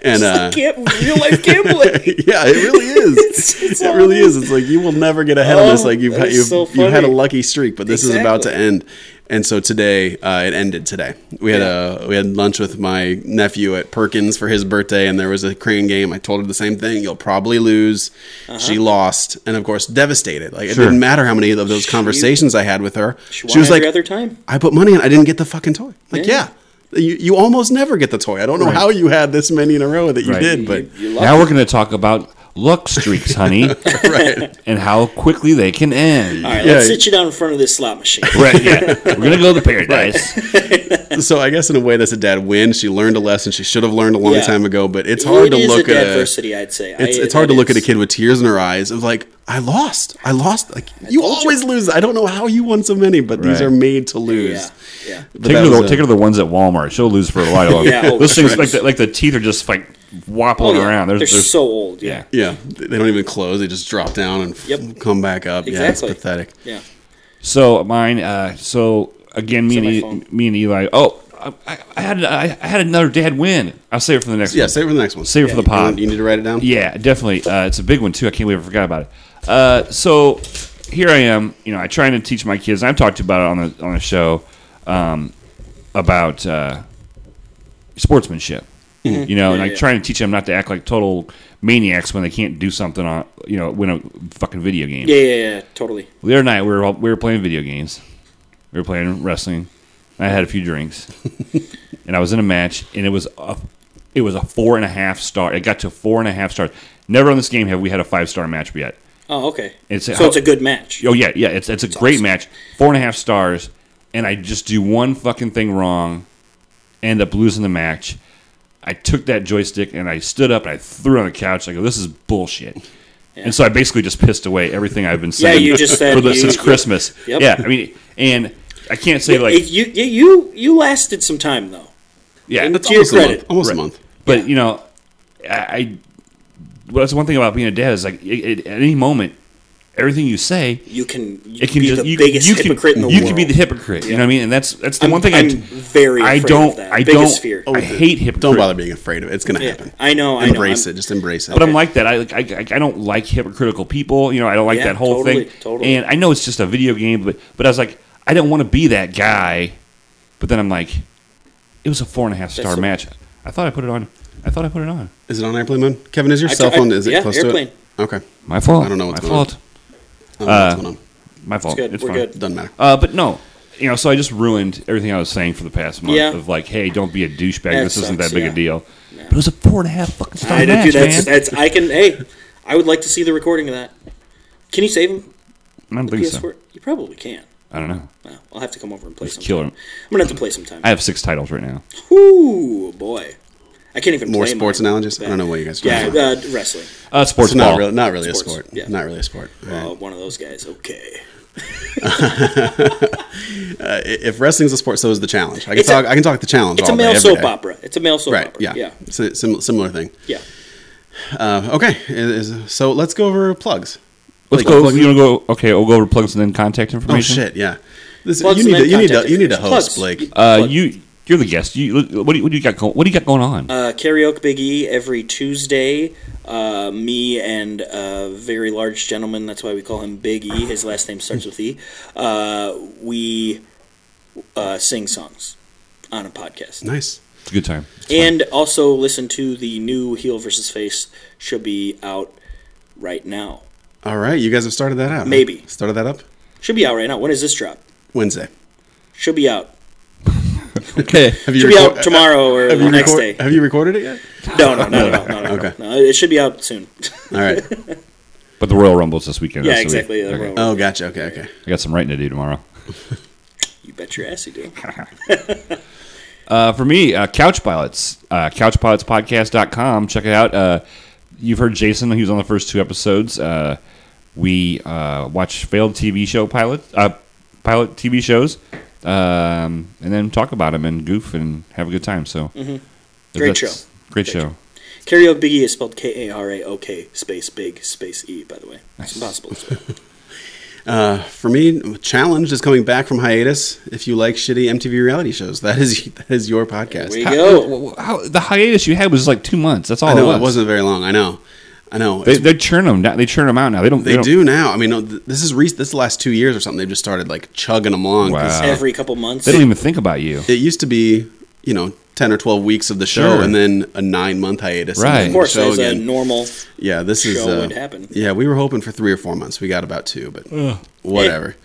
Speaker 3: And uh,
Speaker 4: Gam- real life gambling
Speaker 3: yeah, it really is. it really is. It's like you will never get ahead of this.
Speaker 4: Oh,
Speaker 3: Like you've
Speaker 4: that
Speaker 3: had,
Speaker 4: is
Speaker 3: you've,
Speaker 4: so
Speaker 3: you had a
Speaker 4: funny.
Speaker 3: lucky streak, but this is about to
Speaker 4: Exactly.
Speaker 3: end. And so today, uh, it ended today. We had a we had lunch with my nephew at Perkins for his birthday, and there was a crane game. I told her the same thing. You'll probably lose.
Speaker 4: Uh-huh.
Speaker 3: She lost, and of course, devastated. Like it didn't matter how many of those conversations I had with her. She,
Speaker 4: One
Speaker 3: was like,
Speaker 4: every other time
Speaker 3: I put money on. I didn't get the fucking toy. Like,
Speaker 4: Yeah.
Speaker 3: yeah, you, you almost never get the toy. I don't know how you had this many in a row that you
Speaker 5: Right.
Speaker 3: did, but
Speaker 5: Now we're going to talk about luck streaks, honey,
Speaker 3: right,
Speaker 5: and how quickly they can end.
Speaker 4: all right
Speaker 3: Yeah.
Speaker 4: let's sit you down in front of this slot machine
Speaker 5: Right, yeah. We're going to go to paradise.
Speaker 3: so I guess in a way that's a dad win. She learned a lesson she should have learned a long
Speaker 4: Yeah.
Speaker 3: time ago, but it's hard
Speaker 4: It
Speaker 3: to
Speaker 4: is
Speaker 3: look
Speaker 4: a
Speaker 3: at a, it's,
Speaker 4: diversity i'd say
Speaker 3: it's hard to look at a kid with tears in her eyes of like I lost, I lost. Like you always lose. I don't know how you won so many, but these
Speaker 5: Right.
Speaker 3: are made to lose.
Speaker 4: yeah yeah
Speaker 3: But
Speaker 5: Take
Speaker 3: that
Speaker 5: her, to
Speaker 3: was
Speaker 5: the,
Speaker 3: a-
Speaker 5: take her to the ones at Walmart. She'll lose for a while.
Speaker 4: Yeah, oh,
Speaker 5: Those things,
Speaker 4: Christ.
Speaker 5: like the, like the teeth are just like
Speaker 4: oh
Speaker 5: wappling
Speaker 4: yeah
Speaker 5: around.
Speaker 4: they're,
Speaker 5: There's, there's,
Speaker 4: so old
Speaker 5: yeah.
Speaker 4: yeah
Speaker 3: yeah, they don't even close. They just drop down and f-
Speaker 4: Yep.
Speaker 3: come back up. Yeah, it's
Speaker 4: Exactly.
Speaker 3: pathetic.
Speaker 4: yeah
Speaker 5: So mine, uh, so again, me and
Speaker 4: It's
Speaker 5: e,
Speaker 4: on my
Speaker 5: me and Eli. Oh, I, I- I had I, I had another dad win. I'll save it for the next.
Speaker 3: Yeah,
Speaker 5: one.
Speaker 3: save it for the next one.
Speaker 5: Save it for the
Speaker 3: You want-
Speaker 5: pod.
Speaker 3: You need to write it down.
Speaker 5: Yeah, definitely. Uh, it's a big one too. I can't believe I forgot about it. Uh, so here I am. You know, I trying to teach my kids. I've talked about it on the on the show um, about uh, sportsmanship. You know, and like trying to teach them not to act like total maniacs when they can't do something on you know win a fucking video game.
Speaker 4: Yeah, yeah, yeah, totally.
Speaker 5: The other night we were all, we were playing video games. We were playing wrestling. I had a few drinks, and I was in a match, and it was a it was a four and a half star. It got to four and a half stars. Never on this game have we had a five star match yet.
Speaker 4: Oh, okay.
Speaker 5: It's a-
Speaker 4: so it's a good match.
Speaker 5: Oh yeah, yeah. It's it's a great match. Four and a half stars, and I just do one fucking thing wrong, end up losing the match. I took that joystick and I stood up and I threw it on the couch. I go, this is bullshit. And so I basically just pissed away everything I've been saying
Speaker 4: you just said
Speaker 5: for the,
Speaker 4: you-
Speaker 5: since
Speaker 4: you-
Speaker 5: Christmas.
Speaker 4: Yep.
Speaker 5: Yeah, I mean, and I can't say like,
Speaker 4: If you, you you you lasted some time though.
Speaker 5: yeah,
Speaker 3: That's
Speaker 4: To your
Speaker 3: almost a month.
Speaker 4: credit.
Speaker 3: Almost
Speaker 5: Right.
Speaker 3: a month.
Speaker 5: but you know, I, I well, that's one thing about being a dad is like it, it, at any moment, everything you say
Speaker 4: You can you
Speaker 5: it can
Speaker 4: be
Speaker 5: just
Speaker 4: the
Speaker 5: you,
Speaker 4: biggest
Speaker 5: you
Speaker 4: hypocrite in
Speaker 5: can,
Speaker 4: the
Speaker 5: you
Speaker 4: world.
Speaker 5: can be the hypocrite. You know what I mean? And that's that's the
Speaker 4: I'm-
Speaker 5: one thing I
Speaker 4: I'm
Speaker 5: d-
Speaker 4: very
Speaker 5: I
Speaker 4: afraid
Speaker 5: don't
Speaker 4: of that.
Speaker 5: I
Speaker 4: Biggest
Speaker 5: don't
Speaker 4: fear.
Speaker 5: I hate hypocrite.
Speaker 3: Don't bother being afraid of it. It's going to
Speaker 4: Yeah.
Speaker 3: happen.
Speaker 4: I know, I know.
Speaker 3: Embrace
Speaker 4: I'm-
Speaker 3: it. Just embrace it.
Speaker 5: But I'm like that. I like I, I I don't like hypocritical people. You know, I don't like
Speaker 4: Yeah,
Speaker 5: that whole
Speaker 4: totally,
Speaker 5: thing.
Speaker 4: totally.
Speaker 5: And I know it's just a video game, but but I was like, I don't want to be that guy. But then I'm like, it was a four and a half star
Speaker 4: the-
Speaker 5: match. I thought I put it on. I thought I put it on.
Speaker 3: Is it on airplane mode? Kevin, is your
Speaker 4: I
Speaker 3: cell
Speaker 4: t- I-
Speaker 3: phone? is it
Speaker 4: yeah,
Speaker 3: close
Speaker 4: airplane.
Speaker 3: to it? Okay.
Speaker 5: My fault.
Speaker 3: I don't know what's
Speaker 5: my
Speaker 3: going on.
Speaker 5: fault.
Speaker 3: I don't know what's going on.
Speaker 5: My fault.
Speaker 4: good.
Speaker 5: It's
Speaker 4: We're
Speaker 5: fine.
Speaker 4: good.
Speaker 3: Doesn't matter.
Speaker 5: Uh, but no, you know, so I just ruined everything I was saying for the past month
Speaker 4: Yeah.
Speaker 5: of like, hey, don't be a douchebag.
Speaker 4: That
Speaker 5: This isn't that
Speaker 4: sucks,
Speaker 5: big
Speaker 4: yeah.
Speaker 5: a deal. But it was a four and a half fucking star
Speaker 4: I know,
Speaker 5: match,
Speaker 4: dude, that's,
Speaker 5: man.
Speaker 4: that's I can. Hey, I would like to see the recording of that. Can you save him?
Speaker 5: I don't think so.
Speaker 4: PS4? You probably can.
Speaker 5: I don't know.
Speaker 4: Well, I'll have to come over and play some.
Speaker 5: kill
Speaker 4: I'm
Speaker 5: him.
Speaker 4: gonna have to play sometime.
Speaker 5: I have six titles right now.
Speaker 4: Ooh boy, I can't even
Speaker 3: More
Speaker 4: play
Speaker 3: sports
Speaker 4: mine.
Speaker 3: analogies? I don't know what you guys are
Speaker 4: Yeah,
Speaker 3: talking about.
Speaker 4: uh, wrestling.
Speaker 5: Uh, sports
Speaker 3: It's not
Speaker 5: ball.
Speaker 3: really, not really a
Speaker 4: Sports,
Speaker 3: sport.
Speaker 4: yeah.
Speaker 3: Not really a sport. All right.
Speaker 4: Uh, one of those guys. Okay.
Speaker 3: I- If wrestling's a sport, so is the challenge. I can
Speaker 4: It's a-
Speaker 3: talk. I can talk the challenge.
Speaker 4: It's a
Speaker 3: all day,
Speaker 4: male
Speaker 3: every
Speaker 4: soap
Speaker 3: day.
Speaker 4: opera. It's a male soap
Speaker 3: Right.
Speaker 4: opera.
Speaker 3: Yeah.
Speaker 4: Yeah.
Speaker 3: It's a sim- similar thing.
Speaker 4: Yeah.
Speaker 3: Uh, okay. Is- is- so let's go over plugs.
Speaker 5: Let's
Speaker 3: Like,
Speaker 5: go.
Speaker 3: plug-
Speaker 5: You want to go? Okay, we'll go over plugs and then contact
Speaker 3: Oh
Speaker 5: information.
Speaker 3: shit! Yeah. This,
Speaker 4: Plugs
Speaker 3: you need.
Speaker 4: and
Speaker 3: To, you need.
Speaker 4: contact
Speaker 3: To, you need to
Speaker 4: information.
Speaker 3: host
Speaker 4: Plugs.
Speaker 3: Blake.
Speaker 5: Uh,
Speaker 4: Plug.
Speaker 5: you you're the guest. You what do you, what do you got going? What do you got going on?
Speaker 4: Uh, karaoke Big E every Tuesday. Uh, me and a very large gentleman, that's why we call him Big E, his last name starts with E, uh, we uh, sing songs on a podcast.
Speaker 3: Nice.
Speaker 5: it's a good time.
Speaker 4: And also listen to the new Heel versus Face, should be out right now.
Speaker 3: All right. You guys have started that up. huh?
Speaker 4: Maybe.
Speaker 3: started that up
Speaker 4: Should be out right now. When does this drop?
Speaker 3: Wednesday.
Speaker 4: Should be out.
Speaker 5: Okay.
Speaker 3: Have
Speaker 4: Should be
Speaker 3: reco-
Speaker 4: out tomorrow or
Speaker 3: Have
Speaker 4: the
Speaker 3: you,
Speaker 4: next
Speaker 3: record-
Speaker 4: day.
Speaker 3: have you recorded it yet?
Speaker 4: No, no, no, no, no, no.
Speaker 3: Okay. Oh,
Speaker 4: no. It should be out soon.
Speaker 3: All right.
Speaker 5: But the Royal Rumble's this weekend.
Speaker 4: yeah,
Speaker 5: that's the
Speaker 4: exactly.
Speaker 5: week.
Speaker 4: the
Speaker 5: Okay.
Speaker 4: Royal
Speaker 3: Oh, gotcha. Okay, okay.
Speaker 5: I got some writing to do tomorrow.
Speaker 4: You bet your ass you do.
Speaker 5: Uh, for me, uh, Couch Pilots, uh, couchpilotspodcast.com. Check it out. Uh, you've heard Jason, he was on the first two episodes. Uh, we uh, watch failed TV show pilot, uh, pilot TV shows um, and then talk about them and goof and have a good time. So,
Speaker 4: Mm-hmm. Great
Speaker 5: that's-
Speaker 4: show.
Speaker 5: Great, show.
Speaker 4: Karaoke Big E is spelled K A R A O K space big space E. By the way, it's impossible. to spell.
Speaker 3: For me, Challenged is coming back from hiatus. If you like shitty MTV reality shows, that is that is your podcast.
Speaker 4: There you
Speaker 5: How-
Speaker 4: go.
Speaker 5: wh- wh- how- the hiatus you had was like two months. That's all
Speaker 3: I
Speaker 5: it
Speaker 3: know
Speaker 5: was.
Speaker 3: it wasn't very long. I know. I know.
Speaker 5: Oh, They,
Speaker 3: It's-
Speaker 5: they churn them. They churn them out now. They don't.
Speaker 3: they
Speaker 5: don't-
Speaker 3: do now. I mean, no, th- this is re- this is the last two years or something. They've just started like chugging them along. 'cause
Speaker 5: Wow.
Speaker 4: Every couple months,
Speaker 5: They don't even think about you.
Speaker 3: It used to be, you know, ten or twelve weeks of the show,
Speaker 5: Sure.
Speaker 3: and then a nine month hiatus. and
Speaker 5: Right.
Speaker 3: then
Speaker 5: Of
Speaker 4: of course,
Speaker 3: the show
Speaker 4: as a
Speaker 3: again.
Speaker 4: normal.
Speaker 3: yeah, this is
Speaker 4: show
Speaker 3: uh,
Speaker 4: would happen.
Speaker 3: Yeah, we were hoping for three or four months. We got about two, but whatever.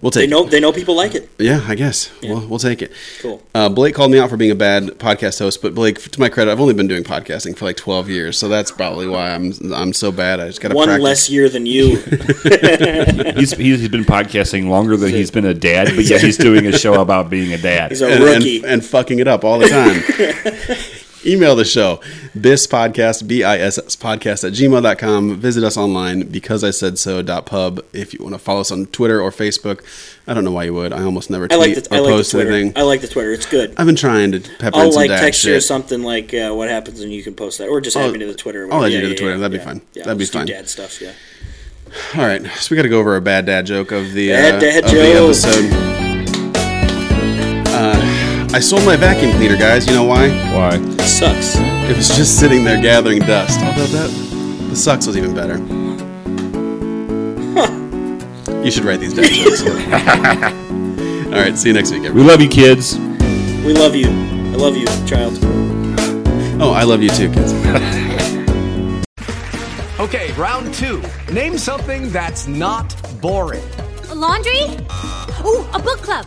Speaker 3: We'll
Speaker 4: They
Speaker 3: take.
Speaker 4: know. They know people like it.
Speaker 3: it. Yeah, I guess we'll we'll take it.
Speaker 4: Cool.
Speaker 3: Uh, Blake called me out for being a bad podcast host, but Blake, to my credit, I've only been doing podcasting for like twelve years, so that's probably why I'm I'm so bad. I just got to
Speaker 4: One
Speaker 3: practice.
Speaker 4: less year than you.
Speaker 5: he's, he's, he's been podcasting longer than he's been a dad, but yet he's doing a show about being a dad.
Speaker 4: He's a
Speaker 3: and, and,
Speaker 4: rookie.
Speaker 3: and fucking it up all the time. Email the show, this podcast, B I S S podcast at gmail.com. Visit us online, because I said so dot pub. If you want to follow us on Twitter or Facebook, I don't know why you would. I almost never
Speaker 4: I
Speaker 3: tweet
Speaker 4: like the.
Speaker 3: or
Speaker 4: I like the
Speaker 3: post anything.
Speaker 4: Twitter. I like the Twitter. It's good.
Speaker 3: I've been trying to pepper
Speaker 4: I'll
Speaker 3: in some
Speaker 4: like
Speaker 3: dad
Speaker 4: text
Speaker 3: shit.
Speaker 4: you or something like uh, what happens and you can post that, or just add me to the Twitter. or
Speaker 3: I'll add
Speaker 4: whatever.
Speaker 3: you to
Speaker 4: Yeah,
Speaker 3: the Twitter.
Speaker 4: yeah,
Speaker 3: That'd be
Speaker 4: yeah.
Speaker 3: fine.
Speaker 4: Yeah,
Speaker 3: That'd be
Speaker 4: let's do
Speaker 3: fine.
Speaker 4: Dad stuff. Yeah.
Speaker 3: All right, so we got to go over a bad dad joke of the,
Speaker 4: Bad
Speaker 3: uh,
Speaker 4: dad
Speaker 3: of the
Speaker 4: joke.
Speaker 3: episode. Uh, I sold my vacuum cleaner, guys. You know why?
Speaker 5: Why?
Speaker 4: It sucks.
Speaker 3: It was just sitting there gathering dust. Although that the sucks was even better. you should write these down. Joe, so- All right. See you next week,
Speaker 5: We
Speaker 3: everyone.
Speaker 5: love you, kids.
Speaker 4: We love you. I love you, child.
Speaker 3: Oh, I love you too, kids.
Speaker 8: Okay, round two. Name something that's not boring.
Speaker 9: A laundry? Ooh, a book club.